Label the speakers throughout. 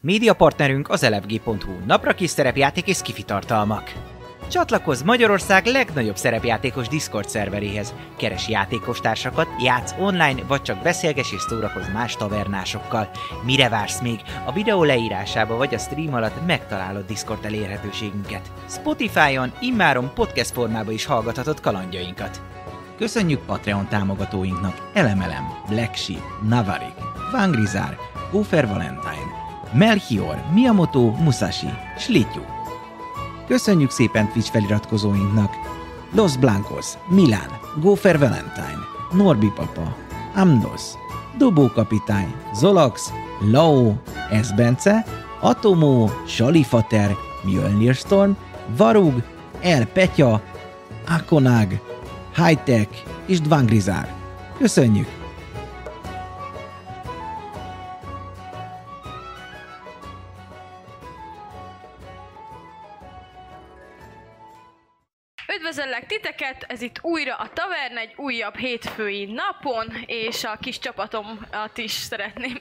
Speaker 1: Média partnerünk az elefg.hu, napra kis szerepjáték és kifitartalmak. Csatlakozz Magyarország legnagyobb szerepjátékos Discord szerveréhez. Keres játékostársakat, játsz online, vagy csak beszélges és szórakozz más tavernásokkal. Mire vársz még? A videó leírásába vagy a stream alatt megtalálod Discord elérhetőségünket. Spotify-on immáron podcast formában is hallgathatod kalandjainkat. Köszönjük Patreon támogatóinknak Elemelem, Black Sheep, Navarik, Vangrizár, Gófer Valentine, Melchior, Miyamoto, Musashi, Slityu. Köszönjük szépen Twitch feliratkozóinknak! Los Blancos, Milán, Gófer Valentine, Norbi Papa, Amnos, Dobó Kapitány, Zolax, Lao, Esbence, Atomó, Salifater, Mjölnir Storm, Varug, El Petya, Akonag, Hightech és Dvangrizár. Köszönjük!
Speaker 2: Üdvözöllek titeket, ez itt újra a Tavern egy újabb hétfői napon, és a kis csapatomat is szeretném.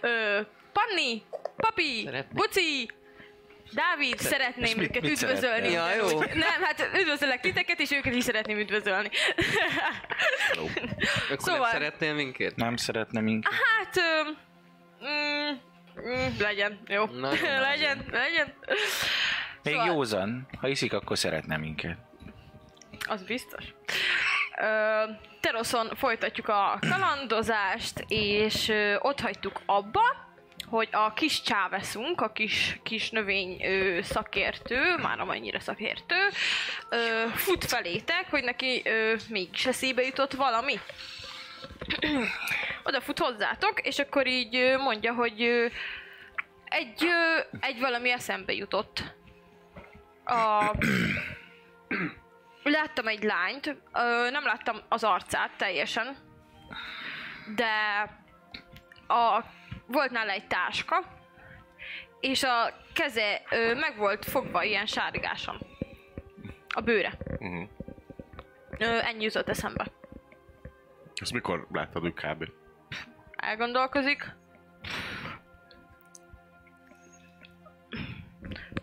Speaker 2: Ö, Panni, Papi,
Speaker 3: Szeretnék.
Speaker 2: Buci, Dávid,
Speaker 4: és
Speaker 2: szeretném
Speaker 4: mit-
Speaker 2: őket
Speaker 4: mit
Speaker 2: üdvözölni.
Speaker 3: szeretnél? Ja, jó.
Speaker 2: Nem, hát üdvözöllek titeket, és őket is szeretném üdvözölni.
Speaker 3: Akkor
Speaker 2: Szóval-
Speaker 3: nem szeretnél minket?
Speaker 4: Nem szeretném inkább.
Speaker 2: Hát, ö, mm, mm, legyen, jó.
Speaker 3: Na, jó, na,
Speaker 2: legyen, legyen.
Speaker 4: Még
Speaker 2: Szóval-
Speaker 4: józan. Ha iszik, akkor szeretne minket.
Speaker 2: Az biztos. Ö, teroszon folytatjuk a kalandozást, és ö, ott hagytuk abba, hogy a kis csáveszunk, a kis, kis növény ö, szakértő, már nem annyira szakértő, ö, fut felétek, hogy neki ö, mégis eszébe jutott valami. Oda fut hozzátok, és akkor így ö, mondja, hogy ö, egy, ö, egy valami eszembe jutott. A Láttam egy lányt, ö, nem láttam az arcát teljesen, de a, volt nála egy táska, és a keze ö, meg volt fogva ilyen sárgáson. A bőre.
Speaker 5: Uh-huh.
Speaker 2: Ö, ennyi jutott eszembe.
Speaker 5: Ezt mikor láttad úgy kb?
Speaker 2: Elgondolkozik.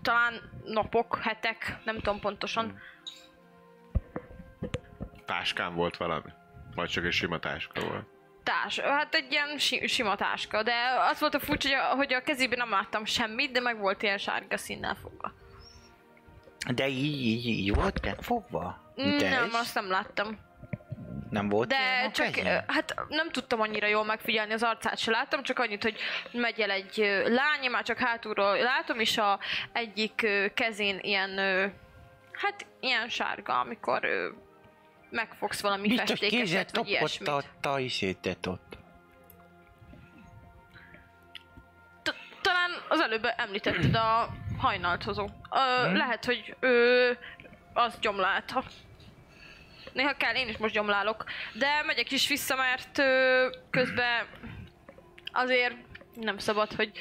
Speaker 2: Talán napok, hetek, nem tudom pontosan.
Speaker 5: Táskán volt valami? Vagy csak egy sima táska volt?
Speaker 2: Tás, hát egy ilyen si- sima táska, de az volt a furcsa, hogy a, hogy a kezében nem láttam semmit, de meg volt ilyen sárga színnel fogva.
Speaker 4: De így, így, így volt megfogva?
Speaker 2: De nem, azt nem láttam.
Speaker 4: nem volt ilyen
Speaker 2: De
Speaker 4: a
Speaker 2: csak,
Speaker 4: fején?
Speaker 2: hát nem tudtam annyira jól megfigyelni az arcát se láttam, csak annyit, hogy megy el egy ö, lány, én már csak hátulról látom, és a egyik ö, kezén ilyen, ö, hát ilyen sárga, amikor ö, megfogsz valami
Speaker 4: Biztos kézzel
Speaker 2: festéket, vagy
Speaker 4: topott
Speaker 2: ilyesmit.
Speaker 4: a tajszétet ott.
Speaker 5: Hát
Speaker 2: T- talán az előbb említetted a hajnalt hozó. Ö, Lehet, hogy ő az gyomlálta. Néha kell, én is most gyomlálok. De megyek is vissza, mert ö, közben azért nem szabad, hogy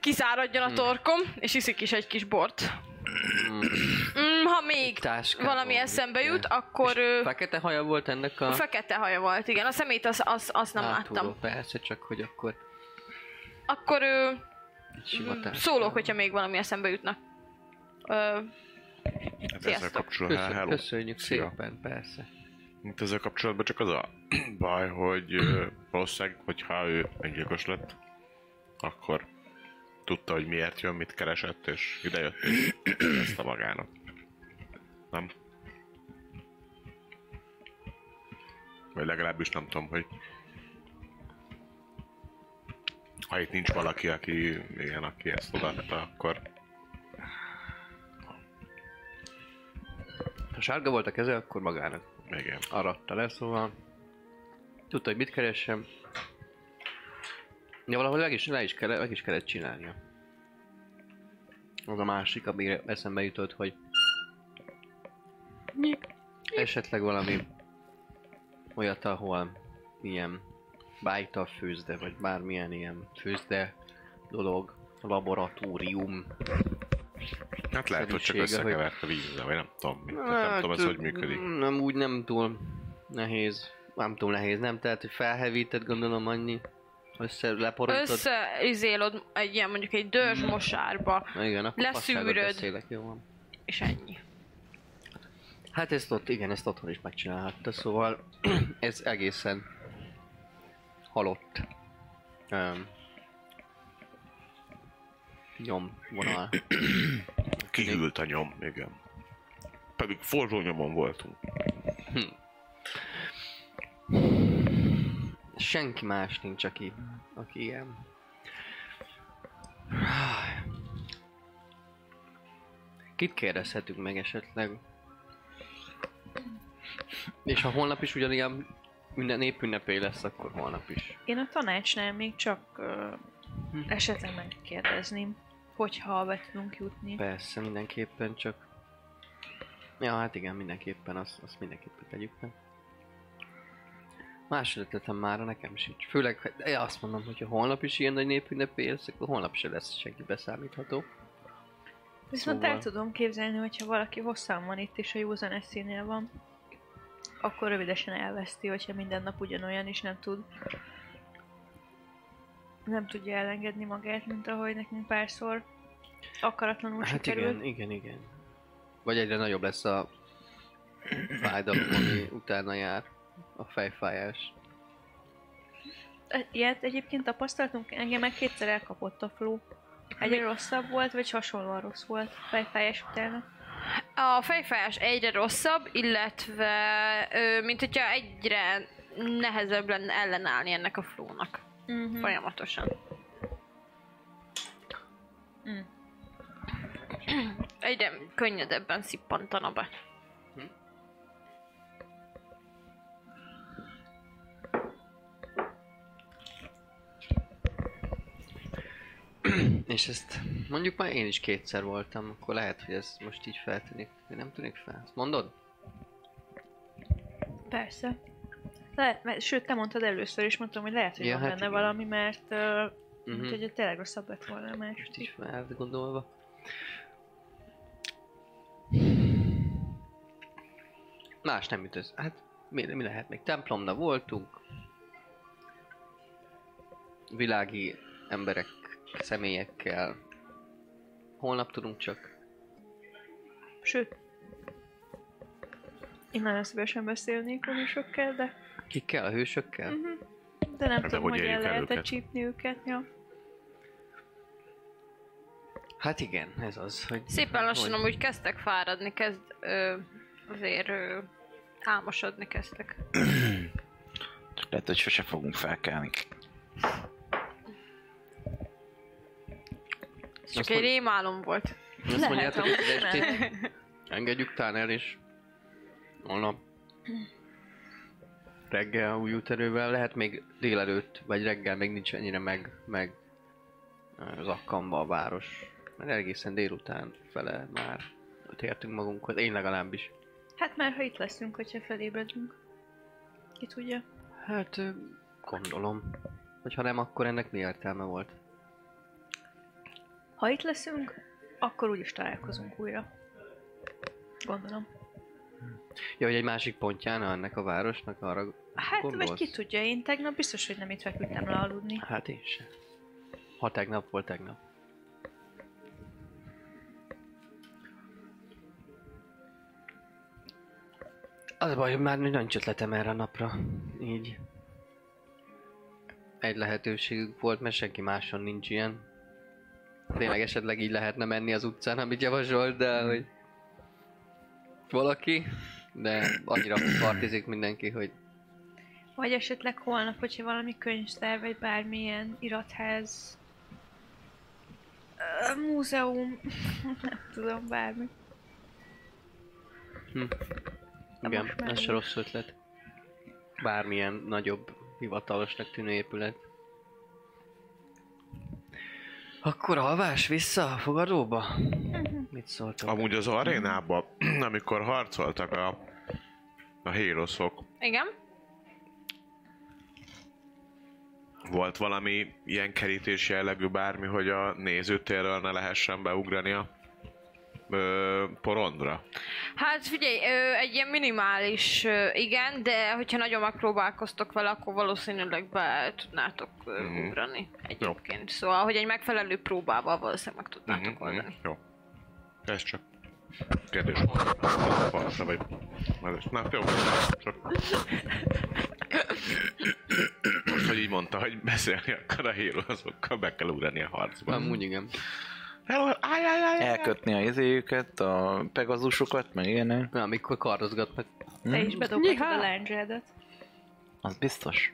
Speaker 2: kiszáradjon a torkom, és iszik is egy kis bort. Mm, ha még
Speaker 3: Táskában
Speaker 2: valami
Speaker 3: mit
Speaker 2: eszembe
Speaker 3: kell?
Speaker 2: jut, akkor ö,
Speaker 3: Fekete haja volt ennek a...
Speaker 2: fekete haja volt, igen. A szemét azt az, az nem
Speaker 3: hátulról,
Speaker 2: láttam.
Speaker 3: Persze, csak hogy akkor
Speaker 2: Akkor ö,
Speaker 3: egy sima táska.
Speaker 2: Mm. Szólok, hogyha még valami eszembe jutna. Ö,
Speaker 5: Hát ezzel
Speaker 2: Sziasztok.
Speaker 5: kapcsolatban...
Speaker 3: Köszön,
Speaker 5: hello.
Speaker 3: köszönjük
Speaker 5: Szia.
Speaker 3: szépen, persze.
Speaker 5: Hát ezzel kapcsolatban csak az a baj, hogy ö, valószínűleg, hogyha ő öngyilkos lett, akkor tudta, hogy miért jön, mit keresett, és idejött, és ezt a magának. Nem? Vagy legalábbis nem tudom, hogy ha itt nincs valaki, aki, igen, aki ezt odaadta, akkor
Speaker 3: Ha sárga volt a keze, akkor magának
Speaker 5: igen.
Speaker 3: aratta le, szóval... Tudta, hogy mit keresem. Ja, valahol meg is, le is kellett, meg is kellett csinálnia. Az a másik, amire eszembe jutott, hogy... Esetleg valami olyat, ahol ilyen bájta főzde, vagy bármilyen ilyen főzde dolog, laboratórium.
Speaker 5: Hát lehet, hogy csak
Speaker 3: Szerűsége,
Speaker 5: összekevert a vízzel, vagy nem tudom, mit, Hát nem tudom ez, hogy működik.
Speaker 3: Hát, Nem úgy nem túl nehéz. Nem túl nehéz, nem? Tehát, hogy felhevített gondolom annyi. Össze leporítod.
Speaker 2: Összeizélod egy ilyen mondjuk egy dörzs mosárba,
Speaker 3: Na igen, akkor
Speaker 2: Leszűröd.
Speaker 3: passzágot beszélek, jó van.
Speaker 2: és ennyi.
Speaker 3: Hát ezt ott, igen, ezt otthon is megcsinálhatta, szóval ez egészen halott um, nyomvonal.
Speaker 5: Kihűlt a nyom, igen. Pedig forró nyomon voltunk.
Speaker 3: Senki más nincs, aki, aki ilyen. Kit kérdezhetünk meg esetleg? És ha holnap is ugyanilyen minden nép ünnepé lesz, akkor holnap is.
Speaker 6: Én a tanácsnál még csak ö,
Speaker 3: Hm.
Speaker 6: esetleg megkérdezném, hogyha be tudunk jutni.
Speaker 3: Persze, mindenképpen csak... Ja, hát igen, mindenképpen, azt, azt mindenképpen tegyük meg. Más ötletem már nekem sincs. Főleg, ha- de azt mondom, hogy ha holnap is ilyen nagy népünnepé lesz, akkor holnap se lesz senki beszámítható.
Speaker 6: Viszont
Speaker 3: Szóval-
Speaker 6: el tudom képzelni, hogyha valaki hosszan van itt és a józan eszénél van, akkor rövidesen elveszti, hogyha minden nap ugyanolyan is nem tud. Nem tudja elengedni magát, mint ahogy nekünk párszor akaratlanul
Speaker 3: Hát igen,
Speaker 6: sikerült.
Speaker 3: igen, igen. Vagy egyre nagyobb lesz a fájdalom, ami utána jár. A fejfájás.
Speaker 6: E, Ilyet egyébként tapasztaltunk, engem meg kétszer elkapott a flu. Egyre rosszabb volt, vagy hasonlóan rossz volt fejfájás utána.
Speaker 2: A fejfájás egyre rosszabb, illetve ö, mint hogyha egyre nehezebb lenne ellenállni ennek a flónak Mhm.
Speaker 6: Mm-hmm.
Speaker 2: folyamatosan.
Speaker 6: Mm.
Speaker 2: Egyre könnyedebben szippantana be.
Speaker 3: És ezt mondjuk már én is kétszer voltam, akkor lehet, hogy ez most így feltűnik. Vagy Nem tűnik fel? Ezt mondod?
Speaker 6: Persze. Lehet, mert, sőt, te mondtad először is, mondtam, hogy lehet, hogy
Speaker 3: Ja,
Speaker 6: van
Speaker 3: hát
Speaker 6: benne
Speaker 3: igen.
Speaker 6: valami, mert uh,
Speaker 3: Mhm.
Speaker 6: mm-hmm. hogy tényleg rosszabb lett volna a másik.
Speaker 3: Most így elgondolva. Más nem jut össze. Hát mi, mi lehet még? Templomna voltunk. Világi emberek, személyekkel. Holnap tudunk csak.
Speaker 6: Sőt, én nagyon szívesen beszélnék a hősökkel, de,
Speaker 3: Kikkel? A hősökkel?
Speaker 2: Mhm.
Speaker 6: de nem
Speaker 5: Hát De
Speaker 6: tudom,
Speaker 5: hogy
Speaker 6: hogy el
Speaker 5: érjük el
Speaker 6: lehet-e
Speaker 5: őket?
Speaker 6: csípni őket. Ja.
Speaker 3: Hát igen, ez az, hogy...
Speaker 2: Szépen lassan
Speaker 3: hogy...
Speaker 2: amúgy kezdtek fáradni, kezd ö, azért ö, álmosodni kezdtek.
Speaker 4: Lehet, hogy sose fogunk felkelni.
Speaker 2: Ez Csak
Speaker 3: Azt
Speaker 2: egy
Speaker 3: mond-
Speaker 2: rémálom volt.
Speaker 3: Azt mondjátok, hogy az
Speaker 6: amúgy nem.
Speaker 3: estét engedjük tán el, és holnap reggel új úterővel, lehet még délelőtt, vagy reggel még nincs ennyire meg, meg az akkamba a város. Mert egészen délután fele már tértünk magunkhoz, én legalábbis.
Speaker 6: Hát már, ha itt leszünk, hogyha felébredünk. Ki tudja?
Speaker 3: Hát ö, gondolom. Vagy ha nem, akkor ennek mi értelme volt?
Speaker 6: Ha itt leszünk, akkor úgyis találkozunk újra. Gondolom.
Speaker 3: Ja, hogy egy másik pontján ennek a városnak arra
Speaker 6: Hát, vagy
Speaker 3: Gondolsz?
Speaker 6: ki tudja, én tegnap biztos, hogy nem itt feküdtem le aludni.
Speaker 3: Hát én sem. Ha tegnap volt tegnap. Az a baj, hogy már nincs ötletem erre a napra. Így. Egy lehetőségük volt, mert senki máson nincs ilyen. Tényleg esetleg így lehetne menni az utcán, amit javasol, de hogy... Valaki, de annyira partizik mindenki, hogy
Speaker 6: Vagy esetleg holnap, hogyha valami könyvtár, vagy bármilyen iratház, ö, múzeum, nem tudom, bármi.
Speaker 3: Igen,
Speaker 6: most már
Speaker 3: ez se
Speaker 6: nem.
Speaker 3: rossz ötlet. Bármilyen nagyobb, hivatalosnak tűnő épület. Akkor alvás vissza a fogadóba?
Speaker 6: Mhm.
Speaker 3: Mit szóltok?
Speaker 5: Amúgy az arénában, amikor harcoltak a, a héroszok,
Speaker 2: Igen?
Speaker 5: volt valami ilyen kerítés jellegű bármi, hogy a nézőtérről ne lehessen beugrani a ö, porondra?
Speaker 2: Hát figyelj, ö, egy ilyen minimális, ö, igen, de hogyha nagyon megpróbálkoztok vele, akkor valószínűleg be tudnátok ö,
Speaker 5: Mhm.
Speaker 2: ugrani egyébként. Szóval, hogy egy megfelelő próbával valószínűleg meg tudnátok
Speaker 5: Mhm, mhm,
Speaker 2: oldani.
Speaker 5: Jó. Ez csak kérdés. Falsa vagy. Ez is- Na, jó. Csak. Most, hogy így mondta, hogy beszélni akar a híró, azokkal be kell ugrani a harcba.
Speaker 3: Amúgy igen.
Speaker 5: Hello, áj, áj, áj, áj.
Speaker 4: Elkötni a izéjüket, a pegazusokat, meg ilyenek.
Speaker 3: Na, amikor kardozgatnak.
Speaker 6: Te is bedobhatod a lándzsádat.
Speaker 4: Az biztos.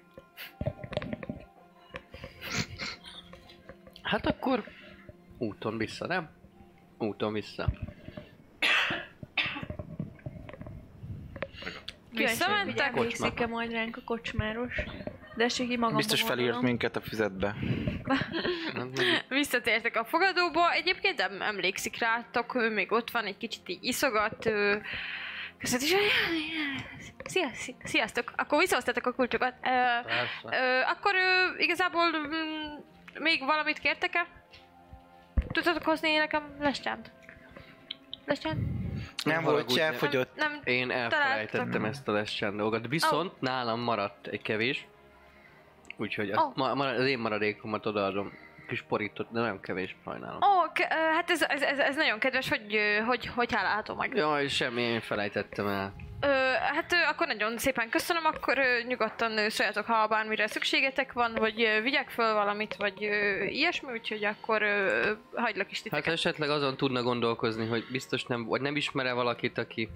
Speaker 3: Hát akkor úton vissza, nem? Úton vissza.
Speaker 2: Visszamentek?
Speaker 6: Emlékszik-e majd ránk a kocsmáros? De ezt csak így magamba
Speaker 4: Biztos felírt
Speaker 6: gondolom.
Speaker 4: minket a füzetbe.
Speaker 3: Nem, nem.
Speaker 2: Visszatértek a fogadóba, egyébként nem emlékszik rátok, ő még ott van, egy kicsit így iszogat, ő... Köszönöm is, Szia, szia- sziasztok! Akkor visszahoztatok a kulcsokat. Ö,
Speaker 3: Persze.
Speaker 2: ö, akkor ö, igazából mm, még valamit kértek-e? Tudtatok hozni nekem lescsánt? Lescsánt?
Speaker 4: Nem volt se elfogyott.
Speaker 2: Nem,
Speaker 3: Én elfelejtettem
Speaker 2: Találtam.
Speaker 3: ezt a lescsán dolgot, viszont nálam maradt egy kevés. Úgyhogy azt,
Speaker 2: Ó.
Speaker 3: ma, ma, az én maradékomat odaadom. Kis porított, de nem kevés, sajnálom.
Speaker 2: Ó, oh, hát ez, ez, ez, ez, nagyon kedves, hogy, ö, hogy, hogy hálálható meg.
Speaker 3: Jaj, semmi, én felejtettem el.
Speaker 2: Ö, hát ö, akkor nagyon szépen köszönöm, akkor ö, nyugodtan ö, szóljatok, ha bármire szükségetek van, vagy ö, vigyek föl valamit, vagy ö, ilyesmi, úgyhogy akkor ö, hagylak is
Speaker 3: Hát
Speaker 2: titeket.
Speaker 3: ha esetleg azon tudna gondolkozni, hogy biztos nem, vagy nem ismere valakit, aki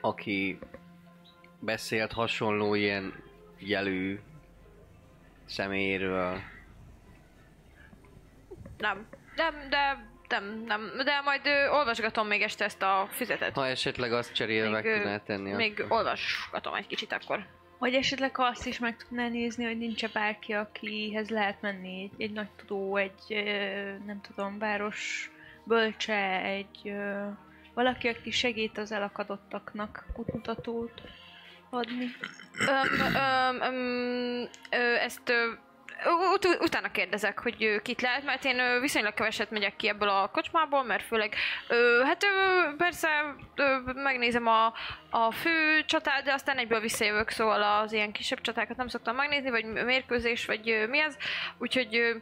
Speaker 3: aki beszélt hasonló ilyen jelű személyről. Hát-
Speaker 2: Nem, nem, de nem, nem, de majd ö, olvasgatom még este ezt a füzetet.
Speaker 3: Ha esetleg azt cserélve
Speaker 2: ö,
Speaker 3: kéne tenni,
Speaker 2: még
Speaker 3: akkor-
Speaker 2: olvasgatom egy kicsit akkor.
Speaker 6: Vagy esetleg ha azt is meg tudná nézni, hogy nincs-e bárki, akihez lehet menni. Egy, egy nagy tudó, egy ö, nem tudom, város bölcse, egy ö, valaki, aki segít az elakadottaknak kutatót adni.
Speaker 2: Öm, öm, öm, ö, ezt ö, ut- ut- utána kérdezek, hogy ö, kit lehet, mert én ö, viszonylag keveset megyek ki ebből a kocsmából, mert főleg, ö, hát ö, persze ö, megnézem a, a fő csatát, de aztán egyből visszajövök, szóval az ilyen kisebb csatákat nem szoktam megnézni, vagy mérkőzés, vagy ö, mi az, úgyhogy ö,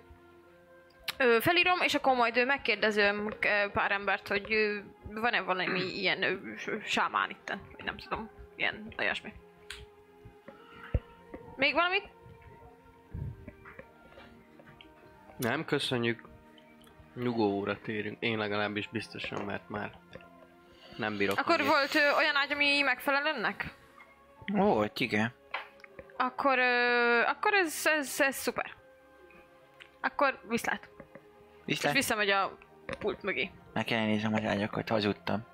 Speaker 2: ö, felírom, és akkor majd ö, megkérdezem ö, pár embert, hogy ö, van-e valami ilyen ö, s- sámán itten, vagy nem tudom, ilyen olyasmi. Még valamit?
Speaker 3: Nem, köszönjük. Nyugó óra térünk. Én legalábbis biztosan, mert már nem bírok.
Speaker 2: Akkor
Speaker 3: még.
Speaker 2: volt ö, olyan ágy, ami megfelel önnek?
Speaker 4: Volt, igen.
Speaker 2: Akkor, ö, akkor ez, ez, ez szuper. Akkor viszlát. És
Speaker 4: Viszlát,
Speaker 2: visszamegy a pult mögé.
Speaker 4: meg kell néznem az ágyakat, hazudtam.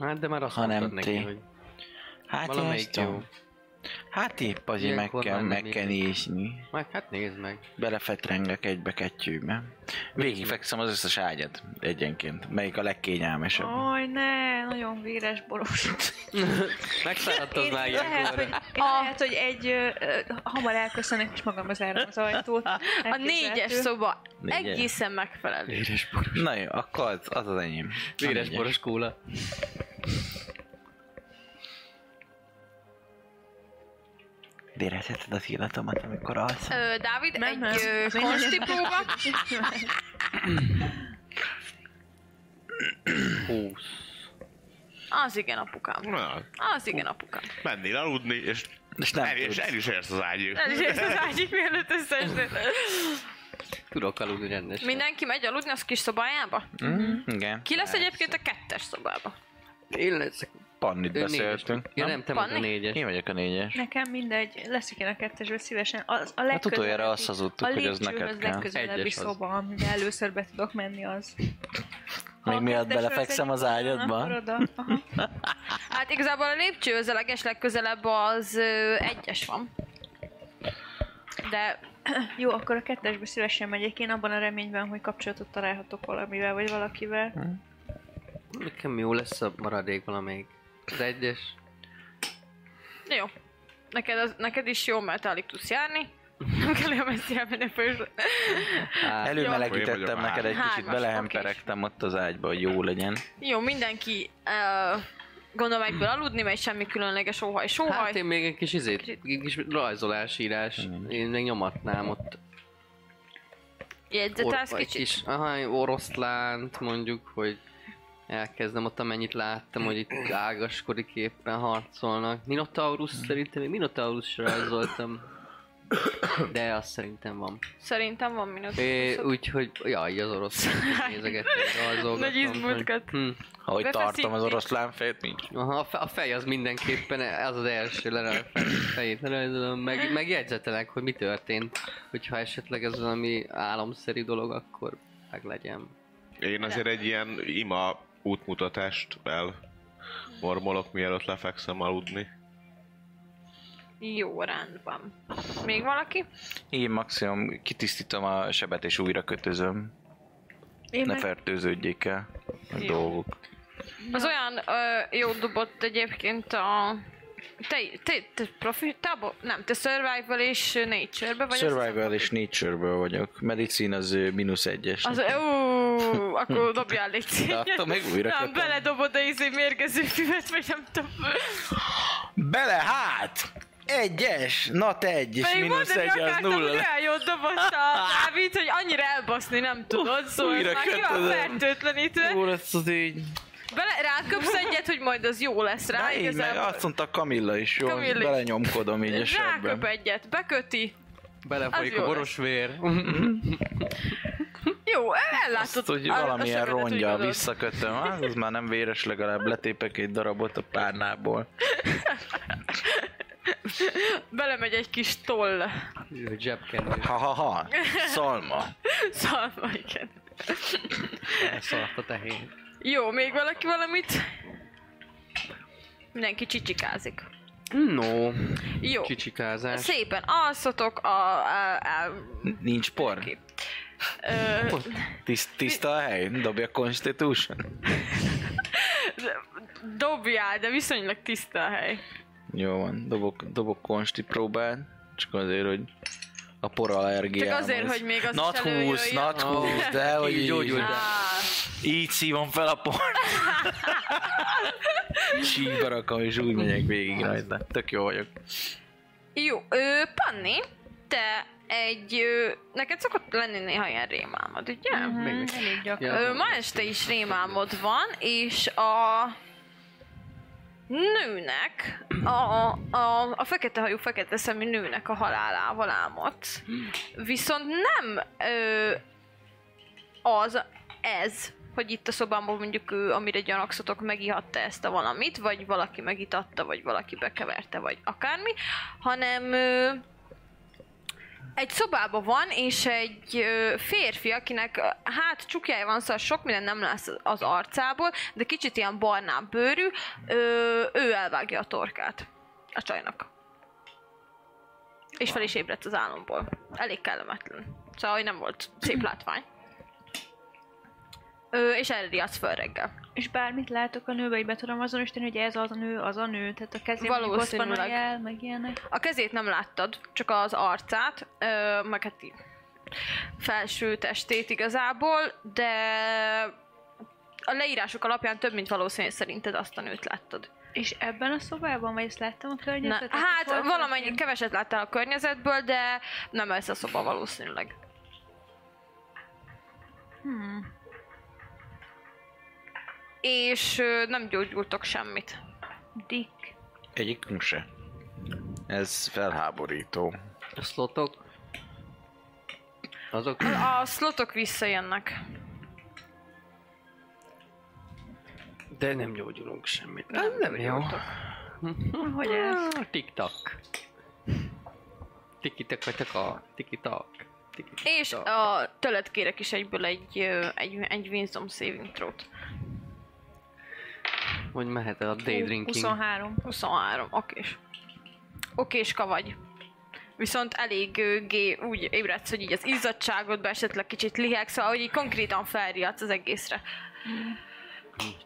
Speaker 3: Hát de már azt
Speaker 4: Ha nem
Speaker 3: mondtad neki,
Speaker 4: ti.
Speaker 3: hogy
Speaker 4: Hát én
Speaker 3: valamelyik
Speaker 4: azt tudom.
Speaker 3: jó.
Speaker 4: Hát épp azért meg
Speaker 3: Ilyenkor
Speaker 4: kell,
Speaker 3: már
Speaker 4: meg
Speaker 3: nem
Speaker 4: kell
Speaker 3: érdekel.
Speaker 4: nézni.
Speaker 3: Meg hát nézd meg.
Speaker 4: Belefetrengek egybe kettőbe. Végigfekszem az összes ágyat egyenként. Melyik a legkényelmesebb.
Speaker 2: Ah.
Speaker 6: Aj, ne, nagyon véres boros.
Speaker 3: Megszáradtad
Speaker 6: Én
Speaker 3: már
Speaker 6: lehet,
Speaker 3: ilyenkor.
Speaker 6: hogy, én
Speaker 2: Ah.
Speaker 6: lehet, hogy egy ö, ö, hamar elköszönök, és magam az zárom az ajtót.
Speaker 2: A négyes szoba
Speaker 4: Négyes.
Speaker 2: egészen megfelelő.
Speaker 3: Véres boros.
Speaker 4: Na jó, akkor az az, az enyém. A
Speaker 3: Véres
Speaker 4: négyes.
Speaker 3: boros kóla.
Speaker 4: De Érezheted az illatomat, amikor alszom?
Speaker 2: Ö, Dávid,
Speaker 6: Nem,
Speaker 2: egy
Speaker 6: nem.
Speaker 2: ö,
Speaker 6: Ez
Speaker 2: konsti
Speaker 6: nem.
Speaker 2: próba.
Speaker 3: 20.
Speaker 2: Az igen, apukám.
Speaker 5: Na,
Speaker 2: Az igen, apukám.
Speaker 5: mennél aludni, és,
Speaker 4: És nem
Speaker 5: el, és
Speaker 4: tudsz.
Speaker 5: el is érsz az ágyig.
Speaker 2: Ez is ez az ágyik, mielőtt összeesnél.
Speaker 3: Tudok aludni rendesen.
Speaker 2: Mindenki megy aludni az kis szobájába?
Speaker 4: Mm, igen.
Speaker 2: Mhm. Ki lesz egyébként a kettes szobába?
Speaker 3: Én leszek.
Speaker 4: Pannit
Speaker 3: Ő négyes.
Speaker 4: beszéltünk.
Speaker 3: Ja,
Speaker 4: nem?
Speaker 3: nem, te vagy a
Speaker 2: Panni?
Speaker 4: Én
Speaker 3: négyes.
Speaker 4: vagyok a négyes.
Speaker 6: Nekem mindegy, leszek én a kettesből szívesen. Az, a
Speaker 4: Hát utoljára
Speaker 6: legközelebbi-
Speaker 4: azt hazudtuk, hogy az
Speaker 6: lépcsőhöz
Speaker 4: neked kell.
Speaker 6: legközelebbi
Speaker 3: Egyes az.
Speaker 6: szoba, amivel először be tudok menni az. Ha
Speaker 4: Még
Speaker 6: a
Speaker 4: mielőtt
Speaker 6: kettesről
Speaker 4: belefekszem az
Speaker 6: egyik oldalon, akkor
Speaker 4: ágyadba?
Speaker 6: oda. Aha.
Speaker 2: Hát igazából a lépcsőhöz a legeslegközelebb az ö, egyes van. De
Speaker 6: Jó, akkor a kettesből szívesen megyek én abban a reményben, hogy kapcsolatot találhatok valamivel, vagy
Speaker 4: Hm.
Speaker 6: valakivel.
Speaker 3: Nekem jó lesz a maradék valamelyik. Az egyes.
Speaker 2: jó. Neked, az, neked is jó, mert alig tudsz járni. Nem kell olyan messzi elmenni a fősre.
Speaker 3: Á,
Speaker 5: Én vagyok
Speaker 4: Előmelegítettem
Speaker 5: a
Speaker 4: neked egy
Speaker 2: hármas.
Speaker 4: kicsit, belehemperegtem ott az ágyba, hogy jó legyen.
Speaker 2: Jó, mindenki uh, gondolom egyből aludni, mert semmi különleges óhaj, sóhaj.
Speaker 3: Hát én még egy kis izét, egy kis rajzolás, írás,
Speaker 4: Hmm.
Speaker 3: én még nyomatnám ott
Speaker 2: Jegyzetelsz
Speaker 3: egy
Speaker 2: kicsit?
Speaker 3: kis aha, oroszlánt mondjuk, hogy elkezdem ott amennyit láttam, hogy itt ágaskori képen harcolnak. Minotaurus
Speaker 4: Hmm.
Speaker 3: szerintem, én Minotaurus rajzoltam. De azt szerintem van.
Speaker 2: Szerintem van minusz.
Speaker 3: É, úgyhogy, jaj, az orosz nézegettem, rajzolgatom.
Speaker 2: Nagy izmutkat.
Speaker 3: Hm.
Speaker 4: Ahogy
Speaker 2: De
Speaker 4: tartom az
Speaker 2: feszíti.
Speaker 4: oroszlán fejét, mint
Speaker 3: Aha, a fe- a fej az mindenképpen, az az első lerajz, fejét lerajzolom, meg, meg jegyzetelek, hogy mi történt. Hogyha esetleg ez valami álomszerű dolog, akkor meg legyen.
Speaker 5: Én azért egy ilyen ima útmutatást el mormolok, mielőtt lefekszem aludni.
Speaker 2: Jó, rendben. Még valaki?
Speaker 4: Én maximum kitisztítom a sebet és újra kötözöm.
Speaker 6: Én
Speaker 4: ne
Speaker 6: meg-
Speaker 4: fertőződjék el a dolgok.
Speaker 2: Az olyan ö, jó dobott egyébként a... Te, te, te profi, te abba, nem, te survival és nature-be vagy?
Speaker 4: Survival és nature-ből vagyok. Medicine az ö, mínusz egyes.
Speaker 2: Az, az ó, akkor dobjál légy szíves.
Speaker 4: Attól meg Hm. újra
Speaker 2: Nem,
Speaker 4: kötöm.
Speaker 2: beledobod a izé mérgező füvet, vagy nem tudom.
Speaker 4: Bele hát! Egyes! Na te egy, és
Speaker 2: Pedig
Speaker 4: mínusz
Speaker 2: mondani
Speaker 4: egy az
Speaker 2: akartam, hogy
Speaker 4: nulla.
Speaker 2: olyan jót dobott a Dávid, hogy annyira elbaszni nem tudod, szóval ez
Speaker 4: Újra
Speaker 2: már ki van
Speaker 4: kötözöm.
Speaker 2: fertőtlenítve.
Speaker 4: Úr, ez az így.
Speaker 2: Bele, ráköpsz egyet, hogy majd az jó lesz rá,
Speaker 4: Na, így meg
Speaker 2: igazából.
Speaker 4: azt mondta Kamilla is, jó,
Speaker 2: Kamilla is.
Speaker 4: belenyomkodom így a
Speaker 2: Ráköp
Speaker 4: sebben.
Speaker 2: egyet, beköti. Az
Speaker 3: Belefolyik
Speaker 2: jó
Speaker 3: a
Speaker 2: lesz.
Speaker 3: boros vér.
Speaker 2: Jó, ellátod.
Speaker 4: Azt, hogy
Speaker 2: a- a
Speaker 4: valamilyen
Speaker 2: sebedet, úgy
Speaker 4: rongyal
Speaker 2: gondolod.
Speaker 4: visszakötöm, az, az már nem véres, legalább letépek egy darabot a párnából.
Speaker 2: Belemegy egy kis toll.
Speaker 3: Zsebkendő.
Speaker 4: Ha-ha-ha, szalma.
Speaker 2: Szóval, igen.
Speaker 3: Elszaladt a tehén.
Speaker 2: Jó, még valaki valamit? Mindenki csicsikázik.
Speaker 3: No,
Speaker 2: Jó.
Speaker 3: csicsikázás.
Speaker 2: Szépen alszotok a... a, a
Speaker 4: N- Nincs por?
Speaker 2: ö,
Speaker 4: Tiszt, tiszta a hely? Dobja a Constitution?
Speaker 2: dobjál, de viszonylag tiszta a hely.
Speaker 4: Jó van, dobok, dobok Consti próbán, csak azért, hogy a por allergiám.
Speaker 2: Csak azért,
Speaker 4: az-
Speaker 2: hogy még az
Speaker 4: Not
Speaker 2: is előjöjjön.
Speaker 4: 20, not
Speaker 3: Ó,
Speaker 4: 20, de hogy
Speaker 3: így gyógyult
Speaker 4: így,
Speaker 3: el.
Speaker 2: Á,
Speaker 4: így szívom fel a por. Csíkba rakom, és úgy megyek végig rajta. Tök jó vagyok.
Speaker 2: Jó, ö, Panni, te egy... Ö, neked szokott lenni néha ilyen rémálmod, ugye?
Speaker 6: Mhm,
Speaker 3: Még mi?
Speaker 6: Elég gyakran.
Speaker 3: Ja.
Speaker 2: Ö, ma este is rémálmod van, és a nőnek, a, a, a fekete hajú, fekete szemű nőnek a halálával álmodsz. Viszont nem ö, az ez, hogy itt a szobámban mondjuk ő, amire gyanakszotok, megihatta ezt a valamit, vagy valaki megitatta, vagy valaki bekeverte, vagy akármi, hanem ö, egy szobában van, és egy ö, férfi, akinek ö, hát csukjája van, szóval sok minden nem lesz az arcából, de kicsit ilyen barnább bőrű, ö, ő elvágja a torkát a csajnak. És fel is ébredt az álomból. Elég kellemetlen. Szóval, hogy nem volt szép látvány. Ö, és erre riadsz föl reggel.
Speaker 6: És bármit látok a nőbe, így be tudom azonosítani, hogy ez az a nő, az a nő, tehát a kezében mondjuk ott van a
Speaker 2: Valószínűleg.
Speaker 6: jel, meg ilyenek.
Speaker 2: A kezét nem láttad, csak az arcát, ö, meg hát így felső testét igazából, de a leírások alapján több mint valószínű szerinted azt a nőt láttad.
Speaker 6: És ebben a szobában, vagy ezt láttam a
Speaker 2: Na,
Speaker 6: környezetet? Ott
Speaker 2: hát
Speaker 6: volt
Speaker 2: valamennyi
Speaker 6: valaki?
Speaker 2: keveset láttál a környezetből, de nem ez a szoba valószínűleg.
Speaker 6: Hmm.
Speaker 2: És ö, nem gyógyultok semmit.
Speaker 6: Dick.
Speaker 4: Egyikünk se. Ez felháborító.
Speaker 3: A szlotok. Azok
Speaker 2: A szlotok visszajönnek.
Speaker 3: De nem gyógyulunk semmit. Nem, nem jó.
Speaker 6: Hogy ez?
Speaker 3: Hm. Tik-tak. Tiki-tak vagy taka. Tiki-tak. Tiki-tak.
Speaker 2: És a tőled kérek is egyből egy, ö, egy, egy Winsome saving throw-t.
Speaker 3: Hogy mehet el a day drinking.
Speaker 6: 23.
Speaker 2: 23, okés. Okéska vagy. Viszont elég ö, gé, úgy ébredsz, hogy így az izzadságodba esetleg kicsit lihegsz, szóval hogy így konkrétan felriadsz az egészre.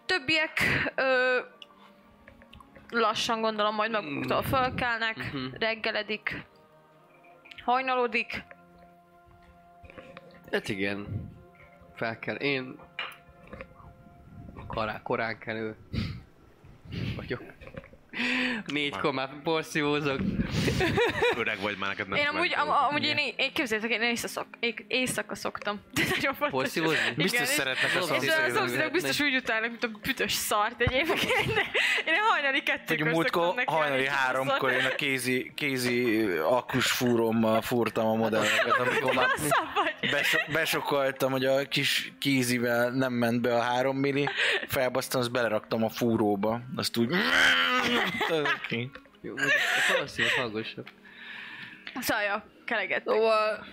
Speaker 2: Többiek ö, lassan gondolom majd maguktól fölkelnek, reggeledik. Hajnalodik.
Speaker 3: Hát igen. Fel kell. Én kará, korán kelő vagyok. Négykor már porszívózok.
Speaker 5: Öreg vagy már, neked nem
Speaker 4: Hát
Speaker 2: Én amúgy, am,
Speaker 5: mentor.
Speaker 2: amúgy én, én, én képzeljétek, én éjszaka, szok, én éjszaka szoktam. De nagyon fontos.
Speaker 3: Porszívózni?
Speaker 4: Biztos
Speaker 2: és-
Speaker 4: szeretnek a
Speaker 2: És a
Speaker 3: szomszédok.
Speaker 2: szomszédok biztos úgy utálnak, mint a büdös szart egyébként. De én hajnali
Speaker 4: Hogy
Speaker 2: kettőkor szoktam
Speaker 4: múltkor
Speaker 2: neki
Speaker 4: hajnali
Speaker 2: állítani a
Speaker 4: háromkor
Speaker 2: szart.
Speaker 4: én a kézi, kézi akkus fúrommal fúrtam a modelleket, amikor már
Speaker 2: Rosszabb vagy.
Speaker 4: beso- besokoltam, hogy a kis kézivel nem ment be a három milli, felbasztam, azt beleraktam a fúróba, azt úgy...
Speaker 3: Jó, úgy- a porszívó hangosabb.
Speaker 2: Szaja, kelegettek.
Speaker 3: Szóval...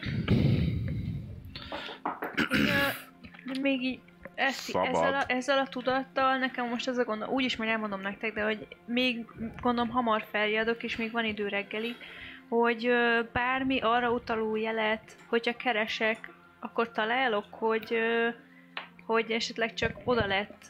Speaker 6: De még így ezt,
Speaker 5: Szabad.
Speaker 6: ezzel, a, ezzel a tudattal nekem most az a gondom, úgyis majd elmondom nektek, de hogy még gondolom hamar feljadok, és még van idő reggelig, hogy ö, bármi arra utaló jelet, hogyha keresek, akkor találok, hogy, ö, hogy esetleg csak oda lett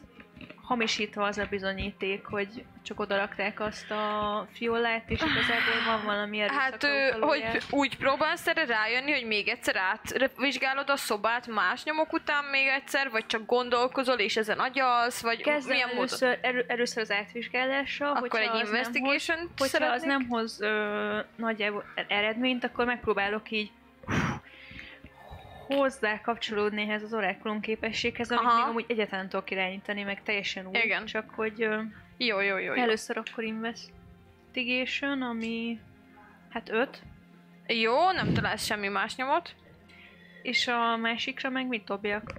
Speaker 6: hamisítva az a bizonyíték, hogy csak oda rakták azt a fiolát, és igazából van valami erőszakra
Speaker 2: Hát, ö,
Speaker 6: utaló
Speaker 2: hogy
Speaker 6: jel.
Speaker 2: úgy próbálsz erre rájönni, hogy még egyszer átvizsgálod a szobát más nyomok után még egyszer, vagy csak gondolkozol és ezen agyalsz, vagy
Speaker 6: Kezdem
Speaker 2: milyen módon?
Speaker 6: először, elő, először az átvizsgálással,
Speaker 2: Akkor
Speaker 6: hogyha
Speaker 2: egy
Speaker 6: az nem hoz-
Speaker 2: investigation
Speaker 6: Hogyha
Speaker 2: szeretnék?
Speaker 6: Szóval az nem hoz ö, nagy ev- eredményt, akkor megpróbálok így hozzá kapcsolódni ehhez az orákulum képességhez, amit
Speaker 2: Aha.
Speaker 6: még amúgy egyáltalán nem tudok irányítani, meg teljesen új.
Speaker 2: Igen.
Speaker 6: Csak hogy ö,
Speaker 2: Jó, jó, jó. jó.
Speaker 6: először akkor investigation, ami hát öt,
Speaker 2: Jó, nem találsz semmi más nyomot.
Speaker 6: és a másikra meg mit dobjak?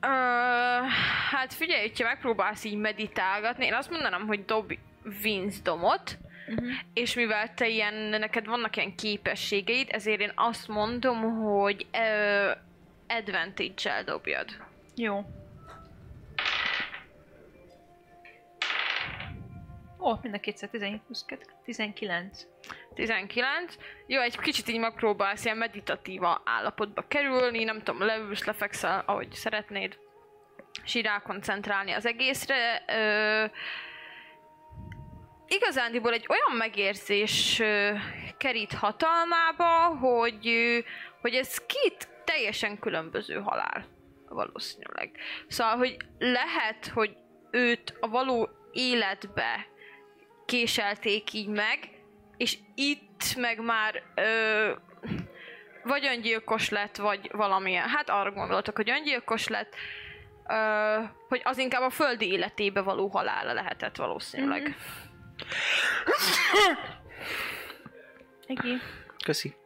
Speaker 2: Ö, hát figyelj, hogyha megpróbálsz így meditálgatni, én azt mondanám, hogy dobj vinzdomot,
Speaker 6: Uh-huh.
Speaker 2: és mivel te ilyen, neked vannak ilyen képességeid, ezért én azt mondom, hogy ö, advantage-el dobjad.
Speaker 6: Jó. Ó, mind a kétszer 17 plusz 2, 19.
Speaker 2: 19. Jó, egy kicsit így megpróbálsz ilyen meditatíva állapotba kerülni, nem tudom, leülsz, lefekszel, ahogy szeretnéd, és így rákoncentrálni az egészre. Ö, igazándiból egy olyan megérzés ö, kerít hatalmába, hogy, ö, hogy ez két teljesen különböző halál valószínűleg. Szóval, hogy lehet, hogy őt a való életbe késelték így meg, és itt meg már ö, vagy öngyilkos lett, vagy valamilyen. Hát arra gondoltak, hogy öngyilkos lett, ö, hogy az inkább a földi életébe való halála lehetett valószínűleg.
Speaker 6: Mhm. Egi.
Speaker 4: Köszi.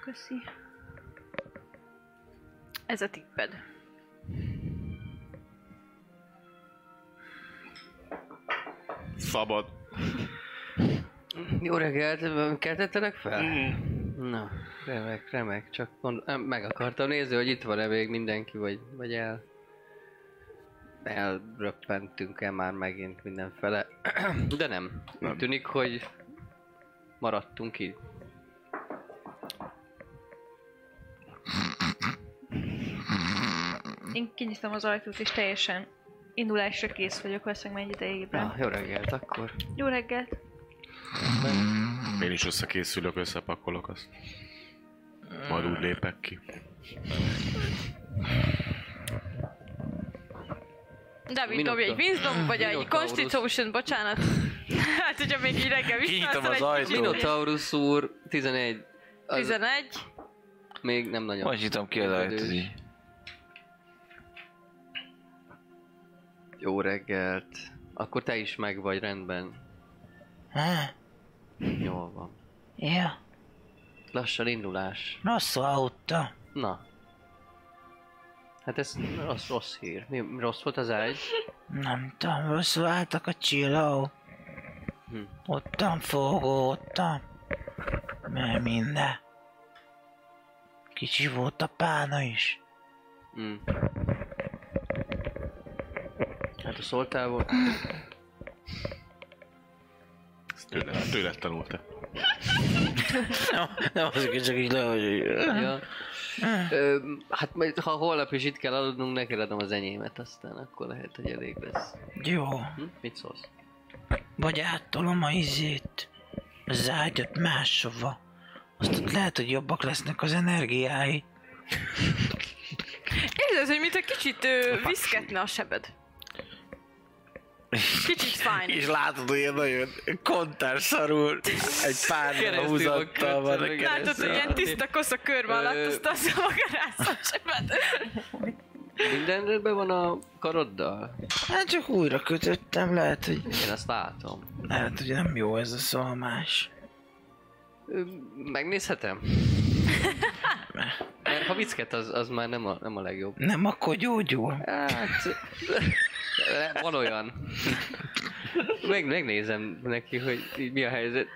Speaker 6: Köszi.
Speaker 2: Ez a tipped.
Speaker 5: Szabad.
Speaker 3: Jó reggelt, keltettenek fel? Na, remek, remek, csak mond, em, meg akartam nézni, hogy itt van-e még mindenki, vagy, vagy el... Elröppentünk-e már megint mindenfele, de nem. nem.
Speaker 5: Nem.
Speaker 3: Tűnik, hogy maradtunk így.
Speaker 6: Én kinyitom az ajtót, és teljesen indulásra kész vagyok, valószínűleg már egy ideigben.
Speaker 3: Na, jó reggelt, akkor.
Speaker 6: Jó reggelt!
Speaker 5: Én is összekészülök, összepakolok azt. Majd úgy lépek ki.
Speaker 2: David,
Speaker 3: Minokta.
Speaker 2: dobj egy wisdom, vagy egy
Speaker 3: Minotaurus.
Speaker 2: constitution, bocsánat. hát, hogyha még így reggel
Speaker 4: Kinyitom
Speaker 2: visszaállsz,
Speaker 4: az
Speaker 2: egy
Speaker 4: ajtót.
Speaker 3: Minotaurus úr, 11. Az
Speaker 2: 11.
Speaker 3: Még nem nagyon.
Speaker 4: Majd nyitom ki az ajtót így.
Speaker 3: Jó reggelt. Akkor te is meg vagy rendben. Jól van.
Speaker 7: Ja,
Speaker 3: Lassan indulás.
Speaker 7: rossz autó.
Speaker 3: Na. Hát ez rossz, rossz hír. Mi, rossz volt az ágy?
Speaker 7: Nem tudom, rosszul álltak a csilló.
Speaker 3: Hm.
Speaker 7: Ottan fogódtam. Mert minden. Kicsi volt a pána is.
Speaker 3: Mm. Hát a szóltál
Speaker 7: Hm.
Speaker 5: Ezt tőle, tőle tanulta.
Speaker 4: Nem, nem az, hogy csak így le, hogy...
Speaker 3: ja.
Speaker 7: Hm.
Speaker 3: Ö, hát majd, ha holnap is itt kell aludnunk, neked adom az enyémet, aztán akkor lehet, hogy elég lesz.
Speaker 7: Jó.
Speaker 3: Hm? Mit szólsz?
Speaker 7: Vagy áttolom a izét, az ágyat máshova. Azt ott lehet, hogy jobbak lesznek az energiái.
Speaker 2: Érzed, hogy mint egy kicsit ö, viszketne a sebed. Kicsit fájni.
Speaker 4: És látod, hogy ilyen nagyon kontár szarul, egy pár
Speaker 3: Keresztül
Speaker 4: húzattal
Speaker 3: van
Speaker 4: van.
Speaker 3: kötve,
Speaker 2: Látod, hogy ilyen tiszta kosz a körbe alatt,
Speaker 3: Ö.
Speaker 2: azt azt a magárász a sebed.
Speaker 3: Minden rendben van a karoddal?
Speaker 7: Hát csak újra kötöttem, lehet, hogy,
Speaker 3: Én azt látom.
Speaker 7: lehet, hogy nem jó ez a szalmás.
Speaker 3: Ö, megnézhetem? Mert ha vicket, az, az már nem a, nem a legjobb.
Speaker 7: Nem, akkor gyógyul.
Speaker 3: Hát... le- Van olyan. Meg, megnézem neki, hogy így mi a helyzet.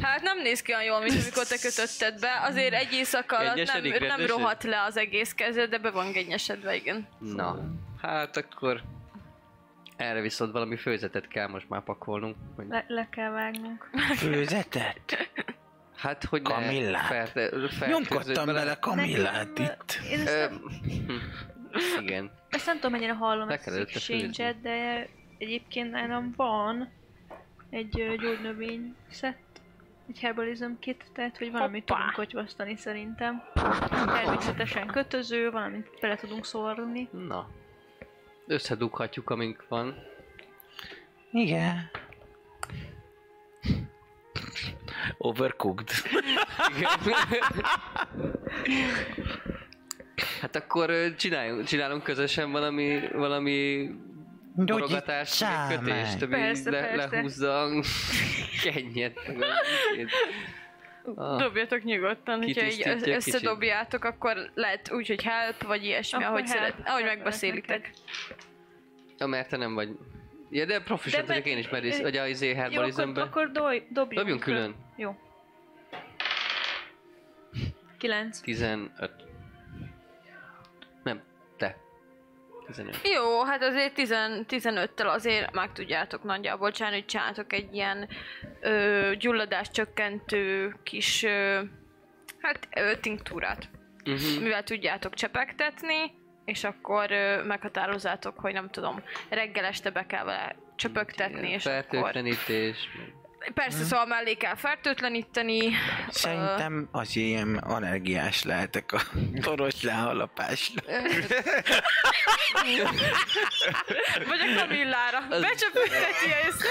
Speaker 2: Hát nem néz ki olyan jól, mint amikor te kötötted be. Azért egy éjszaka alatt nem,
Speaker 3: Egyesedik,
Speaker 2: nem
Speaker 3: rendesen?
Speaker 2: rohadt le az egész kezed, de be van gennyesedve, igen.
Speaker 3: Na, hát akkor... Erre viszont valami főzetet kell most már pakolnunk. Hogy,
Speaker 6: Le, le kell vágnunk.
Speaker 7: Főzetet?
Speaker 3: hát, hogy ne
Speaker 7: Kamillát.
Speaker 3: ferte,
Speaker 7: Nyomkodtam bele kamillát
Speaker 6: Nekem,
Speaker 7: itt.
Speaker 6: Én ezt,
Speaker 3: Ö,
Speaker 6: nem,
Speaker 3: hm. igen.
Speaker 6: ezt nem tudom, mennyire hallom
Speaker 3: le
Speaker 6: ezt
Speaker 3: kell
Speaker 6: az
Speaker 3: előtte
Speaker 6: exchange de egyébként nálam van egy ö, gyógynövény szett, egy herbalism kit, tehát hogy valamit
Speaker 2: Hoppá.
Speaker 6: tudunk kotyvasztani szerintem. Természetesen kötöző, valamit bele tudunk szórni.
Speaker 3: Na. Összedughatjuk, amink van.
Speaker 7: Igen.
Speaker 4: Overcooked.
Speaker 3: Hát akkor ö, csináljunk, csinálunk közösen valami, valami borogatást, vagy
Speaker 7: Gyógyítsál
Speaker 3: egy kötést,
Speaker 7: meg.
Speaker 3: ami
Speaker 6: Persze,
Speaker 3: le,
Speaker 6: persze.
Speaker 3: lehúzza a kenyet. meg a izét. Ah,
Speaker 2: Dobjatok nyugodtan, hogyha így
Speaker 3: Kitisztítja
Speaker 2: ö-
Speaker 3: kicsit.
Speaker 2: összedobjátok, akkor lehet úgy, hogy help, vagy ilyesmi,
Speaker 6: Akkor hát,
Speaker 2: ahogy,
Speaker 6: help.
Speaker 2: szeret, ahogy
Speaker 6: Help
Speaker 2: megbeszélitek.
Speaker 6: neked.
Speaker 3: ja, mert te nem vagy... Ja, de profi
Speaker 6: De
Speaker 3: sem
Speaker 6: meg-
Speaker 3: tudok én is, mert is,
Speaker 6: ö,
Speaker 3: vagy a izé
Speaker 6: Jó, akkor,
Speaker 3: herbalizmben.
Speaker 6: akkor doj, dobjunk.
Speaker 3: Dobjunk külön.
Speaker 6: Jó. 9.
Speaker 3: 15. Nem, te. 15.
Speaker 2: Jó, hát azért 10 15-tel azért meg tudjátok nagyjából csinálni, hogy csináltok egy ilyen ö, gyulladás csökkentő kis ö, hát ö, tinktúrát,
Speaker 3: Uh-huh.
Speaker 2: mivel tudjátok csepegtetni, és akkor ö, meghatározzátok, hogy nem tudom, reggel este be kell vele csöpögtetni, és akkor...
Speaker 3: Fertőtlenítés. meg-
Speaker 2: Persze, szóval mellé kell fertőtleníteni,
Speaker 7: Szerintem az ilyen allergiás lehetek a toros lehalapásra.
Speaker 2: vagy a kamillára. Becsöpögteti ezt.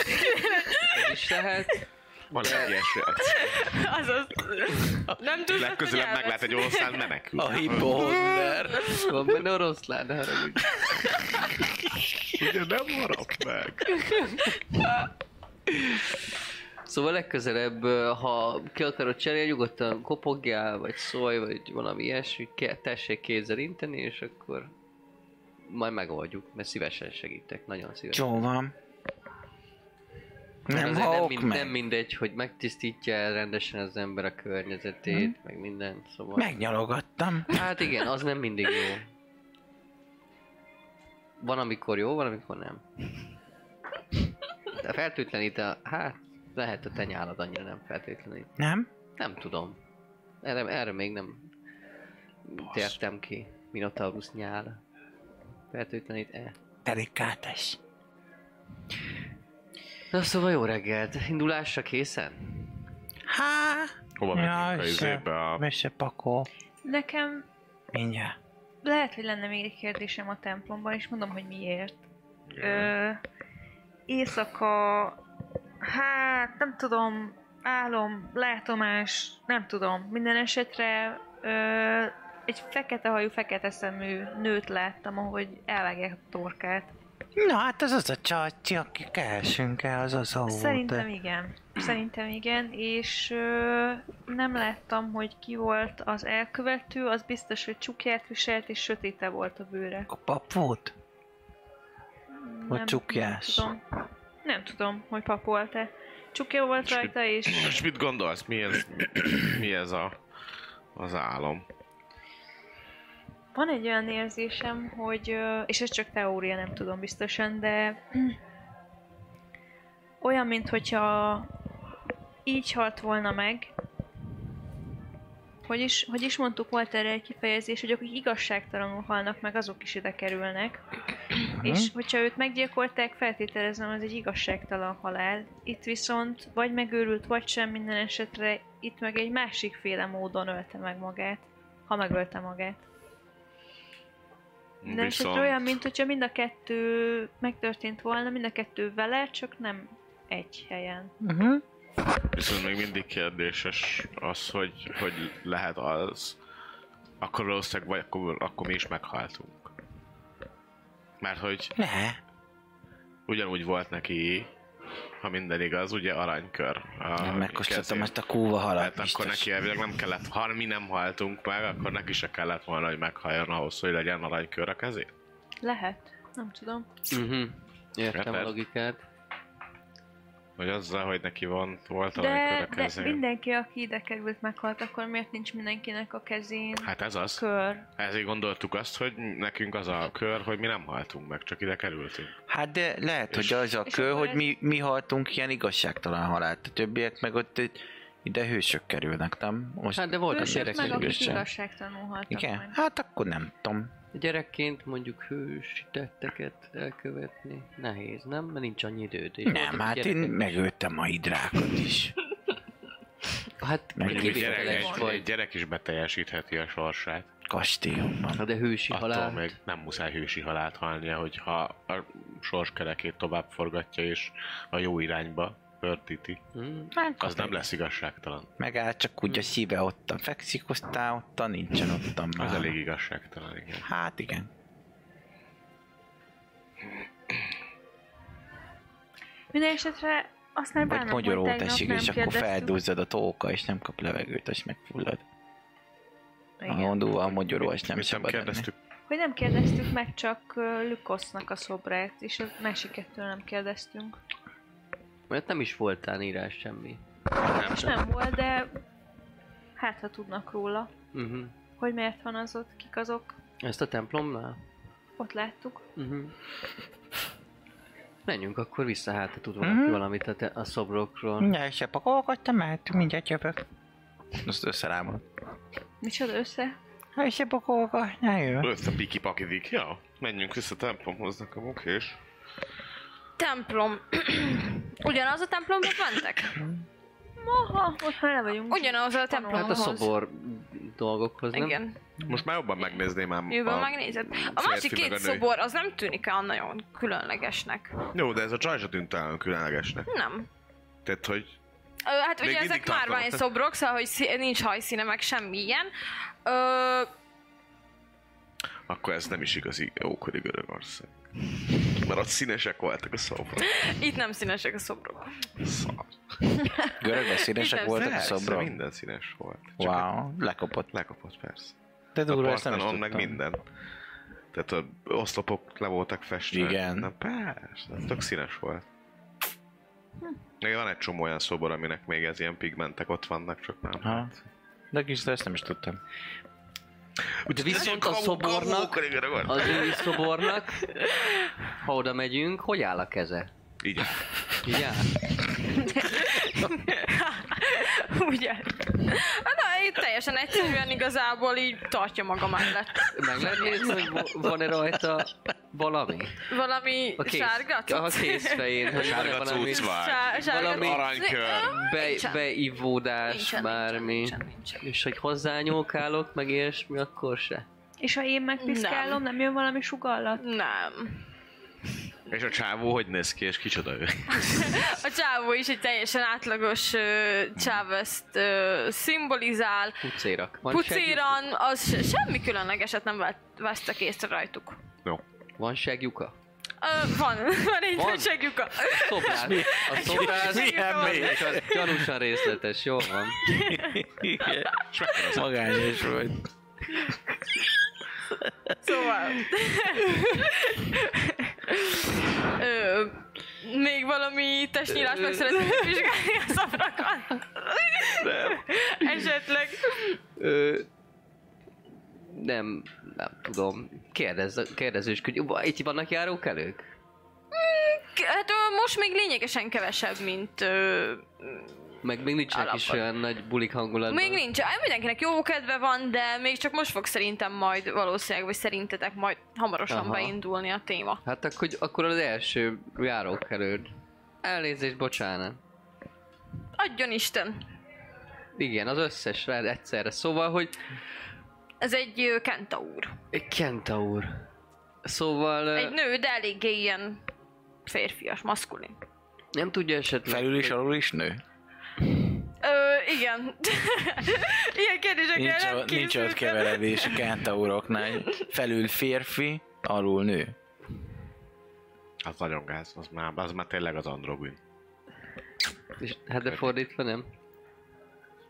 Speaker 3: Ez is lehet.
Speaker 5: Van egy ilyesmi.
Speaker 2: Azaz. Nem tudsz,
Speaker 5: Legközelebb meglát egy ország menekül.
Speaker 4: A hipohonder.
Speaker 3: Van benne oroszlán, ne haragudj.
Speaker 5: Ugye nem harap meg.
Speaker 3: Szóval legközelebb, ö, ha ki akarod cserélni, nyugodtan kopogjál, vagy szólj, vagy valami ilyesmi, ke- tessék kézzel inteni, és akkor majd megoldjuk, mert szívesen segítek, nagyon szívesen.
Speaker 7: Jó van.
Speaker 3: Mert
Speaker 7: Nem
Speaker 3: azért nem,
Speaker 7: halk
Speaker 3: mind, nem
Speaker 7: meg.
Speaker 3: mindegy, hogy megtisztítja el rendesen az ember a környezetét,
Speaker 7: Mhm.
Speaker 3: meg minden, szóval...
Speaker 7: Megnyalogattam.
Speaker 3: Hát igen, az nem mindig jó. Van, amikor jó, van, amikor nem. De feltétlenít a... Hát, lehet a te nyálad annyira nem feltétlenít.
Speaker 7: Nem?
Speaker 3: Nem tudom. Erre, erre még nem tértem ki. Minotaurus nyál. Fertőtlenít e.
Speaker 7: Perikátes.
Speaker 3: Na szóval jó reggelt. Indulásra készen?
Speaker 7: Há!
Speaker 5: Hova
Speaker 7: Jaj,
Speaker 5: megyünk a izébe a...
Speaker 7: Mese pakó.
Speaker 6: Nekem
Speaker 7: Mindjárt.
Speaker 6: lehet, hogy lenne még egy kérdésem a templomban, és mondom, hogy miért. Ö, éjszaka, hát nem tudom, álom, látomás, nem tudom. Minden esetre ö, egy fekete hajú, fekete szemű nőt láttam, ahogy elvágják a torkát.
Speaker 7: Na hát az az a csacsi, aki keresünk el, az az a
Speaker 6: Szerintem igen. Szerintem igen, és ö, nem láttam, hogy ki volt az elkövető, az biztos, hogy csukját viselt, és sötéte volt a bőre.
Speaker 7: A papót? Vagy
Speaker 6: Nem-
Speaker 7: csukjás?
Speaker 6: Nem tudom. Nem tudom, hogy pap volt-e. Csukja volt
Speaker 5: És mi-
Speaker 6: rajta, és...
Speaker 5: És mit gondolsz? Mi ez, mi ez a, az álom?
Speaker 6: Van egy olyan érzésem, hogy, ö, és ez csak teória, nem tudom biztosan, de olyan, mint hogyha így halt volna meg, hogy is, hogy is mondtuk, volt erre egy kifejezés, hogy akik igazságtalanul halnak meg, azok is ide kerülnek. És hogyha őt meggyilkolták, feltételezem, az egy igazságtalan halál. Itt viszont vagy megőrült, vagy sem, minden esetre itt meg egy másikféle módon ölte meg magát. Ha megölte magát. Nem, Viszont... olyan, mint hogyha mind a kettő megtörtént volna, mind a kettő vele, csak nem egy helyen.
Speaker 5: Viszont még mindig kérdéses az, hogy, hogy lehet az, akkor valószínűleg vagy akkor, akkor mi is meghaltunk. Mert hogy
Speaker 7: Ne.
Speaker 5: ugyanúgy volt neki, ha minden igaz, ugye aranykör. a
Speaker 7: Nem megkóstoltam
Speaker 5: kezén.
Speaker 7: ezt a kúva halat,
Speaker 5: Hát akkor
Speaker 7: biztos.
Speaker 5: neki elvileg nem kellett, ha mi nem haltunk meg, akkor neki se kellett volna, hogy meghalljon ahhoz, hogy legyen aranykör a kezét.
Speaker 6: Lehet. Nem tudom.
Speaker 3: Mhm. Értem a
Speaker 5: Érted?
Speaker 3: logikát.
Speaker 5: Vagy azzal, hogy neki van, volt aranykör
Speaker 6: De,
Speaker 5: a
Speaker 6: de
Speaker 5: kezén.
Speaker 6: mindenki, aki ide került, meghalt, akkor miért nincs mindenkinek a kezén
Speaker 5: Hát ez az.
Speaker 6: kör?
Speaker 5: Ezért gondoltuk azt, hogy nekünk az a kör, hogy mi nem haltunk meg, csak ide kerültünk.
Speaker 4: Hát de lehet, hogy az a
Speaker 6: és
Speaker 4: kő,
Speaker 6: akkor
Speaker 4: hogy
Speaker 6: ez-
Speaker 4: mi, mi haltunk ilyen igazságtalan halált. A többiek meg ott egy- ide hősök kerülnek, nem? Most
Speaker 3: Hát de voltak
Speaker 4: Hősök
Speaker 6: Ősök
Speaker 4: gyerek
Speaker 6: meg, akik
Speaker 4: végül sem.
Speaker 3: gyerekek.
Speaker 6: igazságtalanul haltak
Speaker 4: igen?
Speaker 6: meg.
Speaker 4: Hát akkor nem tudom.
Speaker 3: Gyerekként mondjuk hős tetteket elkövetni nehéz, nem? Mert nincs annyi időd. és
Speaker 4: Nem,
Speaker 3: voltak
Speaker 4: hát én
Speaker 3: gyerekek.
Speaker 4: megöltem a hidrákot is.
Speaker 3: Hát
Speaker 4: Meg
Speaker 3: mondjuk
Speaker 5: Egy gyerek,
Speaker 3: kivételes
Speaker 5: egy, egy
Speaker 3: vagy.
Speaker 5: gyerek is beteljesítheti a sorsát.
Speaker 4: Kastélyomban.
Speaker 3: Na de hősi
Speaker 5: Attól
Speaker 3: halál.
Speaker 5: még nem muszáj hősi halált halnia, hogyha a sorskerekét tovább forgatja és a jó irányba pörtíti.
Speaker 3: Hmm.
Speaker 6: Hát,
Speaker 5: Az nem lesz igazságtalan.
Speaker 4: Megáll csak úgy a szíve ottan fekszik, aztán ottan nincsen ottan már.
Speaker 5: Az elég igazságtalan, igen.
Speaker 4: Hát igen.
Speaker 6: Minden esetre azt már
Speaker 4: Vagy
Speaker 6: bánok, hogy
Speaker 4: magyarót
Speaker 6: tegnap
Speaker 4: esik,
Speaker 6: nem
Speaker 4: és akkor
Speaker 6: kérdeztük.
Speaker 4: feldúzzad a tóka, és nem kap levegőt, és megfullad. A
Speaker 6: Igen.
Speaker 4: hondóval a magyaró, és nem
Speaker 5: Mit nem
Speaker 4: szabad enni.
Speaker 5: kérdeztük?
Speaker 6: Hogy nem kérdeztük meg csak ö, Lükosznak a szobrát, és a másik kettőről nem kérdeztünk.
Speaker 3: Mert nem is voltál írás semmi.
Speaker 6: És nem volt, de hát ha tudnak róla,
Speaker 3: Uh-huh.
Speaker 6: hogy miért van az ott, kik azok,
Speaker 3: Ezt a templomnál?
Speaker 6: ott láttuk.
Speaker 3: Uh-huh. Menjünk akkor vissza, hát ha tud valaki
Speaker 4: Mhm.
Speaker 3: uh-huh. valamit a, te- a szobrokról.
Speaker 7: Ne, se pakolkodtam, mert mindjárt jövök.
Speaker 4: Azt összerámol.
Speaker 6: Micsoda össze?
Speaker 7: Ha se pakolkodj, ne jövök.
Speaker 5: Lőtt a piki pakidik. Ja, menjünk vissza templomhoz nekem, oké, és...
Speaker 2: Templom. Ugyanaz a templomba mentek?
Speaker 6: Moha, ott már le vagyunk.
Speaker 2: Ugyanaz a templomhoz.
Speaker 3: Hát a szobor dolgokhoz, nem?
Speaker 2: Igen.
Speaker 5: Most már jobban megnézném ám
Speaker 2: Jövő megnézed. A
Speaker 5: férfi
Speaker 2: másik
Speaker 5: meg
Speaker 2: két
Speaker 5: a nő.
Speaker 2: szobor az nem tűnik el nagyon különlegesnek.
Speaker 5: Jó, de ez a csaj se tűnt el különlegesnek.
Speaker 2: Nem.
Speaker 5: Tehát, hogy
Speaker 2: Ö, hát
Speaker 5: Még
Speaker 2: ugye
Speaker 5: mindig
Speaker 2: ezek márvány
Speaker 5: tartalmatlan.
Speaker 2: szobrok, szóval hogy szí- nincs hajszíne, meg semmi ilyen. Ö,
Speaker 5: akkor ez nem is igazi ókori Görögország. Mert ott színesek voltak a szobrok.
Speaker 2: itt nem színesek a szobrok.
Speaker 5: Szar.
Speaker 4: Görög beszédesek
Speaker 2: Igen,
Speaker 4: voltak a
Speaker 5: Persze,
Speaker 4: szobrok.
Speaker 5: Minden színes volt. Csak
Speaker 4: Wow, lekopott.
Speaker 5: Lekapott persze.
Speaker 4: De
Speaker 5: a
Speaker 4: durva, ezt nem is
Speaker 5: Parthenon meg
Speaker 4: tudtam.
Speaker 5: minden. Tehát a oszlopok le voltak festve.
Speaker 4: Igen.
Speaker 5: Na persze, tök színes volt. Még van egy csomó olyan szobor, aminek még ez ilyen pigmentek ott vannak, csak nem.
Speaker 4: Aha. De kis, de ezt nem is tudtam.
Speaker 3: De viszont a szobornak, az új szobornak, ha oda megyünk, hogy áll a keze?
Speaker 5: Így áll.
Speaker 3: Így áll?
Speaker 2: ugye? Hát na, itt teljesen egyszerűen igazából így tartja maga mellett.
Speaker 3: Meg lehet nézni, hogy vo- van-e rajta valami?
Speaker 2: Valami
Speaker 3: A kész,
Speaker 2: sárga
Speaker 3: A
Speaker 2: cucc?
Speaker 3: kész fején, hogy van-e
Speaker 5: Sárga
Speaker 3: valami
Speaker 5: cucc vágy.
Speaker 2: Sá- sárga
Speaker 3: Valami
Speaker 2: cucc.
Speaker 5: aranykör.
Speaker 3: be,
Speaker 2: Nincsen.
Speaker 3: beivódás,
Speaker 2: Nincsen,
Speaker 3: bármi.
Speaker 2: nincsen, nincsen.
Speaker 3: És hogy hozzányúlkálok, meg ilyesmi, akkor se.
Speaker 6: És ha én megpiszkálom, nem, jön valami sugallat?
Speaker 2: Nem.
Speaker 5: És a csávó hogy néz ki, és kicsoda ő?
Speaker 2: A csávó is egy teljesen átlagos ö, csáveszt ö, szimbolizál.
Speaker 3: Pucérak. Van segjuk?
Speaker 2: Pucéran, az se- semmi különlegeset nem vett- vesztek észre rajtuk.
Speaker 3: Van segjuka?
Speaker 2: Ö, van, van egy
Speaker 3: Van?
Speaker 2: hősegjük a...
Speaker 3: A szobrász. A szobrász.
Speaker 2: Milyen
Speaker 3: az- az Gyanúsan részletes, jól van.
Speaker 4: Magányos vagy.
Speaker 2: Szóval... Ö, még valami testnyílás meg szeretnék vizsgálni a szobrakon. Esetleg.
Speaker 3: Ö, nem, nem tudom. Kérdezz, kérdezős, hogy itt vannak járókelők?
Speaker 2: K- Hát ö, most még lényegesen kevesebb, mint ö,
Speaker 3: Meg még nincsenek is
Speaker 2: Alapot.
Speaker 3: olyan nagy bulik hangulatban.
Speaker 2: Még nincs. Á, Mindenkinek jó kedve van, de még csak most fog szerintem majd valószínűleg, vagy szerintetek majd hamarosan
Speaker 3: Aha.
Speaker 2: beindulni a téma.
Speaker 3: Hát akkor, akkor az első járók előd. Elnézést, bocsánat.
Speaker 2: Adjon Isten!
Speaker 3: Igen, az összes rád egyszerre. Szóval, hogy
Speaker 2: Ez egy ö, Kenta úr.
Speaker 3: egy Kenta úr. Szóval ö,
Speaker 2: Egy nő, de eléggé ilyen férfias, maszkulin.
Speaker 3: nem tudja esetleg...
Speaker 4: Felül is, alul is nő.
Speaker 2: Ö, igen. ilyen kérdésekre
Speaker 4: Nincs,
Speaker 2: nem
Speaker 4: a, nincs ott
Speaker 2: készültem.
Speaker 4: keveredés a kentauroknál. Felül férfi, alul nő.
Speaker 5: Az nagyon gáz, az már, az már tényleg az androgyn.
Speaker 3: És, hát de fordítva nem.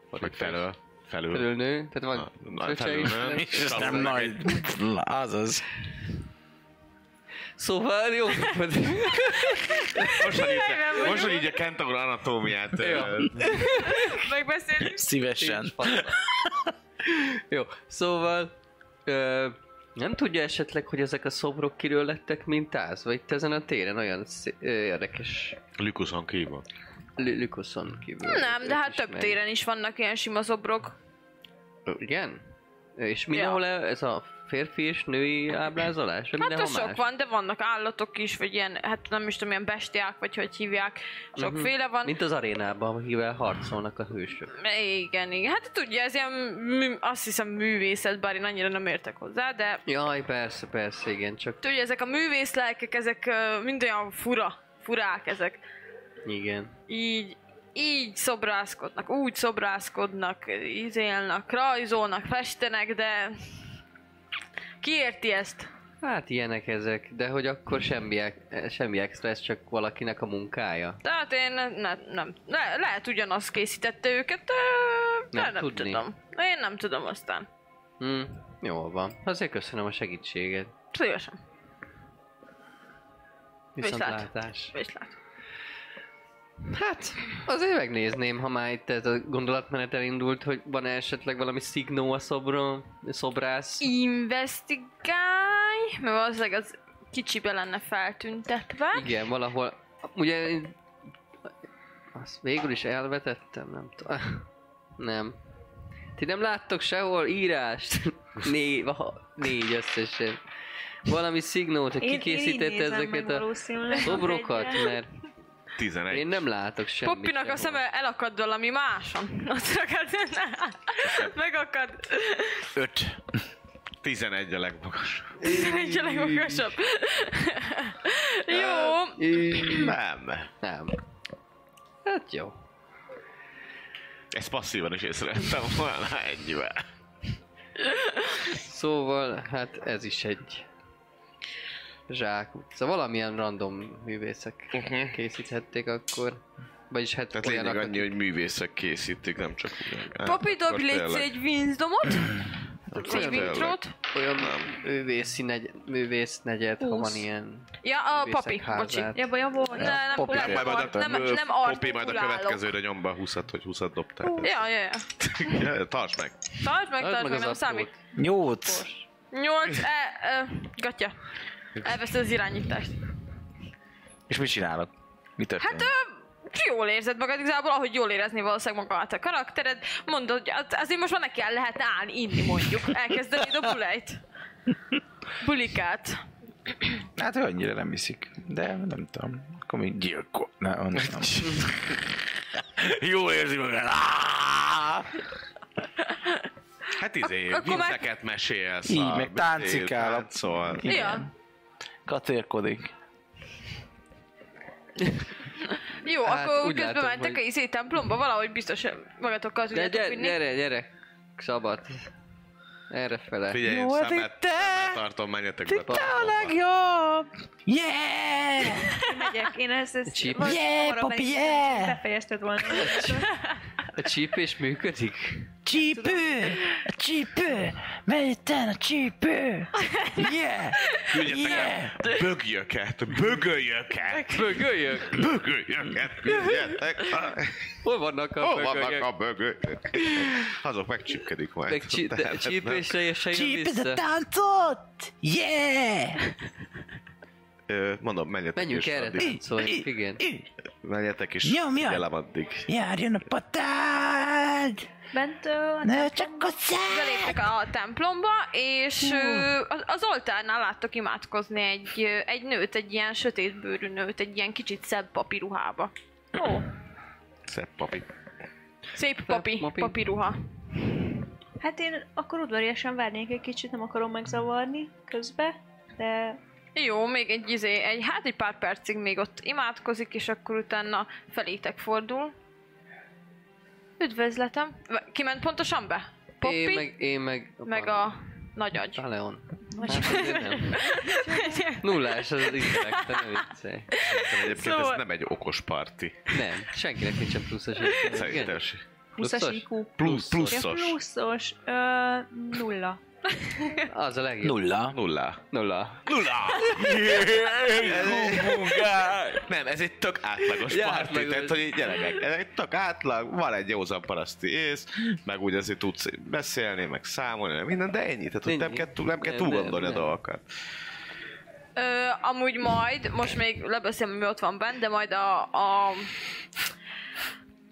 Speaker 5: Hogy felől. Felül.
Speaker 3: Felül nő, tehát
Speaker 5: Na,
Speaker 3: van
Speaker 5: na,
Speaker 3: köcsög
Speaker 5: felül
Speaker 3: is.
Speaker 5: nő.
Speaker 4: És ez nem
Speaker 5: Szabad
Speaker 4: nagy. Azaz.
Speaker 3: Szóval jó napot!
Speaker 5: Most, hogy így, most, hogy így a kentaur anatómiát... ö,
Speaker 2: Megbeszélünk.
Speaker 4: Szívesen.
Speaker 3: Jó, szóval... Ö, nem tudja esetleg, hogy ezek a szobrok kiről lettek mintázva itt ezen a téren, olyan szé- ö, érdekes
Speaker 5: Lükuszon kívül.
Speaker 3: lü- lükuszon kívül.
Speaker 2: Nem,
Speaker 3: őt
Speaker 2: de hát
Speaker 3: ismeri.
Speaker 2: több téren is vannak ilyen sima szobrok.
Speaker 3: Ö, Igen? Ö, És mindenhol e- ez a férfi és női ábrázolás? Vagy
Speaker 2: Hát az
Speaker 3: mindenhol
Speaker 2: sok
Speaker 3: más?
Speaker 2: van, de vannak állatok is, vagy ilyen, hát nem is tudom, ilyen bestiák, vagy hogy hívják. Sokféle van.
Speaker 3: Mint az arénában, amivel harcolnak a hősök.
Speaker 2: Igen, igen. Hát tudja, ez ilyen, mű, azt hiszem művészet, bár én annyira nem értek hozzá, de
Speaker 3: Jaj, persze, persze, igen, csak
Speaker 2: tudja, ezek a művészlelkek, ezek ö, mind olyan fura, furák ezek.
Speaker 3: igen.
Speaker 2: Így, így szobrászkodnak, úgy szobrászkodnak, izélnek, rajzolnak, festenek, de ki érti ezt?
Speaker 3: Hát ilyenek ezek, de hogy akkor semmi, ex- semmi extra, ez csak valakinek a munkája.
Speaker 2: Tehát hát én ne, ne, nem, le, lehet ugyanaz készítette őket, de de
Speaker 3: Nem
Speaker 2: nem
Speaker 3: tudni.
Speaker 2: tudom. Én nem tudom aztán.
Speaker 3: Hm, jól van. Azért köszönöm a segítséget.
Speaker 2: Szívesen,
Speaker 3: Viszontlátás.
Speaker 2: viszlát.
Speaker 3: Hát, azért megnézném, ha már itt ez a gondolatmenet elindult, hogy van -e esetleg valami szignó a szobron, szobrász.
Speaker 2: Investigálj, mert valószínűleg az kicsibe lenne feltüntetve.
Speaker 3: Igen, valahol. Ugye én... Azt végül is elvetettem, nem tudom. Nem. Ti nem láttok sehol írást? Négy, aha, négy összesen. Valami szignót, hogy
Speaker 6: Én-
Speaker 3: ki
Speaker 6: én így
Speaker 3: készítette
Speaker 6: nézem meg
Speaker 3: ezeket a
Speaker 6: valószínűleg az
Speaker 3: szobrokat,
Speaker 6: egyet.
Speaker 3: mert
Speaker 5: 11.
Speaker 3: én nem látok semmit.
Speaker 2: Poppinak a
Speaker 3: sehol.
Speaker 2: szeme elakad valami máson. Ott akad, megakad.
Speaker 4: Öt.
Speaker 5: 11 a legmagasabb.
Speaker 2: Nincs a legmagasabb. Jó,
Speaker 5: Nem.
Speaker 3: Nem. Hát jó.
Speaker 5: Ezt passzívan is észrevettem volna ennyivel.
Speaker 3: Szóval, hát ez is egy zsák utca. Valamilyen random művészek
Speaker 5: Mhm.
Speaker 3: készíthették akkor. Vagyis hát
Speaker 5: Tehát lényeg
Speaker 3: olyanok,
Speaker 5: annyi, hogy művészek készítik, nem csak Hát, ugyan.
Speaker 2: Poppy dobj légy egy vízdomot, egy
Speaker 5: tényleg.
Speaker 2: vintrót.
Speaker 3: olyan művészi negy, művész negyed, ha van
Speaker 6: Húsz.
Speaker 3: ilyen.
Speaker 2: Ja, a
Speaker 3: művészek
Speaker 2: papi,
Speaker 3: házát.
Speaker 2: bocsi.
Speaker 6: Ja, baj, volt.
Speaker 2: Ne, nem,
Speaker 4: Poppy.
Speaker 2: nem,
Speaker 5: Majd
Speaker 2: art-
Speaker 5: majd a,
Speaker 2: nem, nem
Speaker 5: Poppy majd a
Speaker 2: artikulálok.
Speaker 5: következőre nyomba a 20 hogy 20 dobtál.
Speaker 2: Ja, ja, ja.
Speaker 5: Ja, Tartsd meg!
Speaker 2: Tartsd meg,
Speaker 3: Tartsd
Speaker 2: tartsd meg,
Speaker 3: az
Speaker 2: nem
Speaker 3: aprót.
Speaker 2: számít.
Speaker 4: Nyolc.
Speaker 2: Nyolc, e, e, gatya. Elveszted az irányítást.
Speaker 4: És mit csinálok? Mi történik?
Speaker 2: Hát ö, jól érzed magad igazából, ahogy jól érezni valószínűleg magát a karaktered. Mondod, hogy az- azért most már neki el lehet állni, inni mondjuk. Elkezdeni a bulejt. Bulikát.
Speaker 4: Hát ő annyira nem iszik, de nem tudom. Akkor még gyilkol. Ne, nem, nem. Jól érzi magát. Áááá!
Speaker 5: Hát izé,
Speaker 2: Ak- akkor már-
Speaker 5: vicceket mesélsz.
Speaker 4: Így,
Speaker 5: a-
Speaker 4: meg táncikál.
Speaker 5: izé, Táncol.
Speaker 4: Igen.
Speaker 2: Ja.
Speaker 4: Katérkodik.
Speaker 2: Jó,
Speaker 3: Hát,
Speaker 2: akkor
Speaker 3: úgy
Speaker 2: közben
Speaker 3: látom,
Speaker 2: mentek
Speaker 3: hogy-
Speaker 2: a izé templomba, valahogy biztos magatokkal
Speaker 3: De
Speaker 2: tudjátok
Speaker 3: gyere,
Speaker 2: vinni.
Speaker 3: gyere, gyere, szabad. Erre fele.
Speaker 5: Figyelj, én
Speaker 4: Jó, hát
Speaker 5: szemet,
Speaker 4: itt te-
Speaker 5: szemmel tartom, menjetek be. tartomba.
Speaker 4: legjobb! Yeah!
Speaker 6: Megyek, én ezt, ezt
Speaker 3: Csíp.
Speaker 6: vagy-
Speaker 4: Yeah,
Speaker 6: hamarabb
Speaker 4: papi,
Speaker 6: meg-
Speaker 4: yeah!
Speaker 6: Befejezted volna.
Speaker 3: A csípés működik?
Speaker 4: Csípő! A csípő! Megy itten a csípő! Yeah!
Speaker 5: Küldjetek el bögjöket, bögölyöket,
Speaker 3: Bögölyök?
Speaker 5: bögölyöket küldjetek.
Speaker 3: Hol vannak a
Speaker 5: Hol vannak
Speaker 3: bögölyök?
Speaker 5: a bögölyök? Azok megcsipkedik majd.
Speaker 3: Meg csí- de
Speaker 5: Tehát,
Speaker 3: csípésre se jön
Speaker 4: Csípőd a
Speaker 3: vissza.
Speaker 4: táncot! Yeah!
Speaker 5: ö, Mondom, menjetek
Speaker 3: Menjünk
Speaker 5: és
Speaker 3: erre
Speaker 5: addig-
Speaker 3: táncolni, igen.
Speaker 5: Menjetek is,
Speaker 7: Nyom, nyom.
Speaker 5: figyelem addig.
Speaker 7: Járjon a patád!
Speaker 6: Bent ö,
Speaker 7: Ne csak a szád!
Speaker 2: Beléptek a templomba, és ö, az- az oltárnál láttok imádkozni egy, ö, egy nőt, egy ilyen sötétbőrű nőt, egy ilyen kicsit szebb papi ruhába.
Speaker 5: Szebb papi.
Speaker 2: Szép papi,
Speaker 3: papi.
Speaker 2: papi ruha.
Speaker 6: Hát én akkor udvariasan várnék egy kicsit, nem akarom megzavarni közbe, de
Speaker 2: Jó, még egy izé, egy, hát egy pár percig még ott imádkozik, és akkor utána felétek fordul. Üdvözletem. V- Ki ment pontosan be? Poppy,
Speaker 3: Én
Speaker 2: meg,
Speaker 3: meg, én meg...
Speaker 2: meg a nagyagy.
Speaker 3: Paleon. Hát, azért nem. Nullás az intellekt, te ne viccelj.
Speaker 5: Egyébként
Speaker 2: Szóval-
Speaker 5: ez nem egy okos parti.
Speaker 3: Nem, senkinek nincsen pluszos. értelme.
Speaker 5: Szerintem
Speaker 3: Igen?
Speaker 5: se.
Speaker 6: 20-as IQ.
Speaker 5: Plusz,
Speaker 6: Ja,
Speaker 5: pluszos.
Speaker 6: pluszos. Ö, nulla.
Speaker 3: Az a legjobb.
Speaker 4: Nulla.
Speaker 5: Nullá.
Speaker 3: Nulla.
Speaker 5: Nullá! Yeah, nem, ez egy tök átlagos
Speaker 3: Ja,
Speaker 5: parti,
Speaker 3: átlagos.
Speaker 5: tehát hogy így gyerekek, ez egy tök átlag, van egy józan paraszti ész, meg úgy azért tudsz beszélni, meg számolni, meg minden, de ennyi, tehát hogy nem
Speaker 3: Ennyi.
Speaker 5: kell, túl, nem kell
Speaker 3: Nem,
Speaker 5: túl gondolni a
Speaker 3: nem, nem.
Speaker 5: dolgokat.
Speaker 2: Ö, amúgy majd, most még lebeszélem, mi ott van bent, de majd a, a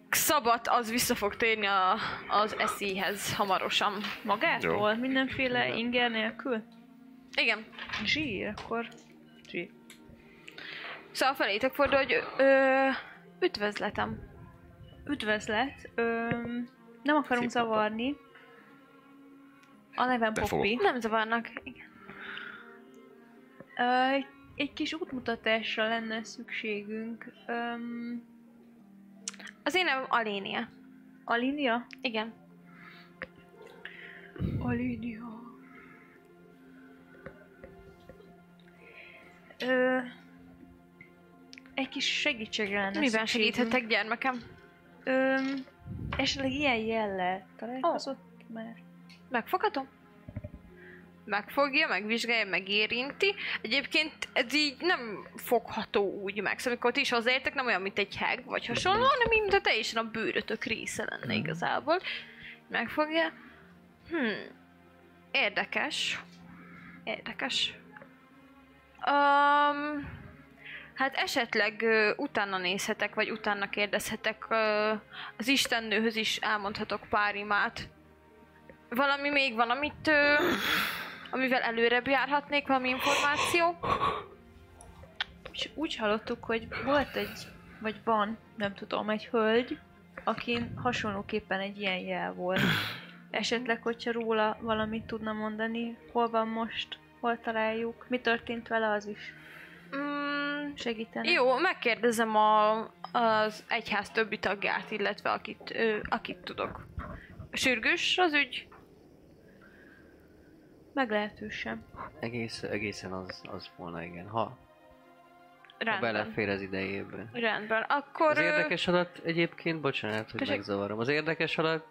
Speaker 2: szabat az vissza fog térni a, az eszéhez hamarosan.
Speaker 6: Magától? Mindenféle inger nélkül?
Speaker 2: Igen.
Speaker 6: Zsír, akkor... Zsír.
Speaker 2: Szóval felétek fordul, hogy ö, üdvözletem.
Speaker 6: Üdvözlet. Ö, nem akarom
Speaker 3: Szép
Speaker 6: zavarni. A nevem
Speaker 5: Te fogod.
Speaker 6: Poppy.
Speaker 2: Nem zavarnak. Igen.
Speaker 6: Ö, egy kis útmutatásra lenne szükségünk. Ö,
Speaker 2: Az én nevem Alénia.
Speaker 6: Alinia?
Speaker 2: Igen.
Speaker 6: Alinia. Ö, egy kis segítségre lenne
Speaker 2: Miben
Speaker 6: szükségünk.
Speaker 2: segíthetek gyermekem?
Speaker 6: Öm, esetleg ilyen jellel találkozott oh. már?
Speaker 2: Megfoghatom? Megfogja, megvizsgálja, megérinti. Egyébként ez így nem fogható úgy meg. Szóval amikor ti is hozzáértek, nem olyan, mint egy heg vagy hasonló, hanem mint a teljesen a bőrötök része lenne igazából. Megfogja. Hmm. Érdekes. Érdekes. Um, hát esetleg ö, utána nézhetek, vagy utána kérdezhetek. Ö, az Istennőhöz is elmondhatok pár imát. Valami még van, amit, ö, amivel előrebb járhatnék, valami információ?
Speaker 6: És úgy hallottuk, hogy volt egy, vagy van, nem tudom, egy hölgy, akin hasonlóképpen egy ilyen jel volt. Esetleg, hogyha róla valamit tudna mondani, hol van most, hol találjuk, mi történt vele, az is
Speaker 2: Mm,
Speaker 6: segítene.
Speaker 2: jó, megkérdezem a, az egyház többi tagját, illetve akit, ö, akit tudok. Sürgős az ügy?
Speaker 6: Meglehetősen.
Speaker 3: Egész, egészen az, az volna, igen. Ha, ha
Speaker 2: Rendben.
Speaker 3: belefér az idejébe.
Speaker 2: Rendben. Akkor...
Speaker 3: Az
Speaker 2: ö,
Speaker 3: érdekes adat egyébként, bocsánat, hogy
Speaker 2: Tessék.
Speaker 3: megzavarom. Az érdekes adat,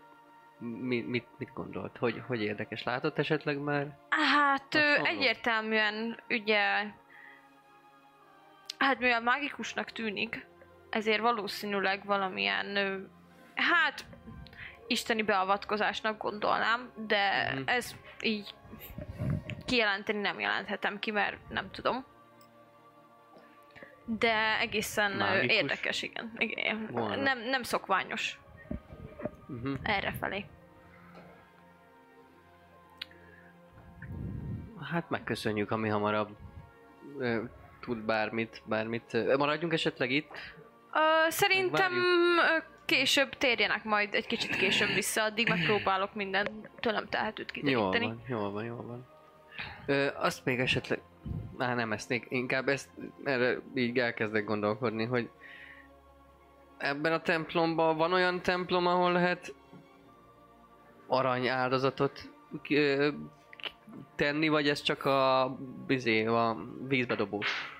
Speaker 3: mi, mit, mit gondolt? Hogy, hogy érdekes? Látott esetleg már?
Speaker 2: Hát ö,
Speaker 3: Hasonló.
Speaker 2: egyértelműen ugye, hát mivel mágikusnak tűnik, ezért valószínűleg valamilyen, ö, hát isteni beavatkozásnak gondolnám, de
Speaker 3: Mhm.
Speaker 2: ez így kijelenteni nem jelenthetem ki, mert nem tudom. De egészen Mágikus.
Speaker 3: Mágikus?
Speaker 2: érdekes, igen. igen.
Speaker 3: Volna.
Speaker 2: Nem, nem szokványos
Speaker 3: Uh-huh.
Speaker 2: errefelé.
Speaker 3: Hát megköszönjük, ami hamarabb ö, tud bármit, bármit. Ö, Maradjunk esetleg itt?
Speaker 2: Ö, szerintem ö, később térjenek majd egy kicsit később vissza, addig megpróbálok minden tőlem telhetőt
Speaker 3: Jól
Speaker 2: kideríteni.
Speaker 3: van, jól van, jól van. Ö, azt még esetleg... Á, nem ezt még, inkább ezt erre így elkezdek gondolkodni, hogy ebben a templomban van olyan templom, ahol lehet arany áldozatot k- ö, k- tenni, vagy ez csak a, bizé, a vízbe dobós?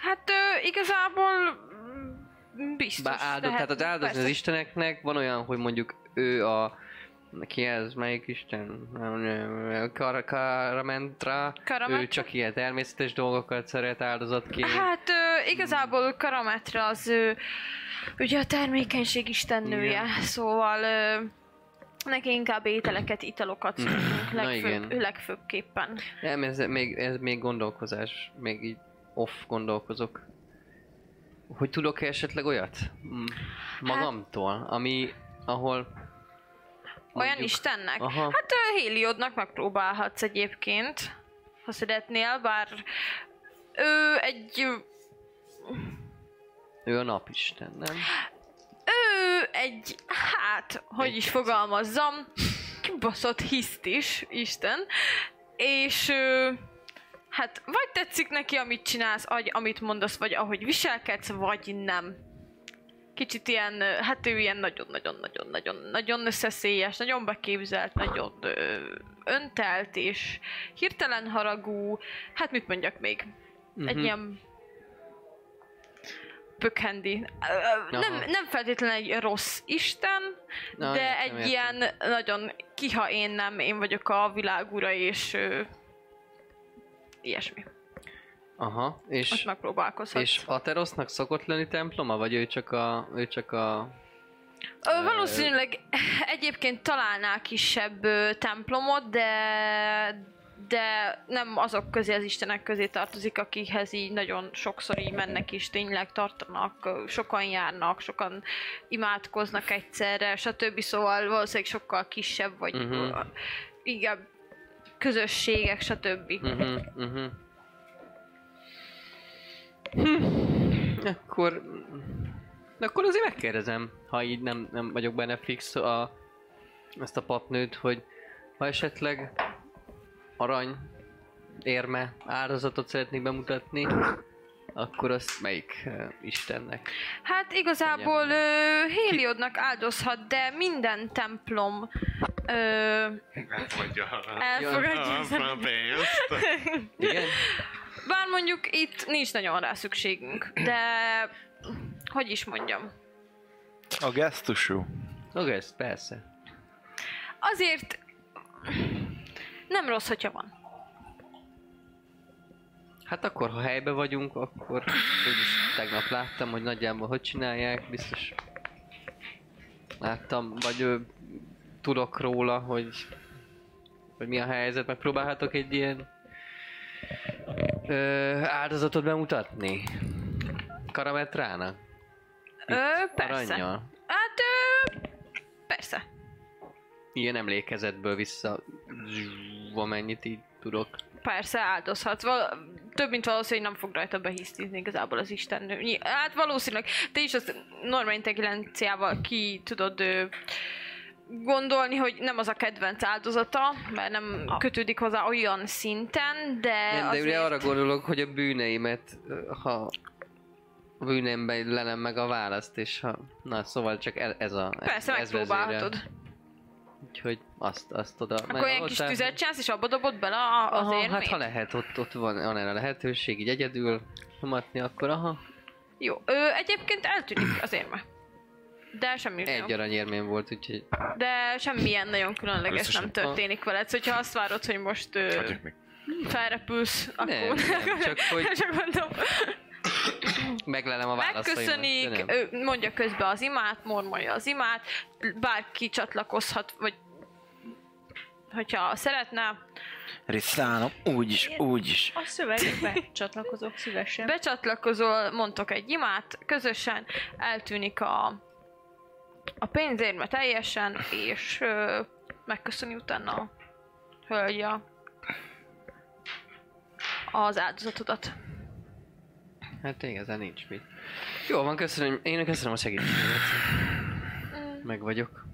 Speaker 2: Hát ö, igazából mm, biztos.
Speaker 3: Bár áldott,
Speaker 2: lehet,
Speaker 3: tehát az áldozni az
Speaker 2: persze.
Speaker 3: isteneknek, van olyan, hogy mondjuk ő a... Ki ez? Melyik isten? Nem, nem, Kar- Karamentra.
Speaker 2: Karamentra?
Speaker 3: Ő csak ilyen természetes dolgokat szeret áldozatként.
Speaker 2: Hát ö, igazából Karametra az ö, ugye a termékenység istennője,
Speaker 3: Igen.
Speaker 2: szóval ö, neki inkább ételeket, italokat szoktunk
Speaker 3: Na
Speaker 2: legfőbb,
Speaker 3: igen.
Speaker 2: legfőbbképpen.
Speaker 3: Nem, ez még, ez még gondolkozás. Még így off gondolkozok. Hogy tudok-e esetleg olyat? Mm, Magamtól, ami, ahol...
Speaker 2: Hát- Olyan
Speaker 3: mondjuk-
Speaker 2: Istennek?
Speaker 3: Aha.
Speaker 2: Hát ö, Héliodnak megpróbálhatsz egyébként, ha szeretnél, bár ő egy...
Speaker 3: Ő a napisten, nem?
Speaker 2: Ő egy... Hát, hogy is fogalmazzam, kibaszott hiszt is, Isten. És... Ö, hát, vagy tetszik neki, amit csinálsz, vagy amit mondasz, vagy ahogy viselkedsz, vagy nem. Kicsit ilyen, ö, hát ő ilyen nagyon-nagyon-nagyon-nagyon-nagyon összeszélyes, nagyon beképzelt, nagyon ö, öntelt és hirtelen haragú. Hát mit mondjak még? Uh-huh.
Speaker 3: Mhm.
Speaker 2: Egy ilyen pökhendi. Ö, ö, Nem,
Speaker 3: Aha.
Speaker 2: nem feltétlenül egy rossz isten,
Speaker 3: Na,
Speaker 2: de
Speaker 3: értem,
Speaker 2: egy
Speaker 3: értem.
Speaker 2: ilyen nagyon kiha én nem, én vagyok a világ ura, és ö, ilyesmi.
Speaker 3: Aha,
Speaker 2: Most
Speaker 3: és,
Speaker 2: megpróbálkozhatsz.
Speaker 3: és Aterosznak szokott lenni temploma, vagy ő csak a, ő csak a
Speaker 2: Ö, valószínűleg egyébként találnál kisebb ö, templomot, de de nem azok közé, az istenek közé tartozik, akikhez így nagyon sokszor így mennek és tényleg tartanak, ö, sokan járnak, sokan imádkoznak egyszerre, stb. Szóval valószínűleg sokkal kisebb, vagy
Speaker 3: Mhm.
Speaker 2: uh-huh. inkább közösségek, stb. Uh-huh.
Speaker 3: Mhm, mhm. Hm, Akkor... De akkor azért megkérdezem, ha így nem, nem vagyok benne fix a, ezt a papnőt, hogy ha esetleg arany érme áldozatot szeretnék bemutatni, akkor azt melyik eh, Istennek?
Speaker 2: Hát igazából ö, Héliodnak áldozhat, de minden templom ö,
Speaker 5: Vagy a...
Speaker 2: elfogadja
Speaker 5: A
Speaker 2: az ember.
Speaker 5: a pénzt.
Speaker 3: Igen?
Speaker 2: Bár mondjuk itt nincs nagyon rá szükségünk, de hogy is mondjam.
Speaker 4: A gesztusú.
Speaker 3: Oké, ez persze.
Speaker 2: Azért nem rossz, hogyha van.
Speaker 3: Hát akkor, ha helybe vagyunk, akkor úgyis tegnap láttam, hogy nagyjából hogy csinálják, biztos láttam, vagy ö, tudok róla, hogy, hogy mi a helyzet, megpróbálhatok egy ilyen ö, áldozatot bemutatni. Karametrának?
Speaker 2: Ö, persze.
Speaker 3: Aranyjal?
Speaker 2: Hát ö, persze.
Speaker 3: Ilyen emlékezetből vissza amennyit így tudok.
Speaker 2: Persze áldozhatsz. Val- több mint valószínű, hogy nem fog rajta behisztizni igazából az Isten. Hát valószínűleg te is azt normál intelligenciával ki tudod ö, gondolni, hogy nem az a kedvenc áldozata, mert nem kötődik hozzá olyan szinten, de,
Speaker 3: Nem, de
Speaker 2: azért...
Speaker 3: ugye arra gondolok, hogy a bűneimet, ö, ha a bűneimben lelem meg a választ, és ha... Na, szóval csak el- ez a...
Speaker 2: Persze,
Speaker 3: ez vezérel.
Speaker 2: megpróbálhatod.
Speaker 3: Úgyhogy azt, azt oda...
Speaker 2: Akkor ilyen kis tüzet csinálsz, és abba dobod bele a- az
Speaker 3: aha,
Speaker 2: érmét?
Speaker 3: hát ha lehet, ott, ott van, van erre lehetőség, így egyedül nyomatni, akkor aha,
Speaker 2: Jó. Ö, egyébként eltűnik az érme. De semmi
Speaker 3: egy
Speaker 2: nem.
Speaker 3: aranyérmém volt, úgyhogy
Speaker 2: De semmilyen nagyon különleges
Speaker 5: Összesen.
Speaker 2: nem történik veled. Szóval, hogyha azt várod, hogy most ö,
Speaker 5: Adjak még.
Speaker 2: felrepülsz, akkor...
Speaker 3: nem, nem, csak hogy
Speaker 2: Csak mondom,
Speaker 3: meglelem a válaszaimat. de
Speaker 2: megköszönik,
Speaker 3: nem.
Speaker 2: ö, mondja közben az imát, mormolja az imát, bárki csatlakozhat, vagy hogyha szeretne,
Speaker 4: Riszánom, úgyis, úgyis.
Speaker 6: A szövegbe csatlakozok szívesen.
Speaker 2: becsatlakozol, mondtok egy imát, közösen eltűnik a, a pénzérme teljesen, és ö, megköszöni utána a hölgy a, az áldozatodat.
Speaker 3: Hát igazán nincs mit. Jó van, köszönöm, én köszönöm a segítséget.
Speaker 2: Mm.
Speaker 3: Meg vagyok.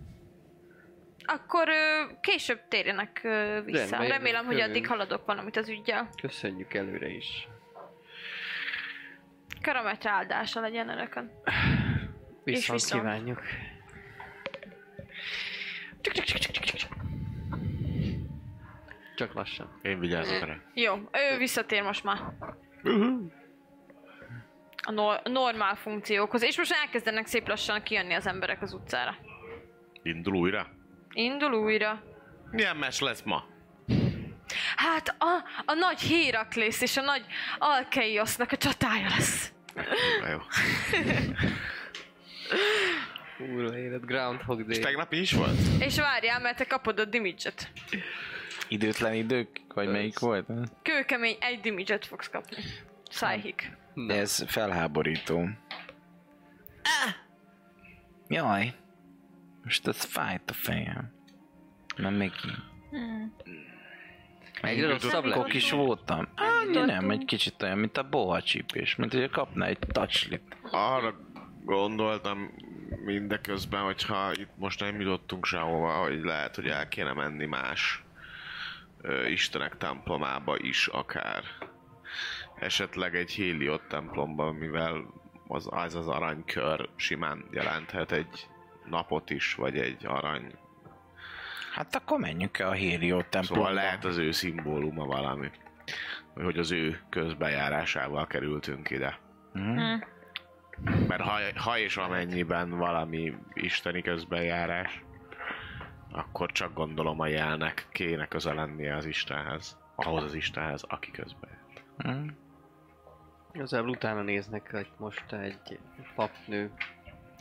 Speaker 2: Akkor ö, később térjenek ö, vissza.
Speaker 3: Rendben, jövünk,
Speaker 2: Remélem, hogy addig
Speaker 3: jövünk.
Speaker 2: haladok valamit az ügyjel.
Speaker 3: Köszönjük előre is.
Speaker 2: Karametre áldása legyen önökön.
Speaker 3: Viszont
Speaker 2: viszont.
Speaker 3: kívánjuk. Csak lassan.
Speaker 5: Én vigyázok rá.
Speaker 2: Jó, ő visszatér most már. A no- normál funkciókhoz. És most elkezdenek szép lassan kijönni az emberek az utcára.
Speaker 5: Indul újra.
Speaker 2: Indul újra.
Speaker 5: Milyen mes lesz ma?
Speaker 2: Hát a, a nagy Héraklész és a nagy Alkeiosznak a csatája lesz.
Speaker 5: Na Jó.
Speaker 3: Úrva élet, Groundhog
Speaker 5: És
Speaker 3: Day.
Speaker 5: tegnap is volt?
Speaker 2: És várjál, mert te kapod a dimidzset.
Speaker 4: Időtlen idők, vagy melyik volt?
Speaker 2: Kőkemény egy dimidzset fogsz kapni. Szájhik.
Speaker 4: Ez felháborító. Jaj, most ez fájt a fejem. Nem még
Speaker 6: Mm.
Speaker 3: Egyre rosszabb lett?
Speaker 4: Kokis voltam. Á, nem, egy kicsit olyan, mint a boha csípés, mint hogy kapna egy touchlit.
Speaker 5: Arra gondoltam mindeközben, hogyha itt most nem jutottunk sehova, hogy lehet, hogy el kéne menni más ö, istenek templomába is akár. Esetleg egy Héliot templomba, mivel az, az az aranykör simán jelenthet egy napot is, vagy egy arany.
Speaker 4: Hát akkor menjünk el a Helió templomba.
Speaker 5: Szóval lehet az ő szimbóluma valami. Vagy Hogy az ő közbejárásával kerültünk ide.
Speaker 3: Hmm.
Speaker 5: Mert ha, ha és amennyiben valami isteni közbejárás, akkor csak gondolom a jelnek kéne közel lennie az Istenhez. Ahhoz az Istenhez, aki közben. jár.
Speaker 4: Mm.
Speaker 3: Igazából utána néznek egy, most egy papnő.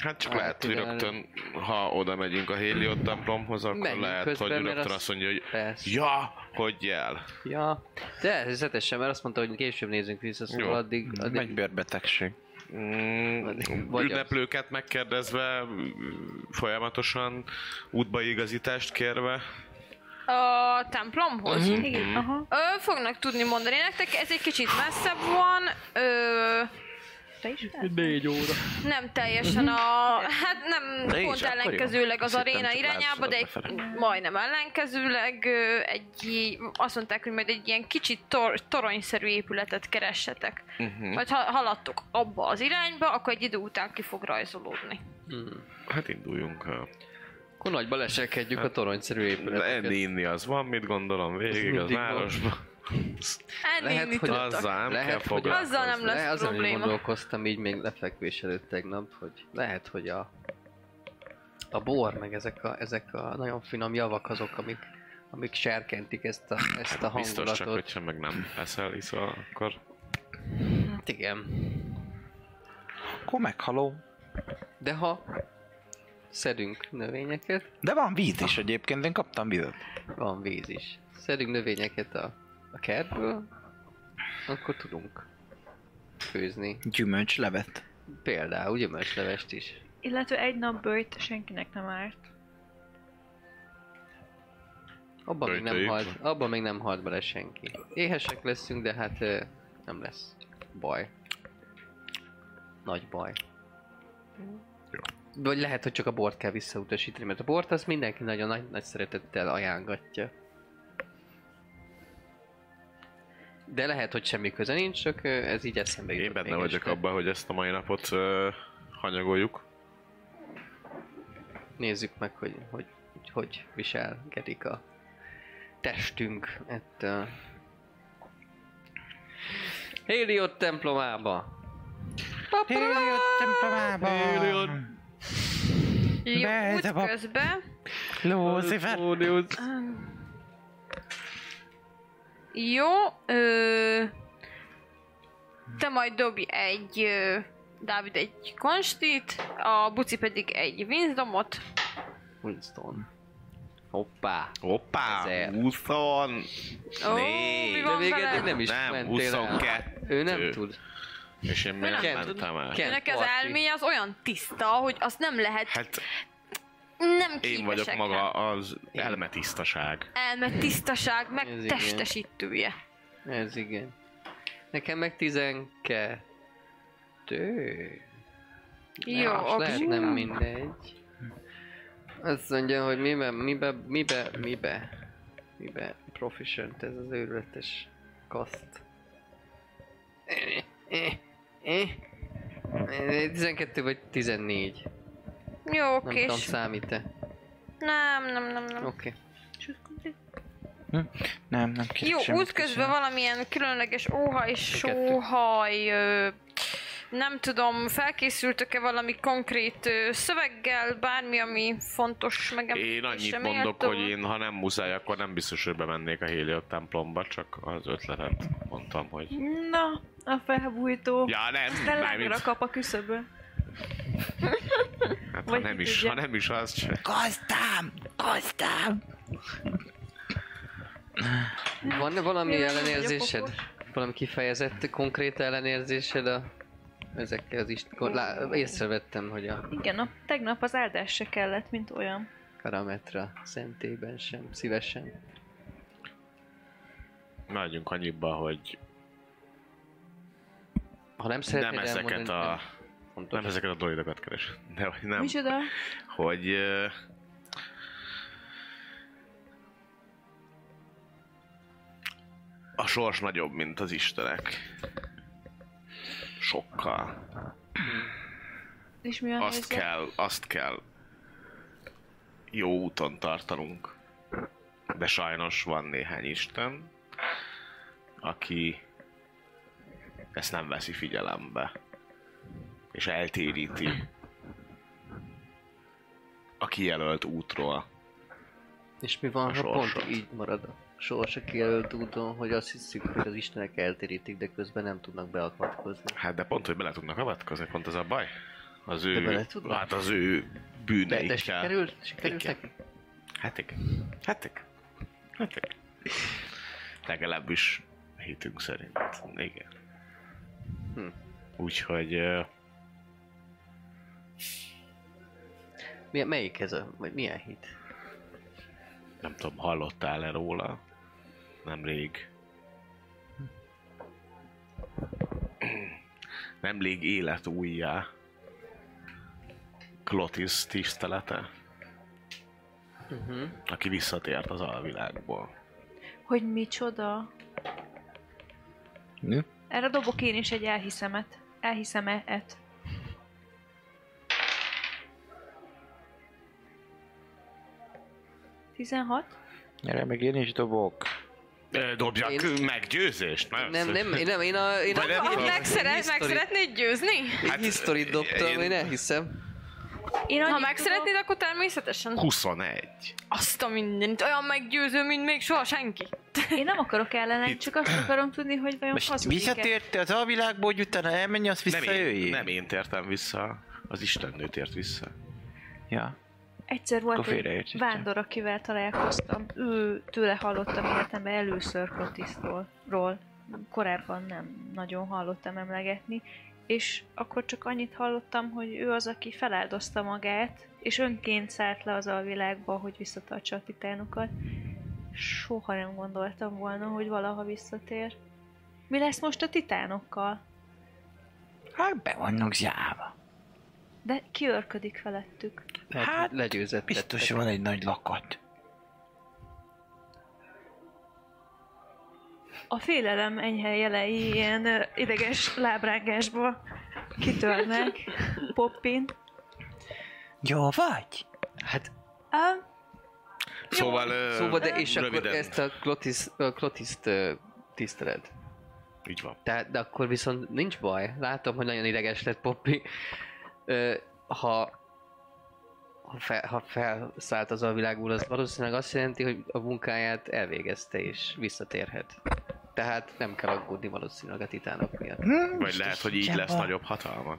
Speaker 5: Hát csak
Speaker 3: Hát
Speaker 5: lehet, hogy
Speaker 3: igen.
Speaker 5: rögtön, ha oda megyünk a Héliot templomhoz, akkor
Speaker 3: Menjünk
Speaker 5: lehet,
Speaker 3: közben,
Speaker 5: hogy
Speaker 3: mert
Speaker 5: rögtön
Speaker 3: az-
Speaker 5: azt mondja, hogy
Speaker 3: Persze.
Speaker 5: Ja, hogy jel.
Speaker 3: Ja. Természetesen, mert azt mondta, hogy később nézzünk vissza, szóval
Speaker 5: Jó.
Speaker 3: addig... addig...
Speaker 4: Egy bőrbetegség.
Speaker 5: Mm,
Speaker 3: Vagy az.
Speaker 5: ünneplőket megkérdezve, folyamatosan útbaigazítást kérve.
Speaker 2: A templomhoz?
Speaker 6: Igen, aha.
Speaker 2: Ö, fognak tudni mondani nektek, ez egy kicsit messzebb van, ö,
Speaker 6: Te is Mhm. fel?
Speaker 3: Négy óra.
Speaker 2: nem teljesen a, hát nem
Speaker 4: De is,
Speaker 2: pont
Speaker 4: akkor jó.
Speaker 2: ellenkezőleg az
Speaker 4: Azt hittem,
Speaker 2: aréna
Speaker 4: csak
Speaker 2: irányába, de egy,
Speaker 4: látszod
Speaker 6: Mhm.
Speaker 2: majdnem ellenkezőleg ö, egy, i- azt mondták, hogy majd egy ilyen kicsit tor, toronyszerű épületet keressetek.
Speaker 5: Uh-huh.
Speaker 2: Majd ha haladtok abba az irányba, akkor egy idő után ki fog rajzolódni.
Speaker 5: Hát induljunk. ha-
Speaker 3: Hmm. Akkor nagyba leselkedjük
Speaker 5: Hát,
Speaker 3: a toronyszerű
Speaker 5: De enni,
Speaker 3: épületeket.
Speaker 5: inni az van, mit gondolom végig az
Speaker 3: mindig van.
Speaker 5: városban.
Speaker 2: Ennél
Speaker 3: Lehet,
Speaker 2: mit
Speaker 3: hogy
Speaker 2: tudtok?
Speaker 5: Azzal nem
Speaker 3: Lehet,
Speaker 5: kell
Speaker 3: hogy
Speaker 5: foglalkozni.
Speaker 2: azzal nem lesz
Speaker 3: Le, azon is
Speaker 2: probléma.
Speaker 3: gondolkoztam így még lefekvés előtt tegnap, hogy lehet, hogy a, a bor, meg ezek a, ezek a nagyon finom javak azok, amik, amik serkentik ezt a, ezt a
Speaker 5: Hát Biztos csak,
Speaker 3: hangulatot.
Speaker 5: hogyha meg nem eszel, iszol, akkor...
Speaker 3: Hát igen.
Speaker 4: Akkor meghaló.
Speaker 3: De ha szedünk növényeket,
Speaker 4: De van víz is egyébként, én kaptam vizet.
Speaker 3: van víz is. Szedünk növényeket a, a kertből, akkor tudunk főzni.
Speaker 4: Gyümölcslevet.
Speaker 3: Például gyümölcslevest is.
Speaker 6: Illetve egy nap bőjt senkinek nem árt.
Speaker 3: Abban még, nem
Speaker 5: Rejtélyük
Speaker 3: halt, abban még nem halt bele senki. Éhesek leszünk, de hát ö, nem lesz baj. Nagy baj.
Speaker 5: Jó.
Speaker 3: Vagy lehet, hogy csak a bort kell visszautasítani, mert a bort azt mindenki nagyon nagy, nagy szeretettel ajánlatja. De lehet, hogy semmi köze nincs, csak ö, ez így eszembe
Speaker 5: Én
Speaker 3: jutott
Speaker 5: benne
Speaker 3: még
Speaker 5: vagyok
Speaker 3: este.
Speaker 5: abban, hogy ezt a mai napot ö, hanyagoljuk.
Speaker 3: Nézzük meg, hogy hogy, hogy, hogy viselkedik a testünk ettől. Héliot templomába!
Speaker 4: Heliot templomába.
Speaker 3: Heliot.
Speaker 2: Jó,
Speaker 4: Be, de va-
Speaker 2: útközben.
Speaker 4: Lucifer.
Speaker 2: Jó, ö, te majd dobj egy, ö, Dávid egy konstit, a buci pedig egy winzdomot.
Speaker 3: Winston. Hoppá!
Speaker 5: Hoppá,
Speaker 3: Ezer.
Speaker 5: 20
Speaker 2: Ó,
Speaker 5: Né.
Speaker 2: mi
Speaker 3: De
Speaker 2: van
Speaker 3: még eddig
Speaker 2: vele?
Speaker 3: nem is
Speaker 5: Nem,
Speaker 3: mentél el.
Speaker 5: 22.
Speaker 3: Ő nem tud.
Speaker 5: És én még
Speaker 2: nem
Speaker 5: nem
Speaker 3: tud.
Speaker 5: mentem el.
Speaker 3: Kent
Speaker 2: Önnek az
Speaker 3: parti.
Speaker 2: elméje az olyan tiszta, hogy azt nem lehet,
Speaker 5: Hát
Speaker 2: nem
Speaker 5: én vagyok
Speaker 2: képesek
Speaker 5: maga
Speaker 2: rá.
Speaker 5: az elmetisztaság.
Speaker 2: Elme tisztaság, meg
Speaker 3: Ez igen.
Speaker 2: testesítője.
Speaker 3: Ez igen. Nekem meg 12.
Speaker 2: Jó,
Speaker 3: most lehet,
Speaker 2: oké.
Speaker 3: nem mindegy. Azt mondja, hogy mibe, mibe, mibe, mibe, mibe proficient ez az őrületes kaszt. Eh, eh, eh. Eh, 12 vagy 14.
Speaker 2: Jó,
Speaker 3: Nem
Speaker 2: oké.
Speaker 3: tudom, szóval- számít-e.
Speaker 2: Nem, nem, nem, nem.
Speaker 3: Oké.
Speaker 4: Nem, nem kérek
Speaker 2: Jó,
Speaker 4: semmit,
Speaker 2: útközben
Speaker 4: köszönöm.
Speaker 2: valamilyen különleges óhaj,
Speaker 3: Kettő.
Speaker 2: sóhaj, ö, nem tudom, felkészültök-e valami konkrét ö, szöveggel, bármi, ami fontos
Speaker 5: Én annyit
Speaker 2: megemlítésre
Speaker 5: mondok,
Speaker 2: méltó?
Speaker 5: hogy én ha nem muszáj, akkor nem biztos, hogy bemennék a Héliot templomba, csak az ötletet mondtam, hogy...
Speaker 6: Na, a felbújtó.
Speaker 5: Ja, nem,
Speaker 6: Aztán
Speaker 5: mármint-
Speaker 6: lángra kap a küszöbön.
Speaker 5: Hát, ha
Speaker 6: Vagy
Speaker 5: nem
Speaker 6: ki
Speaker 5: is,
Speaker 6: tudja.
Speaker 5: ha nem is, az se.
Speaker 4: Gazdám! Gazdám!
Speaker 3: Van-e valami
Speaker 6: Jaj,
Speaker 3: ellenérzésed?
Speaker 6: vagyok
Speaker 3: Valami kifejezett konkrét ellenérzésed a ezekkel az ist... kon- Lá... Észrevettem, hogy a
Speaker 6: Igen, a, tegnap az áldás se kellett, mint olyan.
Speaker 3: Karametra szentében sem, szívesen.
Speaker 5: Maradjunk annyiba, hogy
Speaker 3: Ha nem szeretnéd
Speaker 5: nem ezeket
Speaker 3: elmondani,
Speaker 5: a...
Speaker 3: nem fontos.
Speaker 5: Nem ezeket a droidokat keres. De, hogy nem.
Speaker 6: Micsoda?
Speaker 5: Hogy... ö, A sors nagyobb, mint az istenek. Sokkal.
Speaker 6: És mi a
Speaker 5: Azt
Speaker 6: helyzet?
Speaker 5: kell, azt kell jó úton tartanunk. De sajnos van néhány Isten, aki ezt nem veszi figyelembe. És eltéríti a kijelölt útról.
Speaker 3: És mi van,
Speaker 5: a
Speaker 3: ha pont
Speaker 5: sorsot.
Speaker 3: így marad a sors a kijelölt úton, hogy azt hiszük, hogy az istenek eltérítik, de közben nem tudnak beakadkozni.
Speaker 5: Hát de pont, hogy bele tudnak avatkozni, pont ez a baj. Az
Speaker 3: De bele
Speaker 5: ő,
Speaker 3: tudnak?
Speaker 5: hát az ő
Speaker 3: De, de
Speaker 5: bűneikkel.
Speaker 3: sikerült, sikerült
Speaker 5: Igen.
Speaker 3: nekik?
Speaker 5: Hát igen. Hát igen. Hát igen. Legalábbis hitünk szerint. Igen.
Speaker 3: Hm.
Speaker 5: Úgyhogy ö,
Speaker 3: Mi, melyik ez a, vagy milyen hit?
Speaker 5: nem tudom, hallottál-e róla? Nemrég. Nemrég élet újjá. Klotis tisztelete, Mhm.
Speaker 3: Uh-huh.
Speaker 5: aki visszatért az alvilágból.
Speaker 6: Hogy micsoda?
Speaker 4: Mi?
Speaker 6: Erre dobok én is egy elhiszemet. Elhiszem-et. Tizenhat?
Speaker 4: Erre meg én is dobok.
Speaker 5: Ö, Dobjak
Speaker 3: Én-
Speaker 5: én... meggyőzést? Nem,
Speaker 3: Nem, nem, én nem, én a... Én
Speaker 5: Vagy
Speaker 3: a,
Speaker 5: nem tudom.
Speaker 2: Meg, szeret, meg szeretnéd győzni?
Speaker 5: Hát,
Speaker 3: Hát, historit dobtam, én,
Speaker 5: én-
Speaker 3: én elhiszem.
Speaker 6: Én
Speaker 2: Ha
Speaker 6: annyit
Speaker 2: meg
Speaker 6: tudok-
Speaker 2: szeretnéd, akkor természetesen
Speaker 5: 21.
Speaker 2: azt a mindent. Olyan meggyőző, mint még soha senki.
Speaker 6: Én nem akarok ellene,
Speaker 5: Itt.
Speaker 6: csak azt akarom tudni, hogy vajon
Speaker 4: Most
Speaker 5: hát
Speaker 6: hazudik-e.
Speaker 4: visszatért az alvilágba, hogy utána elmenj, azt
Speaker 5: Nem én,
Speaker 4: visszajöjjék?
Speaker 5: nem én tértem vissza, az Istennő tért vissza.
Speaker 4: Ja.
Speaker 6: Egyszer volt
Speaker 2: Hát,
Speaker 4: Akkor
Speaker 6: egy
Speaker 4: félreértjük.
Speaker 6: vándor, akivel találkoztam. Ő tőle hallottam életemben először Krotiszról. Ról. Korábban nem nagyon hallottam emlegetni. És akkor csak annyit hallottam, hogy ő az, aki feláldozta magát, és önként szállt le az alvilágba, hogy visszatartsa a titánokat. Soha nem gondoltam volna, hogy valaha visszatér. Mi lesz most a titánokkal?
Speaker 4: Hát be vannak zsáva.
Speaker 6: De kiörködik felettük.
Speaker 3: Lehet,
Speaker 4: Hát,
Speaker 3: hát, legyőzett.
Speaker 4: Biztos van egy nagy lakat.
Speaker 6: A félelem enyhe jelei ilyen ö, ideges lábrágásba kitörnek. Poppin.
Speaker 4: Jó vagy?
Speaker 3: Hát,
Speaker 6: Á,
Speaker 5: Szóval, ö,
Speaker 3: szóval, de és akkor
Speaker 5: röviden.
Speaker 3: ezt a Klotis, a Klotiszt ö, tiszteled.
Speaker 5: Így van.
Speaker 3: Tehát, de akkor viszont nincs baj. Látom, hogy nagyon ideges lett Poppy. Ö, ha ha, fel, ha felszállt az a világból, az valószínűleg azt jelenti, hogy a munkáját elvégezte és visszatérhet. Tehát nem kell aggódni valószínűleg a titánok miatt.
Speaker 5: Vagy lehet, hogy így
Speaker 7: csepa.
Speaker 5: lesz nagyobb hatalma.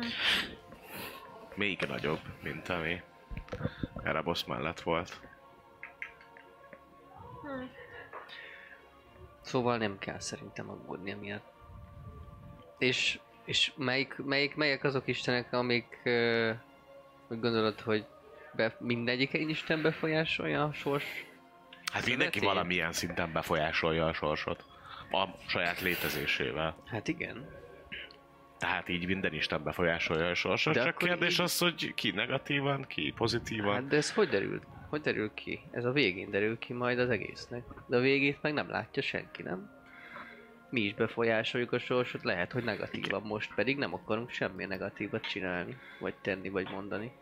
Speaker 3: Hát.
Speaker 5: Még nagyobb, mint ami Erebos mellett volt. Hát
Speaker 3: Szóval nem kell szerintem aggódni emiatt. És, és melyik, melyik, melyek azok istenek, amik ö, úgy gondolod, hogy be, mindegyik egy isten befolyásolja a sors?
Speaker 5: Hát mindenki
Speaker 3: Szöveti.
Speaker 5: valamilyen szinten befolyásolja a sorsot. A saját létezésével.
Speaker 3: Hát igen.
Speaker 5: Tehát így minden Isten befolyásolja a sorsot.
Speaker 3: De
Speaker 5: De Csak
Speaker 3: akkor
Speaker 5: kérdés
Speaker 3: így-
Speaker 5: az, hogy ki negatívan, ki pozitívan.
Speaker 3: Hát de ez hogy derül? Hogy derül ki? Ez a végén derül ki majd az egésznek. De a végét meg nem látja senki, nem? Mi is befolyásoljuk a sorsot, lehet, hogy negatívan most, pedig nem akarunk semmi negatívat csinálni, vagy tenni, vagy mondani.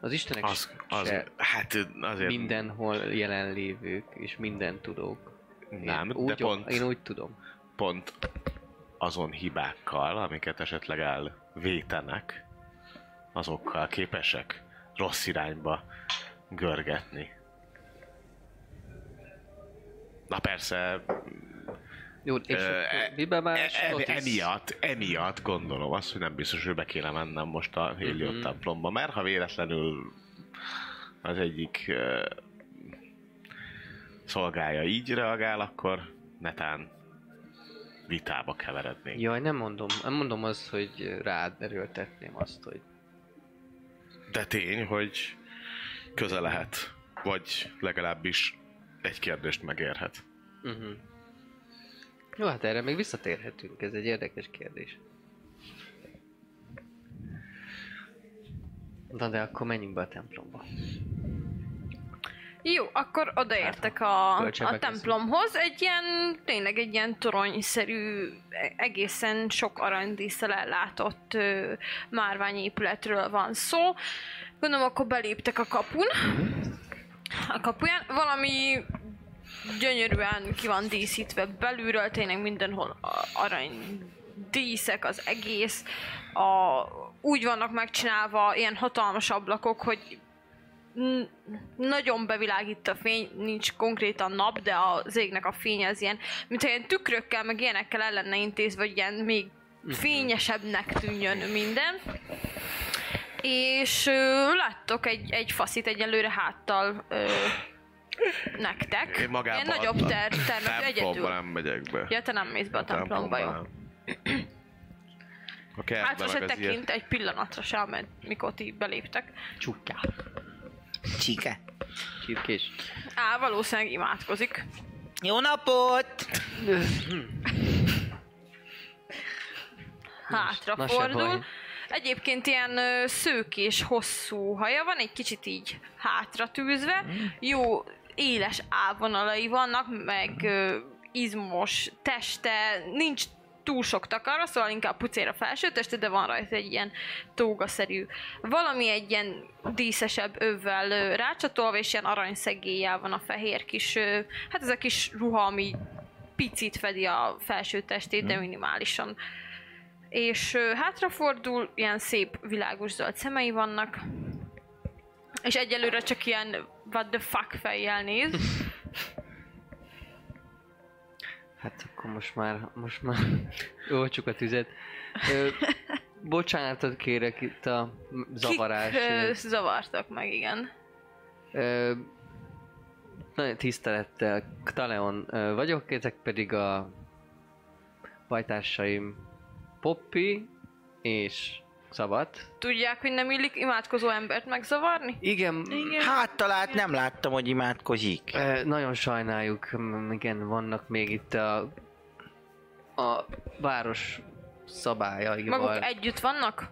Speaker 3: Az Istenek
Speaker 5: az, az,
Speaker 3: se-
Speaker 5: hát azért
Speaker 3: mindenhol jelenlévők és minden tudók. Én
Speaker 5: nem,
Speaker 3: úgy,
Speaker 5: de pont,
Speaker 3: Én úgy tudom.
Speaker 5: pont azon hibákkal, amiket esetleg elvétenek, azokkal képesek rossz irányba görgetni. Na persze,
Speaker 3: Jó, és
Speaker 5: Ö, e-
Speaker 3: akkor miben
Speaker 5: e-
Speaker 3: más?
Speaker 5: e-
Speaker 3: Ott is-
Speaker 5: emiatt, emiatt gondolom azt, hogy nem biztos, hogy be kéne mennem most a Héliot
Speaker 3: Mhm.
Speaker 5: templomba, mert ha véletlenül az egyik ö, szolgája így reagál, akkor netán vitába keverednénk.
Speaker 3: Jaj, nem mondom. Nem mondom azt, hogy rád erőltetném azt, hogy
Speaker 5: De tény, hogy köze lehet. Vagy legalábbis egy kérdést megérhet.
Speaker 3: Uh-huh. Jó, hát erre még visszatérhetünk, ez egy érdekes kérdés. Na de akkor menjünk be a templomba.
Speaker 2: Jó, akkor odaértek a,
Speaker 3: Bölcsebbek
Speaker 2: a
Speaker 3: leszünk.
Speaker 2: templomhoz. Egy ilyen, tényleg egy ilyen toronyszerű, e- egészen sok aranydíszsel ellátott ö, márványépületről van szó. Gondolom, akkor beléptek a kapun. A kapuján valami gyönyörűen ki van díszítve belülről, tényleg mindenhol a- arany díszek, az egész. A, úgy vannak megcsinálva ilyen hatalmas ablakok, hogy n- nagyon bevilágít a fény, nincs konkrétan nap, de az égnek a fény az ilyen, mintha ilyen tükrökkel, meg ilyenekkel el lenne intézve, hogy ilyen még
Speaker 5: Mhm.
Speaker 2: fényesebbnek tűnjön minden. És ö, láttok egy, egy faszit egyelőre háttal ö, nektek.
Speaker 5: Én magába
Speaker 2: Ilyen nagyobb
Speaker 5: a-
Speaker 2: ter, termet
Speaker 5: Templomba
Speaker 2: egyedül.
Speaker 5: nem megyek be.
Speaker 2: Ja, te nem mész be a templomba, jó.
Speaker 5: nem. A kertbe
Speaker 2: Hát se
Speaker 5: meg az ilyen-
Speaker 2: tekint egy pillanatra sem, mert mikor ti beléptek.
Speaker 3: Csukká.
Speaker 1: Csike.
Speaker 3: Csirkés.
Speaker 2: Á, valószínűleg imádkozik.
Speaker 1: Jó napot!
Speaker 2: hátra
Speaker 3: Na se baj.
Speaker 2: fordul. Egyébként ilyen ö, szőkés, hosszú haja van, egy kicsit így hátra tűzve. Jó éles ávonalai vannak, meg ö, izmos teste, nincs túl sok takarra, szóval inkább pucér a felső teste, de van rajta egy ilyen tógaszerű. Valami egy ilyen díszesebb övvel ö, rácsatolva, és ilyen aranyszegéllyel van a fehér kis, ö, hát ez a kis ruha, ami picit fedi a felső testét, de minimálisan és ö, hátrafordul, ilyen szép világos zöld szemei vannak, és egyelőre csak ilyen what the fuck fejjel néz.
Speaker 3: Hát akkor most már, most már olcsuk a tüzet. Ö, bocsánatot kérek itt a m-
Speaker 2: Kik, ö,
Speaker 3: zavarásért.
Speaker 2: zavartak meg, igen.
Speaker 3: Ö, Nagy tisztelettel, Taleon ö, vagyok, ezek pedig a bajtársaim Poppy és Szabad.
Speaker 2: Tudják, hogy nem illik imádkozó embert megzavarni?
Speaker 3: Igen,
Speaker 4: Hát talált, nem láttam, hogy imádkozik.
Speaker 3: Ö, nagyon sajnáljuk, m- igen, vannak még itt a, a város szabályaival.
Speaker 2: Maguk együtt vannak?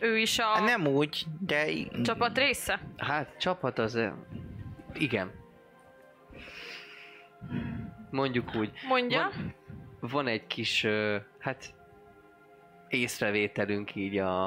Speaker 2: Ő is a nem.
Speaker 4: Nem úgy, de
Speaker 2: csapat része?
Speaker 3: Hát csapat az... ö, Igen. Mondjuk úgy.
Speaker 2: Mondja.
Speaker 3: Van, van egy kis, ö, hát észrevételünk így a,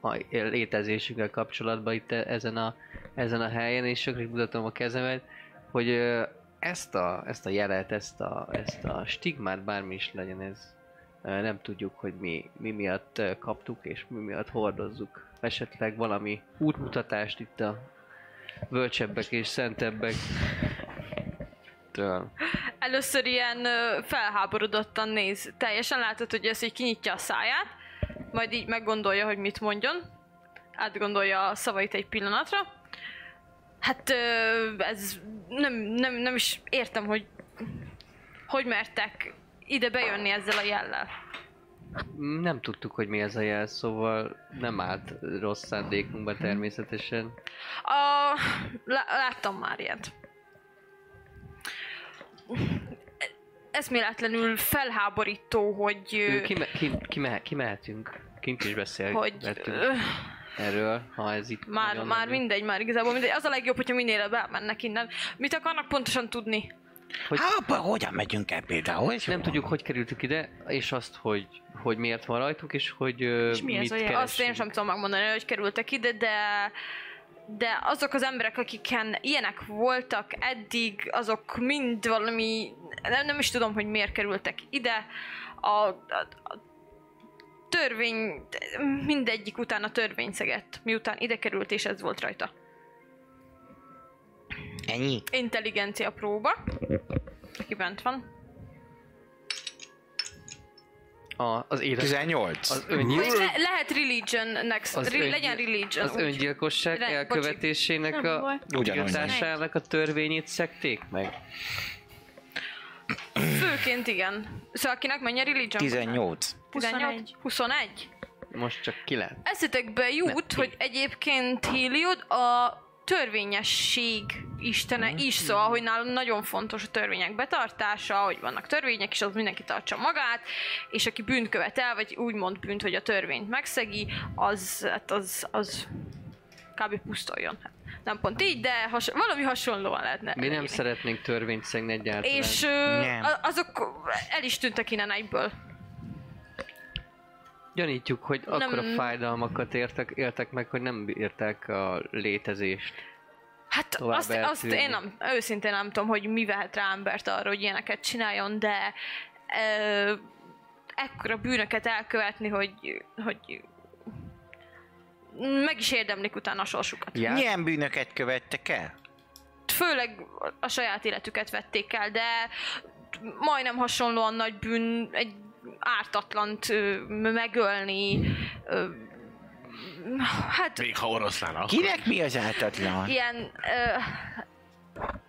Speaker 3: a létezésünkkel kapcsolatban itt e- ezen a, ezen a helyen, és sokat mutatom a kezemet, hogy ö, ezt a, ezt a jelet, ezt a, ezt a stigmát, bármi is legyen ez, ö, nem tudjuk, hogy mi, mi miatt ö, kaptuk, és mi miatt hordozzuk. Esetleg valami útmutatást itt a bölcsebbek és szentebbek től.
Speaker 2: Először ilyen ö, felháborodottan néz. Teljesen látod, hogy ez így kinyitja a száját, majd így meggondolja, hogy mit mondjon. Átgondolja a szavait egy pillanatra. Hát ö, ez nem, nem, nem is értem, hogy hogy mertek ide bejönni ezzel a jellel.
Speaker 3: Nem tudtuk, hogy mi ez a jel, szóval nem állt rossz szándékunkba természetesen.
Speaker 2: A... lá- Láttam már ilyet. Eszméletlenül felháborító, hogy... ö,
Speaker 3: Ő, ki, ki, ki, mehe, ki mehetünk? Kint is
Speaker 2: hogy
Speaker 3: beszélgettünk
Speaker 2: ö,
Speaker 3: erről, ha ez itt
Speaker 2: Már,
Speaker 3: nagyon
Speaker 2: már
Speaker 3: nem-
Speaker 2: mindegy, már igazából mindegy. Az a legjobb, hogyha minél előbb elmennek innen. Mit akarnak pontosan tudni?
Speaker 4: Hát, apa, hogyan megyünk el például? És
Speaker 3: Nem tudjuk, hogy kerültük ide, és azt, hogy, hogy miért van rajtuk, és hogy és
Speaker 6: mi ez
Speaker 3: mit
Speaker 6: a jel?
Speaker 3: keresünk.
Speaker 2: Azt én sem tudom megmondani, hogy kerültek ide, de de azok az emberek, akiken ilyenek voltak eddig, azok mind valami, nem, nem is tudom, hogy miért kerültek ide. A, a, a törvény, mindegyik után a törvény szegett, miután ide került, és ez volt rajta.
Speaker 4: Ennyi?
Speaker 2: Intelligencia próba, aki bent van.
Speaker 3: A, az élet,
Speaker 4: 18.
Speaker 3: az
Speaker 2: Vagy
Speaker 3: öngyilkosság,
Speaker 2: Le- lehet religion next,
Speaker 3: Az
Speaker 2: Re-
Speaker 3: öngyil-
Speaker 2: legyen religion.
Speaker 3: az
Speaker 2: úgy.
Speaker 3: öngyilkosság
Speaker 2: Re- bocsi.
Speaker 3: elkövetésének
Speaker 6: Nem
Speaker 3: a
Speaker 6: baj.
Speaker 4: Ugyanolyan.
Speaker 3: gyilkosásának a törvényét szekték meg.
Speaker 2: Fő Főként igen. Szóval akinek mennyi a religion?
Speaker 8: 18.
Speaker 2: 18? 21?
Speaker 3: Most csak ki lehet.
Speaker 2: Eszetekbe jut, hogy egyébként Heliod a törvényesség istene is, szóval, hogy nálam nagyon fontos a törvények betartása, hogy vannak törvények, és az mindenki tartsa magát, és aki bűnt követel, vagy úgymond bűnt, hogy a törvényt megszegi, az, hát az, az kb. pusztoljon. Nem pont így, de has, valami hasonlóan lehetne.
Speaker 3: Mi nem
Speaker 2: leírni.
Speaker 3: szeretnénk törvényt szegni egyáltalán.
Speaker 2: És ö,
Speaker 8: Nem.
Speaker 2: a- azok el is tűntek innen egyből.
Speaker 3: Gyanítjuk, hogy
Speaker 2: Nem.
Speaker 3: akkora fájdalmakat értek, éltek meg, hogy nem bírták a létezést.
Speaker 2: Hát
Speaker 3: tovább
Speaker 2: azt, azt
Speaker 3: eltűnni.
Speaker 2: én nem, őszintén nem tudom, hogy mi vehet rá embert arra, hogy ilyeneket csináljon, de ö, ekkora bűnöket elkövetni, hogy, hogy meg is érdemlik utána a sorsukat.
Speaker 3: Já,
Speaker 8: Milyen bűnöket követtek el?
Speaker 2: Főleg a saját életüket vették el, de majdnem hasonlóan nagy bűn egy ártatlant ö, megölni, ö, hát
Speaker 5: Még ha oroszlán akkor.
Speaker 8: Kinek mi az ártatlan?
Speaker 2: ilyen ö,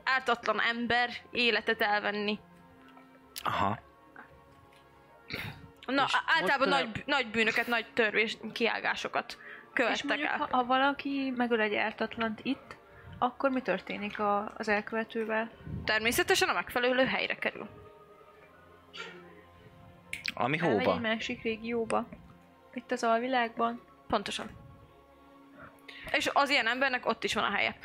Speaker 2: ártatlan ember életet elvenni.
Speaker 8: Aha.
Speaker 2: Na,
Speaker 3: És
Speaker 2: á- általában
Speaker 3: most,
Speaker 2: nagy, bű- nagy bűnöket, nagy törvés kiágásokat
Speaker 6: És
Speaker 2: követtek
Speaker 6: mondjuk,
Speaker 2: el.
Speaker 6: ha, ha valaki megöl egy ártatlant itt, akkor mi történik a, az elkövetővel?
Speaker 2: Természetesen a megfelelő helyre kerül.
Speaker 8: Ami
Speaker 6: Elmegy
Speaker 8: hóba.
Speaker 6: egy másik régióba. Itt az alvilágban.
Speaker 2: Pontosan. És az ilyen embernek ott is van a helye.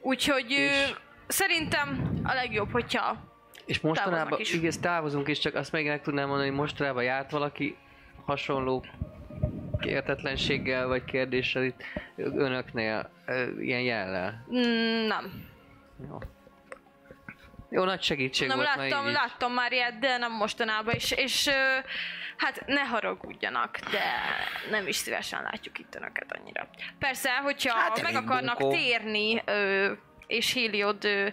Speaker 2: Úgyhogy ö,
Speaker 3: És-
Speaker 2: szerintem a legjobb, hogyha
Speaker 3: És mostanában,
Speaker 2: Távoznak is.
Speaker 3: is. igaz, távozunk is, csak azt még meg tudnám mondani, hogy mostanában járt valaki hasonló értetlenséggel vagy kérdéssel itt önöknél, ö, ilyen jellel.
Speaker 2: mm, nem.
Speaker 3: Jó. Jó, nagy segítség
Speaker 2: nem
Speaker 3: volt ma így
Speaker 2: láttam,
Speaker 3: is.
Speaker 2: láttam már ilyet, de nem mostanában is. És ö, hát ne haragudjanak, de nem is szívesen látjuk itt önöket annyira. Persze, hogyha
Speaker 8: Hát
Speaker 2: hát
Speaker 8: elég
Speaker 2: meg akarnak
Speaker 8: bunkó.
Speaker 2: térni, ö, és Heliodnak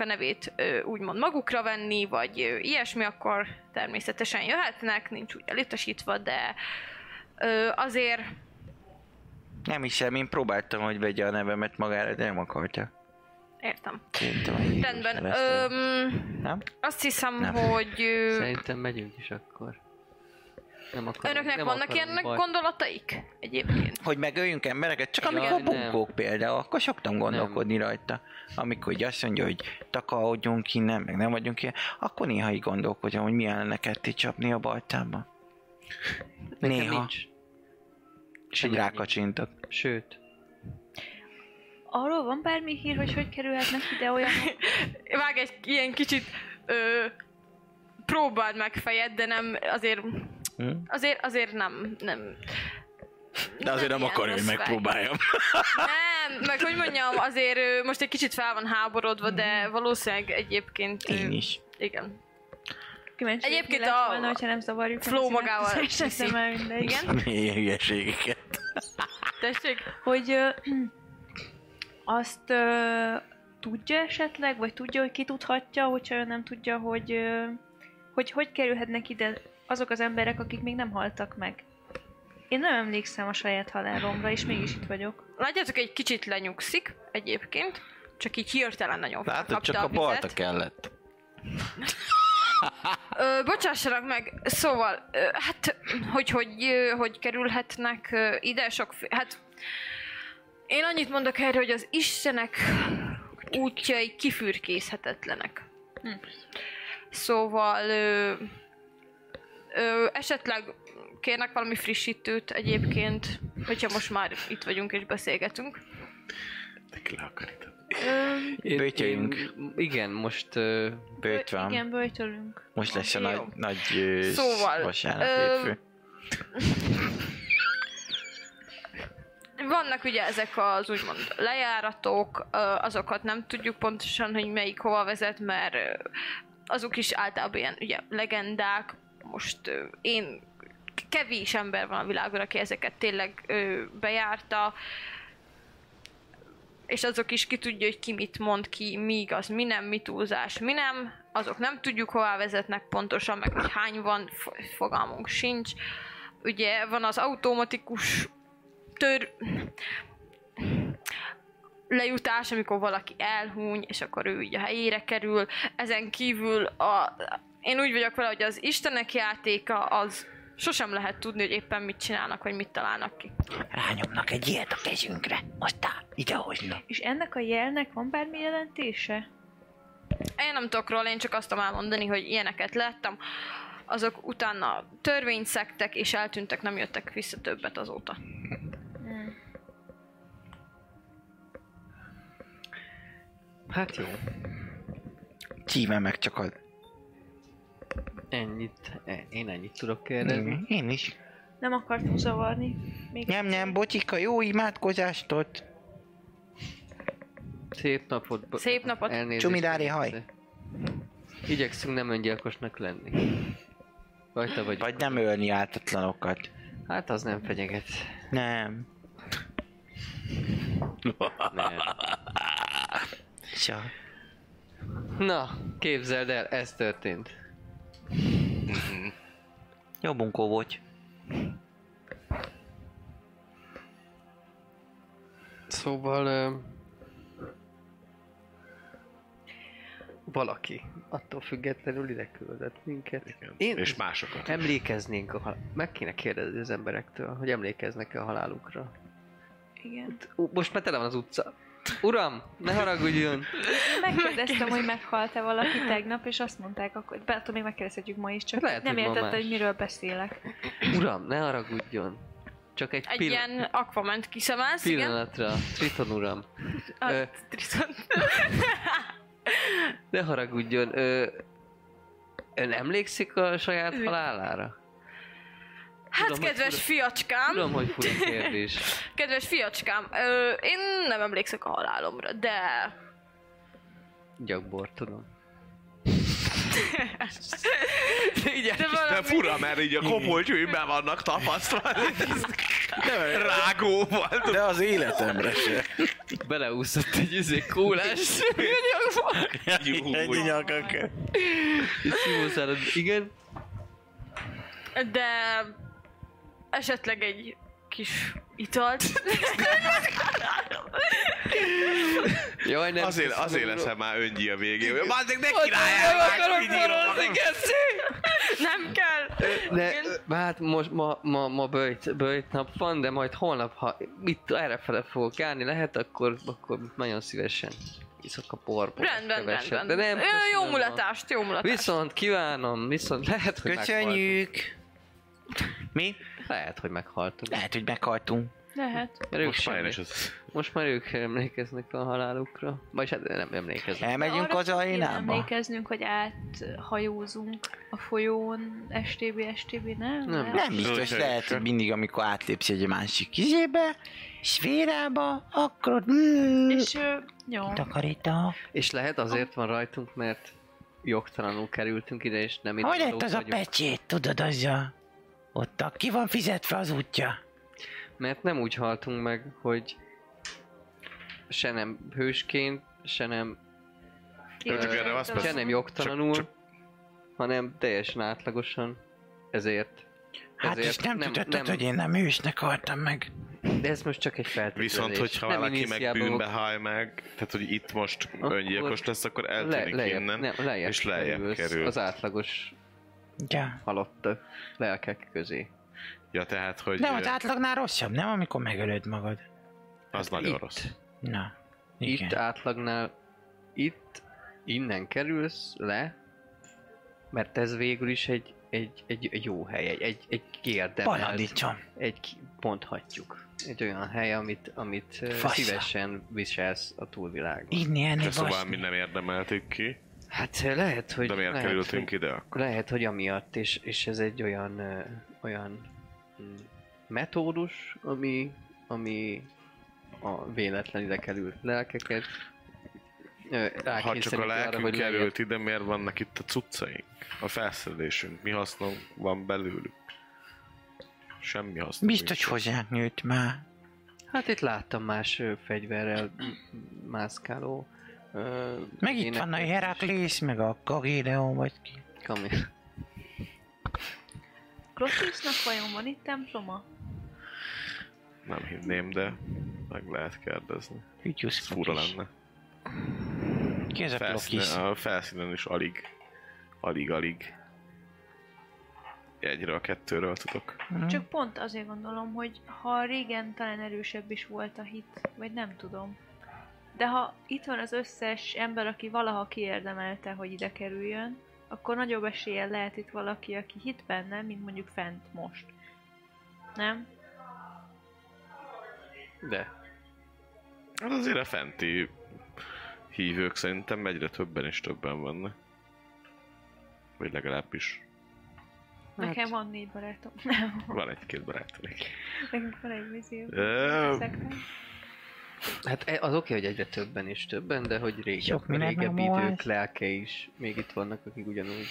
Speaker 2: a nevét ö, úgymond magukra venni, vagy ö, ilyesmi, akkor természetesen jöhetnek, nincs úgy elutasítva, de ö, azért
Speaker 8: Nem hiszem, én próbáltam, hogy vegye a nevemet magára, de nem akarta.
Speaker 2: értem.
Speaker 8: Szerintem egy hívós
Speaker 2: Rendben.
Speaker 8: nevezte.
Speaker 2: Öm,
Speaker 8: Nem?
Speaker 2: azt hiszem,
Speaker 8: Nem.
Speaker 2: hogy ö,
Speaker 3: Szerintem megyünk is akkor. Nem akarom,
Speaker 2: önöknek
Speaker 3: nem
Speaker 2: vannak
Speaker 3: akarom
Speaker 2: ilyenek
Speaker 3: baj-
Speaker 2: gondolataik egyébként?
Speaker 8: Hogy megöljünk embereket? Csak
Speaker 3: Jaj,
Speaker 8: amikor
Speaker 3: nem.
Speaker 8: bunkók például, akkor szoktam gondolkodni rajta. Amikor így azt mondja, hogy takarodjunk innen, meg nem vagyunk ilyen, akkor néha így gondolkodom, hogy milyen lenne ketté csapni a baltába.
Speaker 3: Nekem
Speaker 8: Néha.
Speaker 3: Nincs.
Speaker 8: És így
Speaker 3: Semmi.
Speaker 8: rákacsintok.
Speaker 3: Sőt,
Speaker 6: Arról van bármi hír, hogy hogy kerülhetnek ide olyanok?
Speaker 2: vág egy ilyen kicsit ö, próbáld meg fejed, de nem, azért,
Speaker 8: Hm?
Speaker 2: azért, azért nem, nem.
Speaker 4: De azért nem
Speaker 2: ilyen
Speaker 4: akarja, hogy
Speaker 2: rossz vágy.
Speaker 4: megpróbáljam.
Speaker 2: Nem, meg hogy mondjam, azért ö, most egy kicsit fel van háborodva, de valószínűleg egyébként... ö,
Speaker 8: Én is.
Speaker 2: Igen.
Speaker 6: Kíváncsi vagyok, mi
Speaker 2: Egyébként
Speaker 6: lett
Speaker 2: a
Speaker 6: volna, hogyha nem zavarjuk.
Speaker 2: flow magával viszi.
Speaker 6: És már mindegy.
Speaker 2: Igen?
Speaker 8: Milyen hülyeségeket.
Speaker 2: Tessék?
Speaker 6: Hogy ö, azt ö, tudja esetleg, vagy tudja, hogy ki tudhatja, hogyha ő nem tudja, hogy ö, hogy, hogy kerülhetnek ide azok az emberek, akik még nem haltak meg. Én nem emlékszem a saját halálomra, és mégis itt vagyok.
Speaker 2: Látjátok, egy kicsit lenyugszik egyébként, csak így hirtelen nagyon
Speaker 4: Látod,
Speaker 2: kapta
Speaker 4: csak a
Speaker 2: vizet.
Speaker 4: balta kellett.
Speaker 2: Ö, bocsássanak meg, szóval, ö, hát, hogy hogy, ö, hogy kerülhetnek ö, ide sok, hát én annyit mondok erre, hogy az Istenek útjai kifürkészhetetlenek.
Speaker 6: Hm.
Speaker 2: Szóval ö, ö, esetleg kérnek valami frissítőt egyébként, hogyha most már itt vagyunk és beszélgetünk.
Speaker 5: Ki le akar itt.
Speaker 3: én,
Speaker 8: Böjtjöljünk.
Speaker 3: én- igen, most ö,
Speaker 8: Bőt van.
Speaker 6: Igen, böjtölünk.
Speaker 8: Most lesz a
Speaker 2: Jó.
Speaker 8: nagy, nagy ö,
Speaker 2: Szóval,
Speaker 8: vasárnap
Speaker 2: ö,
Speaker 8: hétfő.
Speaker 2: Vannak ugye ezek az úgymond lejáratok, ö, azokat nem tudjuk pontosan, hogy melyik hova vezet, mert ö, azok is általában ilyen ugye, legendák. Most ö, én kevés ember van a világon, aki ezeket tényleg ö, bejárta, és azok is ki tudja, hogy ki mit mond, ki mi igaz, mi nem, mi túlzás, mi nem. Azok nem tudjuk, hová vezetnek pontosan, meg hogy hány van, f- fogalmunk sincs. Ugye van az automatikus tör... lejutás, amikor valaki elhúny, és akkor ő így a helyére kerül. Ezen kívül a, én úgy vagyok vele, hogy az Istenek játéka az sosem lehet tudni, hogy éppen mit csinálnak, vagy mit találnak ki.
Speaker 7: Rányomnak egy ilyet a kezünkre. Aztán idehoznak.
Speaker 6: És ennek a jelnek van bármi jelentése?
Speaker 2: Én nem tudok róla, én csak azt tudom elmondani, hogy ilyeneket láttam. Azok utána törvényt szektek, és eltűntek, nem jöttek vissza többet azóta.
Speaker 3: Hát jó.
Speaker 8: Csíme meg csak az.
Speaker 3: Ennyit, e- én ennyit tudok kérdezni.
Speaker 7: Mhm.
Speaker 8: Én is.
Speaker 6: Nem akartam zavarni. Még
Speaker 8: Nem, nem, bocsika, jó imádkozást ott.
Speaker 3: Szép napot. bo-
Speaker 2: Szép napot.
Speaker 3: elnézést.
Speaker 8: Csumidári haj.
Speaker 3: Igyekszünk nem öngyilkosnak lenni. Vagy te vagy.
Speaker 8: Vagy nem ölni ártatlanokat.
Speaker 3: Hát az nem fenyeget.
Speaker 8: Nem.
Speaker 3: Nem.
Speaker 8: Sa.
Speaker 3: Na, képzeld el, ez történt.
Speaker 8: Jó bunkó vagy.
Speaker 3: Szóval... Ö, valaki attól függetlenül ide küldött minket.
Speaker 5: Igen.
Speaker 3: Én-
Speaker 5: És másokat.
Speaker 3: Emlékeznénk a hal... Meg kéne kérdezni az emberektől, hogy emlékeznek-e a halálukra.
Speaker 6: Igen.
Speaker 3: Ú, Most már tele van az utca. Uram, ne haragudjon!
Speaker 6: Megkérdeztem, hogy meghalt-e valaki tegnap, és azt mondták, akkor, de attól még megkérdezhetjük ma is, csak
Speaker 3: Lehet,
Speaker 6: nem
Speaker 3: hogy ma
Speaker 6: értette,
Speaker 3: más.
Speaker 6: hogy miről beszélek.
Speaker 3: Uram, ne haragudjon! Csak egy,
Speaker 2: Egy
Speaker 3: pil-
Speaker 2: ilyen akvament kiszemelsz, igen?
Speaker 3: pillanatra, Triton uram.
Speaker 2: A,
Speaker 3: Ö,
Speaker 2: Triton.
Speaker 3: ne haragudjon, ö, ön emlékszik a saját halálára?
Speaker 2: hát
Speaker 3: tudom, hogy
Speaker 2: kedves
Speaker 3: fura-
Speaker 2: fiacskám,
Speaker 3: Tudom, hogy fura kérdés.
Speaker 2: kedves fiacskám, ö, én nem emlékszek a halálomra, de
Speaker 3: Gyakbor, tudom.
Speaker 2: De valami-
Speaker 5: De fura, mert így a kopoltyűben vannak tapasztva. Rágóval.
Speaker 4: De az életemre se.
Speaker 3: Beleúszott egy izé kólás anyagba.
Speaker 4: Egy nyakak.
Speaker 3: És szívószárad. Igen?
Speaker 2: de esetleg egy kis italt.
Speaker 3: Jaj, nem.
Speaker 5: Azért,
Speaker 3: köszönöm,
Speaker 5: azért
Speaker 3: uram.
Speaker 5: leszem már öngyi a végén. hogy Bazzik, ne
Speaker 3: Ott Nem
Speaker 5: királyálják!
Speaker 3: akarok borulni, köszi!
Speaker 2: nem kell.
Speaker 3: Ne,
Speaker 2: Igen.
Speaker 3: hát most ma, ma, ma böjt, böjt nap van, de majd holnap, ha itt errefele fogok állni, lehet, akkor, akkor nagyon szívesen iszok a porból.
Speaker 2: Rendben,
Speaker 3: keveset,
Speaker 2: rendben.
Speaker 3: De nem,
Speaker 2: Ö, jó
Speaker 3: köszönöm.
Speaker 2: mulatást, jó mulatást.
Speaker 3: Viszont kívánom, viszont lehet, hogy meghaltunk.
Speaker 8: Köszönjük. Mi?
Speaker 3: Lehet, hogy meghaltunk.
Speaker 8: Lehet, hogy meghaltunk.
Speaker 6: Lehet.
Speaker 3: Mert ők
Speaker 5: Most
Speaker 3: sem
Speaker 5: már
Speaker 3: emlék-
Speaker 5: is az.
Speaker 3: most már ők emlékeznek a halálukra. Vagyis hát nem emlékeznek.
Speaker 8: Elmegyünk
Speaker 6: De arra
Speaker 8: az
Speaker 6: kéne
Speaker 8: arénába.
Speaker 6: Emlékeznünk, hogy áthajózunk a folyón, STB, STB, nem?
Speaker 3: Nem.
Speaker 6: Lehet?
Speaker 8: Nem biztos,
Speaker 5: Zöldhelyükre.
Speaker 8: lehet, hogy mindig, amikor átlépsz egy másik kizébe, és vérába, akkor ott... Mm,
Speaker 6: És ö, jó.
Speaker 7: Takarita.
Speaker 3: És lehet azért van rajtunk, mert jogtalanul kerültünk ide, és nem itt
Speaker 7: Hogy lett
Speaker 3: valók
Speaker 7: az a
Speaker 3: vagyunk.
Speaker 7: pecsét, tudod, az a... Ott a, ki van fizetve az útja?
Speaker 3: Mert nem úgy haltunk meg, hogy se nem hősként, se nem,
Speaker 5: Jó, csak erre azt
Speaker 3: se
Speaker 5: Persze.
Speaker 3: nem jogtalanul,
Speaker 5: Csak-
Speaker 3: hanem teljesen átlagosan. Ezért.
Speaker 7: Hát
Speaker 3: Ezért
Speaker 7: és nem,
Speaker 3: nem-
Speaker 7: nem tudhatod,
Speaker 3: nem-
Speaker 7: hogy én nem ősnek haltam meg.
Speaker 3: De ez most csak egy feltételezés.
Speaker 5: Viszont, hogyha
Speaker 3: Nem
Speaker 5: valaki meg
Speaker 3: iniciából-
Speaker 5: bűnbe haj meg, tehát hogy itt most
Speaker 3: Akkor
Speaker 5: öngyilkos lesz, akkor
Speaker 3: le,
Speaker 5: eltűnik
Speaker 3: lejjebb,
Speaker 5: innen.
Speaker 3: nem, lejjebb
Speaker 5: és lejjebb
Speaker 3: kerülsz
Speaker 5: kerül.
Speaker 3: Az átlagos
Speaker 7: Ja.
Speaker 3: halottak lelkek közé.
Speaker 5: Ja, tehát, hogy
Speaker 7: Nem,
Speaker 2: hát,
Speaker 7: az
Speaker 5: ö,
Speaker 7: átlagnál rosszabb, nem amikor megölöd magad.
Speaker 5: az nagyon
Speaker 3: Itt.
Speaker 5: rossz.
Speaker 7: Na, igen.
Speaker 3: Itt átlagnál, itt, innen kerülsz le, mert ez végül is egy, egy, egy, egy jó hely, egy, egy, egy kiérdemelt,
Speaker 7: Paradicsom.
Speaker 3: egy ki- mondhatjuk. Egy olyan hely, amit, amit ö,
Speaker 7: Fasza.
Speaker 3: szívesen viselsz a túlvilágon.
Speaker 7: Inni, enni,
Speaker 5: De szóval
Speaker 7: baszni.
Speaker 5: mi nem érdemeltük ki,
Speaker 3: Hát ö, lehet, hogy...
Speaker 5: de miért
Speaker 3: lehet,
Speaker 5: kerültünk
Speaker 3: hogy,
Speaker 5: ide?
Speaker 3: Lehet, hogy amiatt, és, és ez egy olyan, ö, olyan mm, metódus, ami, ami a véletlen ide került lelkeket ö,
Speaker 5: Ha csak
Speaker 3: rákényszeríti
Speaker 5: a
Speaker 3: arra,
Speaker 5: lelkünk
Speaker 3: hogy lejjebb
Speaker 5: került ide, miért vannak itt a cuccaink? A felszerelésünk, mi hasznunk van belőlük? Semmi hasznunk.
Speaker 8: Biztos hozzánk nőtt már.
Speaker 3: Hát itt láttam más ö, fegyverrel m- mászkáló. Ö,
Speaker 7: Meg itt
Speaker 3: énekes
Speaker 7: van a Heraklész, meg a Gagéleon, vagy ki.
Speaker 3: Kami.
Speaker 6: Krossziusznak vajon van itt temploma?
Speaker 5: Nem hinném, de meg lehet kérdezni.
Speaker 7: Hügyusz
Speaker 5: Ez fura lenne.
Speaker 7: Ki ez a Plokis?
Speaker 5: Felszínen, a felszínen is alig alig-alig egyről, kettőről tudok.
Speaker 7: Hm?
Speaker 6: Csak pont azért gondolom, hogy ha régen talán erősebb is volt a hit, vagy nem tudom. De ha itt van az összes ember, aki valaha kiérdemelte, hogy ide kerüljön, akkor nagyobb eséllyel lehet itt valaki, aki hit benne, mint mondjuk fent most. Nem?
Speaker 3: De.
Speaker 5: Hát azért a fenti hívők szerintem egyre többen és többen vannak. Vagy legalábbis
Speaker 6: Nekem van négy barátom.
Speaker 5: van egy-két barátunk.
Speaker 6: Nekünk van egy vízió.
Speaker 5: Ö,
Speaker 6: Szekven.
Speaker 3: Hát e- az oké, hogy egyre többen és többen, de hogy
Speaker 7: Sok
Speaker 3: régebb,
Speaker 7: minden
Speaker 3: régebb
Speaker 7: nem volt.
Speaker 3: idők lelke is még itt vannak, akik ugyanúgy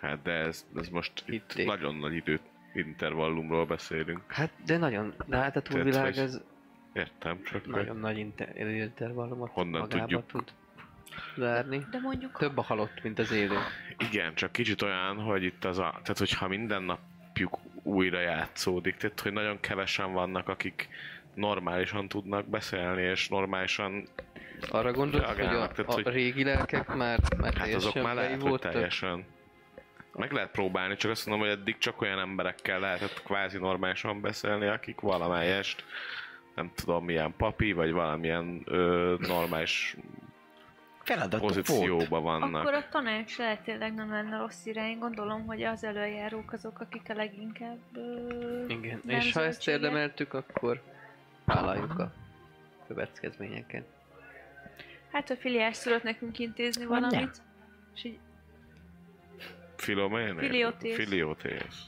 Speaker 5: Hát de ez, ez most itt
Speaker 3: Hitték.
Speaker 5: nagyon nagy időt intervallumról beszélünk.
Speaker 3: Hát, de nagyon, de hát a túlvilág
Speaker 5: hogy
Speaker 3: ez
Speaker 5: Értem, csak hogy
Speaker 3: nagyon nagy inter- intervallumot
Speaker 5: Honnan
Speaker 3: magába
Speaker 5: tudjuk?
Speaker 3: tud zárni.
Speaker 6: De mondjuk,
Speaker 3: Több a halott, mint az élő.
Speaker 5: igen, csak kicsit olyan, hogy itt az a... Tehát, hogyha minden napjuk újra játszódik, tehát, hogy nagyon kevesen vannak, akik normálisan tudnak beszélni, és normálisan,
Speaker 3: Arra gondolsz, hogy a,
Speaker 5: Reagálnak, tehát,
Speaker 3: a
Speaker 5: hogy-
Speaker 3: régi lelkek már, már
Speaker 5: hát azok már lehet, hogy
Speaker 3: beivódtak?
Speaker 5: teljesen. Meg lehet próbálni, csak azt mondom, hogy eddig csak olyan emberekkel lehetett kvázi normálisan beszélni, akik valamelyest, nem tudom, milyen papi, vagy valamilyen ö, normális
Speaker 8: Feladatok volt.
Speaker 5: pozícióban vannak.
Speaker 6: akkor a tanács lehet tényleg nem lenne rossz irány. Gondolom, hogy az előjárók azok, akik a leginkább... Ö...
Speaker 3: Igen,
Speaker 6: Nem
Speaker 3: és ha ezt
Speaker 6: zöldséget.
Speaker 3: érdemeltük, akkor vállaljuk a következményeket.
Speaker 6: Hát a filiás szülött nekünk intézni
Speaker 7: Hogy ne.
Speaker 6: valamit. És így
Speaker 5: Filoméné?
Speaker 6: Filiotész.
Speaker 5: Filiotész.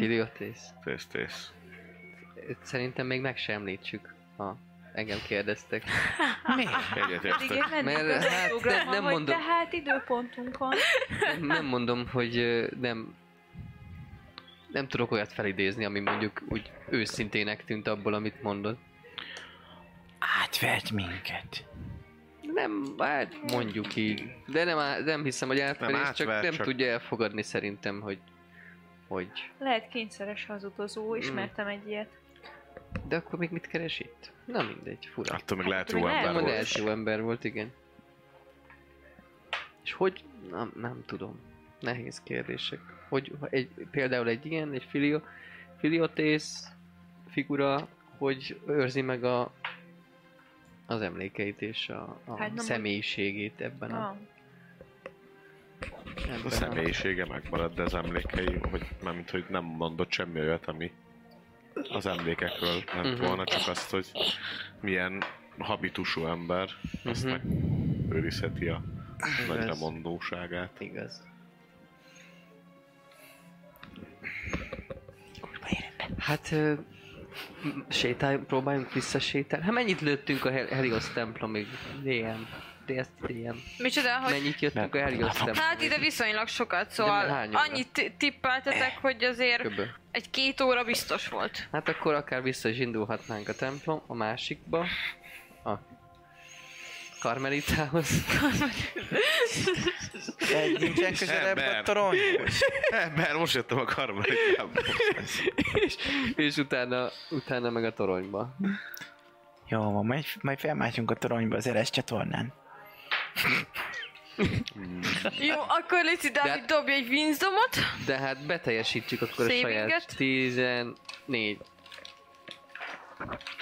Speaker 3: Idiotész.
Speaker 5: Tész, tész.
Speaker 3: Szerintem még meg sem említsük, ha engem kérdeztek.
Speaker 6: pedig én
Speaker 5: Egyetértek.
Speaker 6: mennék
Speaker 3: Mert
Speaker 6: Mert,
Speaker 3: hát,
Speaker 6: hát,
Speaker 3: de nem
Speaker 6: nem hogy
Speaker 3: mondom.
Speaker 6: de hát időpontunk van.
Speaker 3: Nem mondom, hogy ö, nem nem tudok olyat felidézni, ami mondjuk úgy őszintének tűnt abból, amit mondod.
Speaker 8: Átvegy minket.
Speaker 3: Nem, hát mondjuk így. De nem, á- nem hiszem, hogy átverés, nem csak
Speaker 5: átver,
Speaker 3: nem
Speaker 5: csak-
Speaker 3: tudja elfogadni szerintem, hogy hogy...
Speaker 6: Lehet kényszeres
Speaker 3: Mm.
Speaker 6: hazudozó, ismertem egy ilyet.
Speaker 3: De akkor még mit keres itt? Na mindegy, fura.
Speaker 5: Attól még lehet jó
Speaker 6: Hát,
Speaker 5: ember
Speaker 3: Elmond
Speaker 5: volt.
Speaker 3: első jó ember volt, igen. És hogy? Nem, nem tudom. Nehéz kérdések. Hogy ha egy, például egy ilyen, egy filio, filiotész figura, hogy őrzi meg a az emlékeit és a, a
Speaker 6: Hát, na,
Speaker 3: hát,
Speaker 6: mond-
Speaker 3: személyiségét ebben a,
Speaker 6: Ah,
Speaker 3: ebben
Speaker 5: A személyisége megmarad, de az emlékei, hogy, mármint, hogy nem mondott semmi olyat, ami az emlékekről lett
Speaker 3: Mhm.
Speaker 5: volna, csak azt, hogy milyen habitusú ember, azt
Speaker 3: Mhm.
Speaker 5: meg őrizheti a nagyra
Speaker 3: Ez
Speaker 5: mondóságát.
Speaker 3: Igaz. Hát ö, m- sétáljunk, próbáljunk visszasétálni. Hát mennyit lőttünk a Hel- Helios templomig? DM. DST DM.
Speaker 2: Micsoda, hogy...
Speaker 3: Mennyit jöttünk a Helios templomig?
Speaker 2: Hát ide viszonylag sokat,
Speaker 3: De Eh.
Speaker 2: szóval
Speaker 3: hány óra?
Speaker 2: annyit ti- tippeltetek, hogy azért
Speaker 3: Köbö.
Speaker 2: egy két óra biztos volt.
Speaker 3: Hát akkor akár vissza is indulhatnánk a templom, a másikba. A Karmelitához.
Speaker 8: Egy nincsen közelebb
Speaker 5: Ember.
Speaker 8: a toronyhoz.
Speaker 5: Ember, most jöttem a karmelikába.
Speaker 3: és, és utána, utána meg a toronyba.
Speaker 8: Jó, van, majd, majd felmászunk a toronyba az eres csatornán.
Speaker 2: Jó, akkor Lici Dávid dobja egy vinzdomot.
Speaker 3: De hát beteljesítjük akkor a
Speaker 2: Savinget?
Speaker 3: saját 14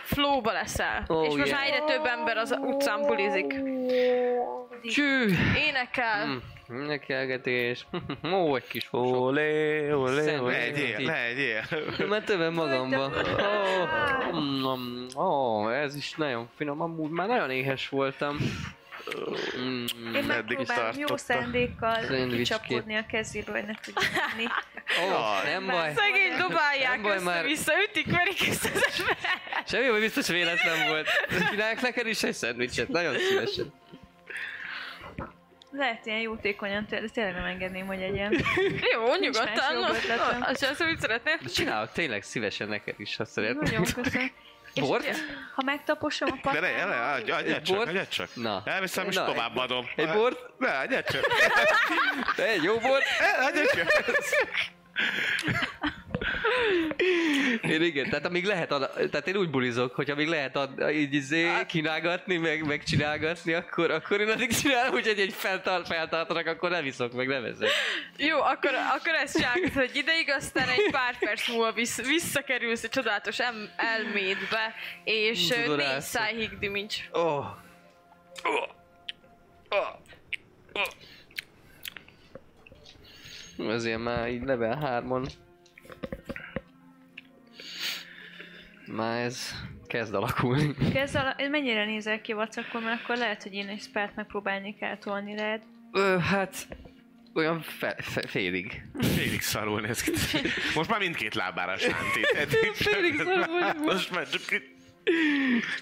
Speaker 2: Flóba leszel.
Speaker 3: Ó,
Speaker 2: és most
Speaker 3: Oh, yeah.
Speaker 2: már egyre több ember az utcán bulizik.
Speaker 3: Csű!
Speaker 2: Énekel.
Speaker 3: Mm, nekelgetés. Ó, egy kis hó.
Speaker 8: Olé, olé,
Speaker 3: Szent.
Speaker 8: olé.
Speaker 5: Legyél, legyél.
Speaker 3: Mert tövem magamba. Ó, mm, mm, Ó, ez is nagyon finom. Amúgy már nagyon éhes voltam. Mm,
Speaker 6: Én
Speaker 5: Eddig is
Speaker 6: megpróbálom jó
Speaker 5: tartotta.
Speaker 6: szándékkal
Speaker 3: Szendvicskét.
Speaker 6: kicsapódni a kezéből, hogy ne tudja menni.
Speaker 3: Ó, nem baj.
Speaker 2: Szegény dobálják
Speaker 3: Nem baj, már-
Speaker 2: össze-vissza, ütik, verik ezt az embert.
Speaker 3: Semmi baj, biztos véletlen volt. Csinálják neked is egy szendvicset, nagyon szívesen.
Speaker 6: Lehet ilyen jótékonyan, té- de tényleg nem engedném, hogy egyen.
Speaker 2: Jó, nyugodtan.
Speaker 6: más jobb ötletem.
Speaker 2: Azt sem hogy szeretnél.
Speaker 3: Csinálok tényleg szívesen neked is, ha szeretnél.
Speaker 6: Nagyon köszönöm. És
Speaker 3: Bort? hát.
Speaker 6: ugye, Ha megtaposom a
Speaker 5: De ne, ne, ne,
Speaker 6: patámat,
Speaker 5: adj- adjad csak,
Speaker 3: Bort?
Speaker 5: adjad csak.
Speaker 3: Na.
Speaker 5: Elviszem és
Speaker 3: Na, egy-
Speaker 5: továbbadom.
Speaker 3: Egy bort?
Speaker 5: Ne, adjad csak.
Speaker 3: Egy E, hát jó bort?
Speaker 5: Adjad csak.
Speaker 3: És Én igen, tehát amíg lehet, ad, tehát én úgy bulizok, hogyha még lehet ad, így izé, kínálgatni, meg, meg csinálgatni, akkor, akkor én addig csinálom, hogy egy, egy feltart, feltartanak, akkor nem iszok, meg nem ezek.
Speaker 2: Jó, akkor, akkor ezt csinálod, hogy ideig, aztán egy pár perc múlva vissz, visszakerülsz egy csodálatos em, elmédbe, és ö,
Speaker 3: Tudod,
Speaker 2: négy
Speaker 3: rászok.
Speaker 2: száj higdimics.
Speaker 3: Ó, oh, Azért már így level 3-on. Már ez kezd alakulni.
Speaker 6: Ez a, mennyire nézel ki vacakon, mert akkor lehet, hogy én egy spelt megpróbálnék eltolni rád.
Speaker 3: Ö, hát olyan fe, fe, félig.
Speaker 5: Félig szarul néz ki. Most már mindkét lábára sánti. Tehát így
Speaker 3: Félig
Speaker 5: sem-
Speaker 3: szarul vagy
Speaker 5: Most már csak itt...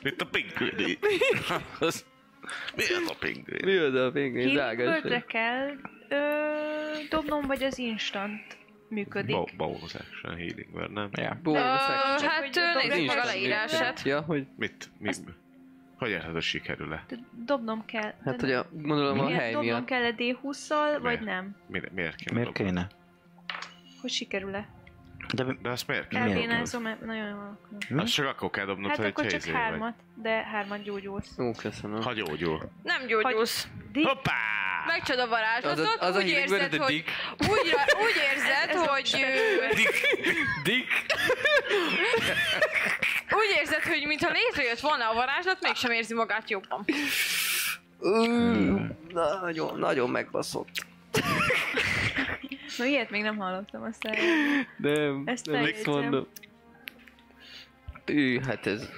Speaker 5: Mint a pingvini. Az- Mi az a pingvini?
Speaker 3: Mi az a pingvin? Drága
Speaker 6: Hírföldre kell ö, dobnom, vagy az instant működik. Wow.
Speaker 5: Bonus action healing word, nem?
Speaker 3: Bóra
Speaker 2: Ö,
Speaker 6: Csak
Speaker 2: hát
Speaker 6: hogy
Speaker 2: ö, nézd
Speaker 6: dobjak
Speaker 2: meg a
Speaker 6: egy-
Speaker 2: leírását.
Speaker 3: Ja, hogy,
Speaker 5: Mit? Mi? Hogy érted, hogy sikerül-e?
Speaker 6: Dobnom kell.
Speaker 3: hát hogy a, gondolom a
Speaker 6: Igen,
Speaker 3: hely
Speaker 6: dobnom
Speaker 3: miatt.
Speaker 6: kell a D20-szal, vagy
Speaker 5: Mi?
Speaker 6: nem?
Speaker 5: Miért, miért kéne?
Speaker 8: Miért
Speaker 5: dobni?
Speaker 8: kéne?
Speaker 6: Hogy sikerül-e?
Speaker 8: De mi-
Speaker 5: De azt miért?
Speaker 8: Milyen
Speaker 6: Elbénázom, mert nagyon jól akarom.
Speaker 8: Mi?
Speaker 5: Azt csak akkor kell dobnod,
Speaker 6: Hát
Speaker 5: hogy
Speaker 6: akkor csak
Speaker 5: izé vagy.
Speaker 6: hármat, de hármat gyógyulsz.
Speaker 3: Ó, köszönöm.
Speaker 5: Ha gyógyul.
Speaker 2: Nem gyógyulsz.
Speaker 5: Hoppá!
Speaker 2: Megcsoda varázslatot,
Speaker 3: az a
Speaker 2: Hát úgy
Speaker 3: hírig
Speaker 2: érzed,
Speaker 3: vered a
Speaker 2: hogy...
Speaker 3: dick.
Speaker 2: Úgy, ra- úgy érzed, hogy... ö,
Speaker 3: Dick!
Speaker 2: Úgy érzed, hogy mintha létrejött volna a varázslat, mégsem érzi magát jobban.
Speaker 3: Nagyon, nagyon megbaszott.
Speaker 6: Na ilyet még nem hallottam, aztán
Speaker 3: Nem,
Speaker 6: Ezt
Speaker 3: nem
Speaker 6: feljegyzem.
Speaker 3: Ő, hát ez...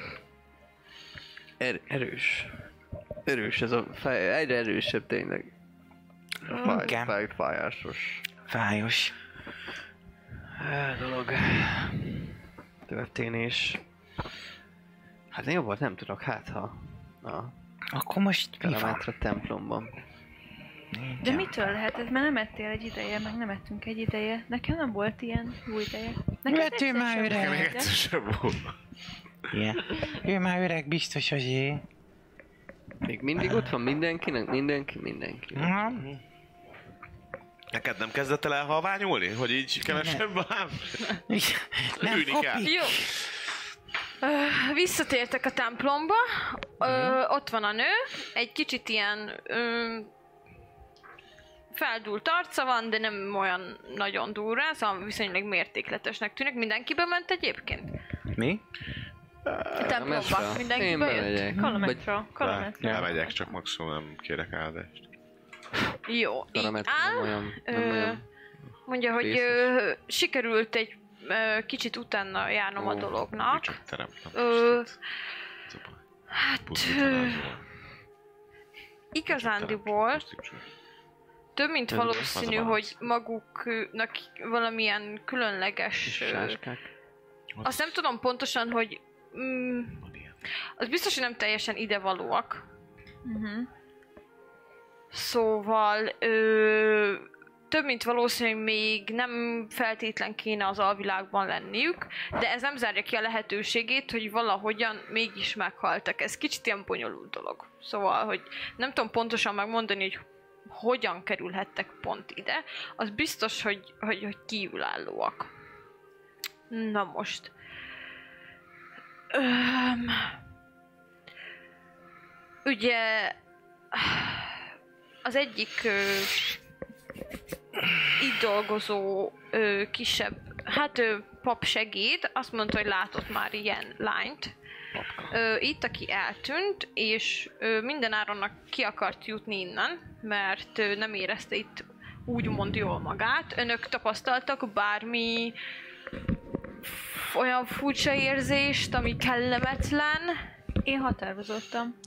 Speaker 3: Er, erős. Erős ez a fej, egyre erősebb tényleg. A Fáj,
Speaker 8: Igen.
Speaker 3: fáj, fájásos
Speaker 8: Fájos.
Speaker 3: eh, dolog. Történés. Hát én jobban nem tudok, hát ha a
Speaker 8: Akkor most mi van?
Speaker 3: Kalamátra templomban.
Speaker 6: De mitől lehetett? Mert nem ettél egy ideje, meg nem ettünk egy ideje. Nekem nem volt ilyen jó ideje. Nekem
Speaker 8: Mert ő
Speaker 6: egyszer
Speaker 8: már
Speaker 6: sem
Speaker 8: öreg.
Speaker 6: volt,
Speaker 5: Még
Speaker 6: de-
Speaker 5: egyszer sem volt.
Speaker 8: Igen. Ő már öreg, biztos, hogy é.
Speaker 3: Még mindig ott van mindenkinek, mindenki, mindenki.
Speaker 8: Na,
Speaker 5: Neked nem kezdett el elhalványulni? Hogy így kevesebb van?
Speaker 8: Nem
Speaker 5: Hűlik el.
Speaker 8: kopi.
Speaker 2: Jó. Ö, Visszatértek a templomba, ö,
Speaker 3: Mhm.
Speaker 2: ott van a nő, egy kicsit ilyen ö, feldúlt arca van, de nem olyan nagyon durrá, szóval viszonylag mértékletesnek tűnik. Mindenki bement egyébként?
Speaker 8: Mi?
Speaker 2: A
Speaker 3: Nem ez
Speaker 2: templomba
Speaker 3: fel.
Speaker 2: mindenki
Speaker 3: Én
Speaker 2: bejött?
Speaker 3: bemegyek. Vagy
Speaker 6: Kalametra, kalametra.
Speaker 5: Nem megyek, csak maximum nem kérek áldást.
Speaker 2: Jó, így
Speaker 3: Kalametra nem
Speaker 2: áll.
Speaker 3: olyan, nem
Speaker 2: Ö,
Speaker 3: olyan
Speaker 2: Mondja, hogy ö, sikerült egy ö, kicsit utána járnom a
Speaker 3: Ó,
Speaker 2: dolognak.
Speaker 5: Csak teremtem.
Speaker 2: Ö,
Speaker 5: Ez a baj.
Speaker 2: hát ö,
Speaker 5: Pusztítanázol.
Speaker 2: igazándiból
Speaker 5: Pusztítsuk.
Speaker 2: több mint
Speaker 3: Ez-
Speaker 2: valószínű,
Speaker 3: az a
Speaker 2: hogy maguknak valamilyen különleges...
Speaker 3: kis
Speaker 2: ö,
Speaker 3: sáskák.
Speaker 2: Azt nem tudom pontosan, hogy... Mm,
Speaker 5: Van ilyen.
Speaker 2: az biztos, hogy nem teljesen idevalóak.
Speaker 6: Mhm.
Speaker 2: Szóval ö, több mint valószínű, hogy még nem feltétlen kéne az alvilágban lenniük, de ez nem zárja ki a lehetőségét, hogy valahogyan mégis meghaltak. Ez kicsit ilyen bonyolult dolog. Szóval, hogy nem tudom pontosan megmondani, hogy hogyan kerülhettek pont ide, az biztos, hogy, hogy, hogy kívülállóak. Na most. Öm, ugye az egyik ö, itt dolgozó ö, kisebb, hát ö, pap segéd, azt mondta, hogy látott már ilyen lányt. Ö, itt, aki eltűnt, és ö, mindenáronnak ki akart jutni innen, mert ö, nem érezte itt úgymond jól magát. Önök tapasztaltak bármi olyan furcsa érzést, ami kellemetlen,
Speaker 6: Én határozottam.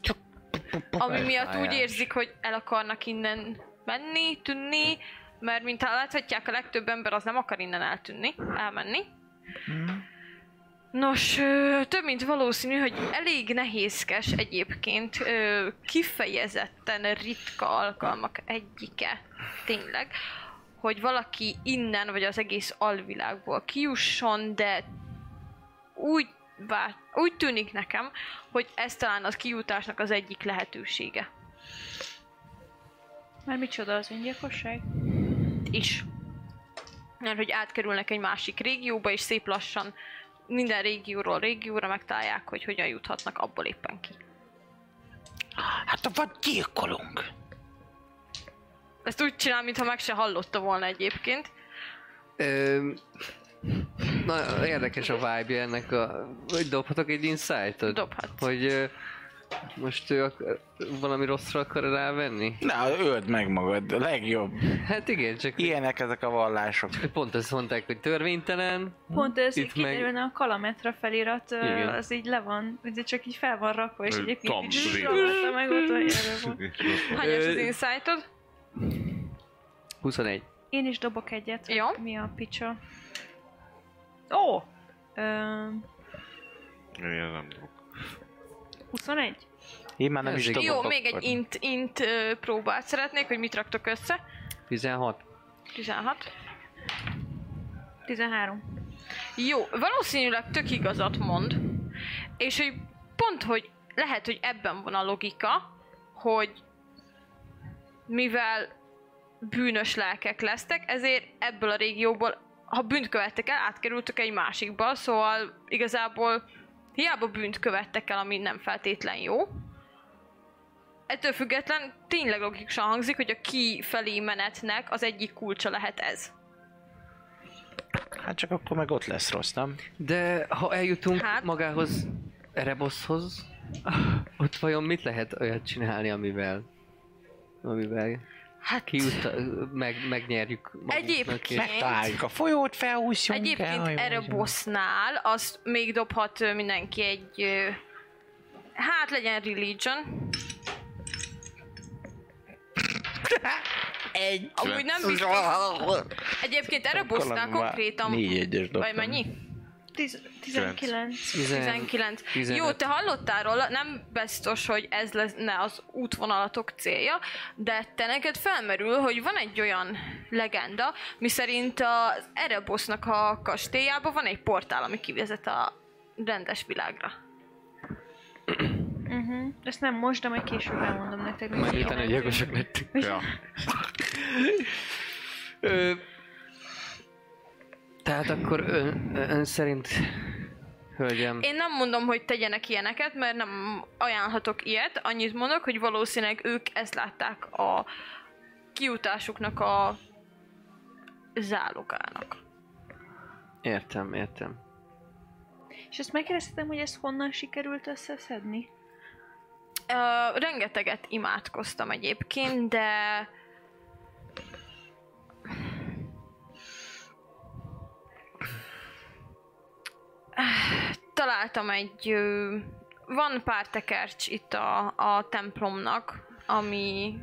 Speaker 2: ami miatt úgy
Speaker 3: fájás.
Speaker 2: érzik, hogy el akarnak innen menni, tűnni, mert mint láthatják, a legtöbb ember az nem akar innen eltűnni, elmenni. Nos, ö, több mint valószínű, hogy elég nehézkes egyébként, ö, kifejezetten ritka alkalmak egyike, tényleg, hogy valaki innen vagy az egész alvilágból kijusson, de úgy, bár, úgy tűnik nekem, hogy ez talán az kijutásnak az egyik lehetősége
Speaker 6: Már micsoda az öngyilkosság?
Speaker 8: Hm?
Speaker 2: is. Mert hogy átkerülnek egy másik régióba, és szép lassan minden régióról régióra megtalálják, hogy hogyan juthatnak abból éppen ki.
Speaker 8: Hát vagy gyilkolunk.
Speaker 2: Ezt úgy csinál, mintha meg se hallotta volna egyébként.
Speaker 3: Ö, na, érdekes a vibe ennek a... Hogy dobhatok egy insight-ot?
Speaker 2: Dobhatsz.
Speaker 3: Hogy ö, most ő ak- valami rosszra akar rávenni?
Speaker 4: Na, öld meg magad, a legjobb.
Speaker 3: Hát igen, csak
Speaker 4: Ilyenek ezek a vallások.
Speaker 3: pont ezt mondták, hogy törvénytelen.
Speaker 6: Pont ez
Speaker 3: Itt
Speaker 6: így kiderülne a kalametra felirat, ö,
Speaker 3: Igen.
Speaker 6: az így le van, ugye csak így fel van rakva, és
Speaker 5: Ö,
Speaker 6: egyébként
Speaker 5: Tom
Speaker 6: így zsúf,
Speaker 5: Brady.
Speaker 6: rajta meg ott van, erre van.
Speaker 2: Hányas az
Speaker 3: Ö,
Speaker 2: insightod?
Speaker 3: 21.
Speaker 6: Én is dobok egyet,
Speaker 2: Jó.
Speaker 6: hogy mi a picsa. Ó! Ö,
Speaker 5: Én ilyen nem tudok.
Speaker 6: 21?
Speaker 8: Én már nem
Speaker 3: Ez
Speaker 8: is
Speaker 3: igen.
Speaker 8: tudom.
Speaker 2: Jó, még egy int, int ö, próbát szeretnék, hogy mit raktok össze.
Speaker 3: 16.
Speaker 2: 16.
Speaker 6: 13.
Speaker 2: Jó, valószínűleg tök igazat mond. És hogy pont, hogy lehet, hogy ebben van a logika, hogy mivel bűnös lelkek lesztek, ezért ebből a régióból, ha bűnt követtek el, átkerültök egy másikba, szóval igazából hiába bűnt követtek el, ami nem feltétlen jó. Ettől független tényleg logikusan hangzik, hogy a kifelé menetnek az egyik kulcsa lehet ez.
Speaker 8: Hát csak akkor meg ott lesz rossz, nem?
Speaker 3: De ha eljutunk
Speaker 2: Hát.
Speaker 3: hát. magához, Reboszhoz, ott vajon mit lehet olyat csinálni, amivel amivel
Speaker 2: Hát,
Speaker 3: kiút, meg, megnyerjük magunknak, és-
Speaker 2: egyébként...
Speaker 8: Megtaláljuk a folyót, felúszjunk.
Speaker 2: Egyébként
Speaker 8: elhajózunk.
Speaker 2: erre bossnál azt még dobhat ö, mindenki egy... ö, Hát legyen religion. Egy. Amúgy nem biztos. Egyébként erre bossnál
Speaker 8: Kalandvá-
Speaker 2: konkrétan...
Speaker 8: Négy egyes
Speaker 2: Vagy
Speaker 8: dobtam.
Speaker 2: mennyi?
Speaker 6: 19.
Speaker 3: Tizen-
Speaker 2: 19.
Speaker 3: 15.
Speaker 2: Jó, te hallottál róla, nem biztos, hogy ez lenne az útvonalatok célja, de te neked felmerül, hogy van egy olyan legenda, miszerint az Erebosnak a kastélyában van egy portál, ami kivezet a rendes világra.
Speaker 6: Uh-huh. Ezt nem most, de majd később elmondom nektek. mi
Speaker 3: Majd
Speaker 6: van.
Speaker 3: utána gyilkosok lettünk.
Speaker 5: Ja,
Speaker 3: Ö, tehát akkor ön, ön szerint, hölgyem,
Speaker 2: Én nem mondom, hogy tegyenek ilyeneket, mert nem ajánlhatok ilyet. Annyit mondok, hogy valószínűleg ők ezt látták a kiutásuknak a zálogának.
Speaker 3: értem, értem.
Speaker 6: És ezt megkérdeztem, hogy ezt honnan sikerült összeszedni?
Speaker 2: Ö, rengeteget imádkoztam egyébként, de... Találtam egy... ö, Van pár tekercs itt a, a templomnak, ami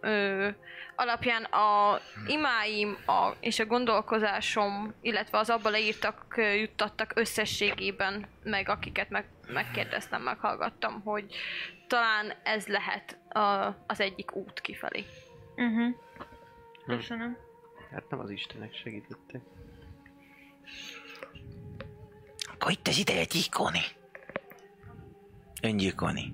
Speaker 2: ö, alapján a imáim a, és a gondolkozásom, illetve az abba leírtak, ö, juttattak összességében, meg akiket meg, megkérdeztem, meghallgattam, hogy talán ez lehet a, az egyik út kifelé.
Speaker 3: Hm.
Speaker 6: Uh-huh. Köszönöm.
Speaker 3: Hát nem az Istenek segítettek.
Speaker 8: Akkor itt az ideje gyilkolni. Öngyilkolni.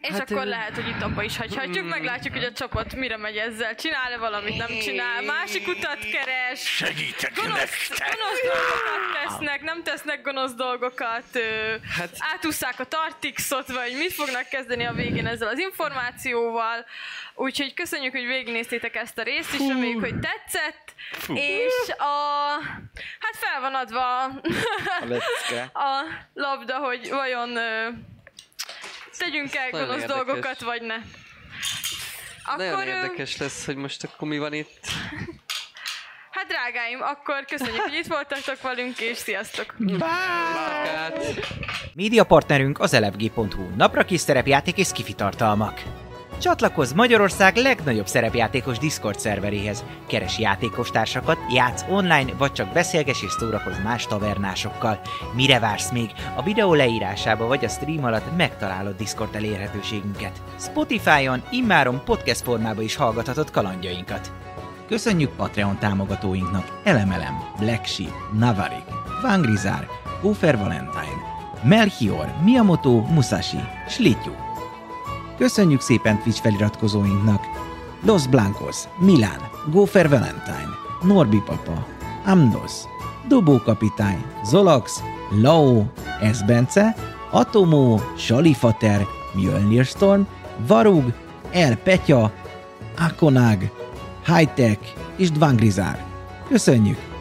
Speaker 2: És
Speaker 3: Hát,
Speaker 2: akkor
Speaker 3: ö,
Speaker 2: lehet, hogy itt abba is hagyhatjuk, meglátjuk, hogy a csapat mire megy ezzel. Csinál-e valamit, nem csinál, másik utat keres.
Speaker 4: Segítek
Speaker 2: Gonosz, gonosz dolgokat tesznek, nem tesznek gonosz dolgokat, ö, hát... átúszák a tartixot, vagy mit fognak kezdeni a végén ezzel az információval. Úgyhogy köszönjük, hogy végignéztétek ezt a részt, és reméljük, hogy tetszett. És a... Hát fel van adva a- a labda, hogy vajon ö, tegyünk-e
Speaker 3: nagyon
Speaker 2: gonosz
Speaker 3: érdekes.
Speaker 2: dolgokat, vagy ne.
Speaker 3: Akkor
Speaker 2: Akkor,
Speaker 3: Nagyon
Speaker 2: ö,
Speaker 3: érdekes lesz, hogy most akkor mi van itt.
Speaker 2: hát drágáim, akkor köszönjük, hogy itt voltatok velünk, és sziasztok!
Speaker 3: Hát,
Speaker 1: Média partnerünk az elefg.hu, napra kis szerepjáték és skifi tartalmak. Csatlakozz Magyarország legnagyobb szerepjátékos Discord szerveréhez. Keres játékostársakat, játsz online, vagy csak beszélges és szórakozz más tavernásokkal. Mire vársz még? A videó leírásába vagy a stream alatt megtalálod Discord elérhetőségünket. Spotify-on immáron podcast formába is hallgathatod kalandjainkat. Köszönjük Patreon támogatóinknak Elemelem, Black Sheep, Navarik, Vangrizár, Ufer Valentine, Melchior, Miyamoto, Musashi, Slityu. Köszönjük szépen Twitch feliratkozóinknak! Los Blancos, Milán, Gófer Valentine, Norbi Papa, Amnos, Dobókapitány, Zolax, Lao, Esbence, Atomó, Salifater, Mjölnir Storm, Varug, El Petya, Akonag, Hightech és Dvangrizár. Köszönjük!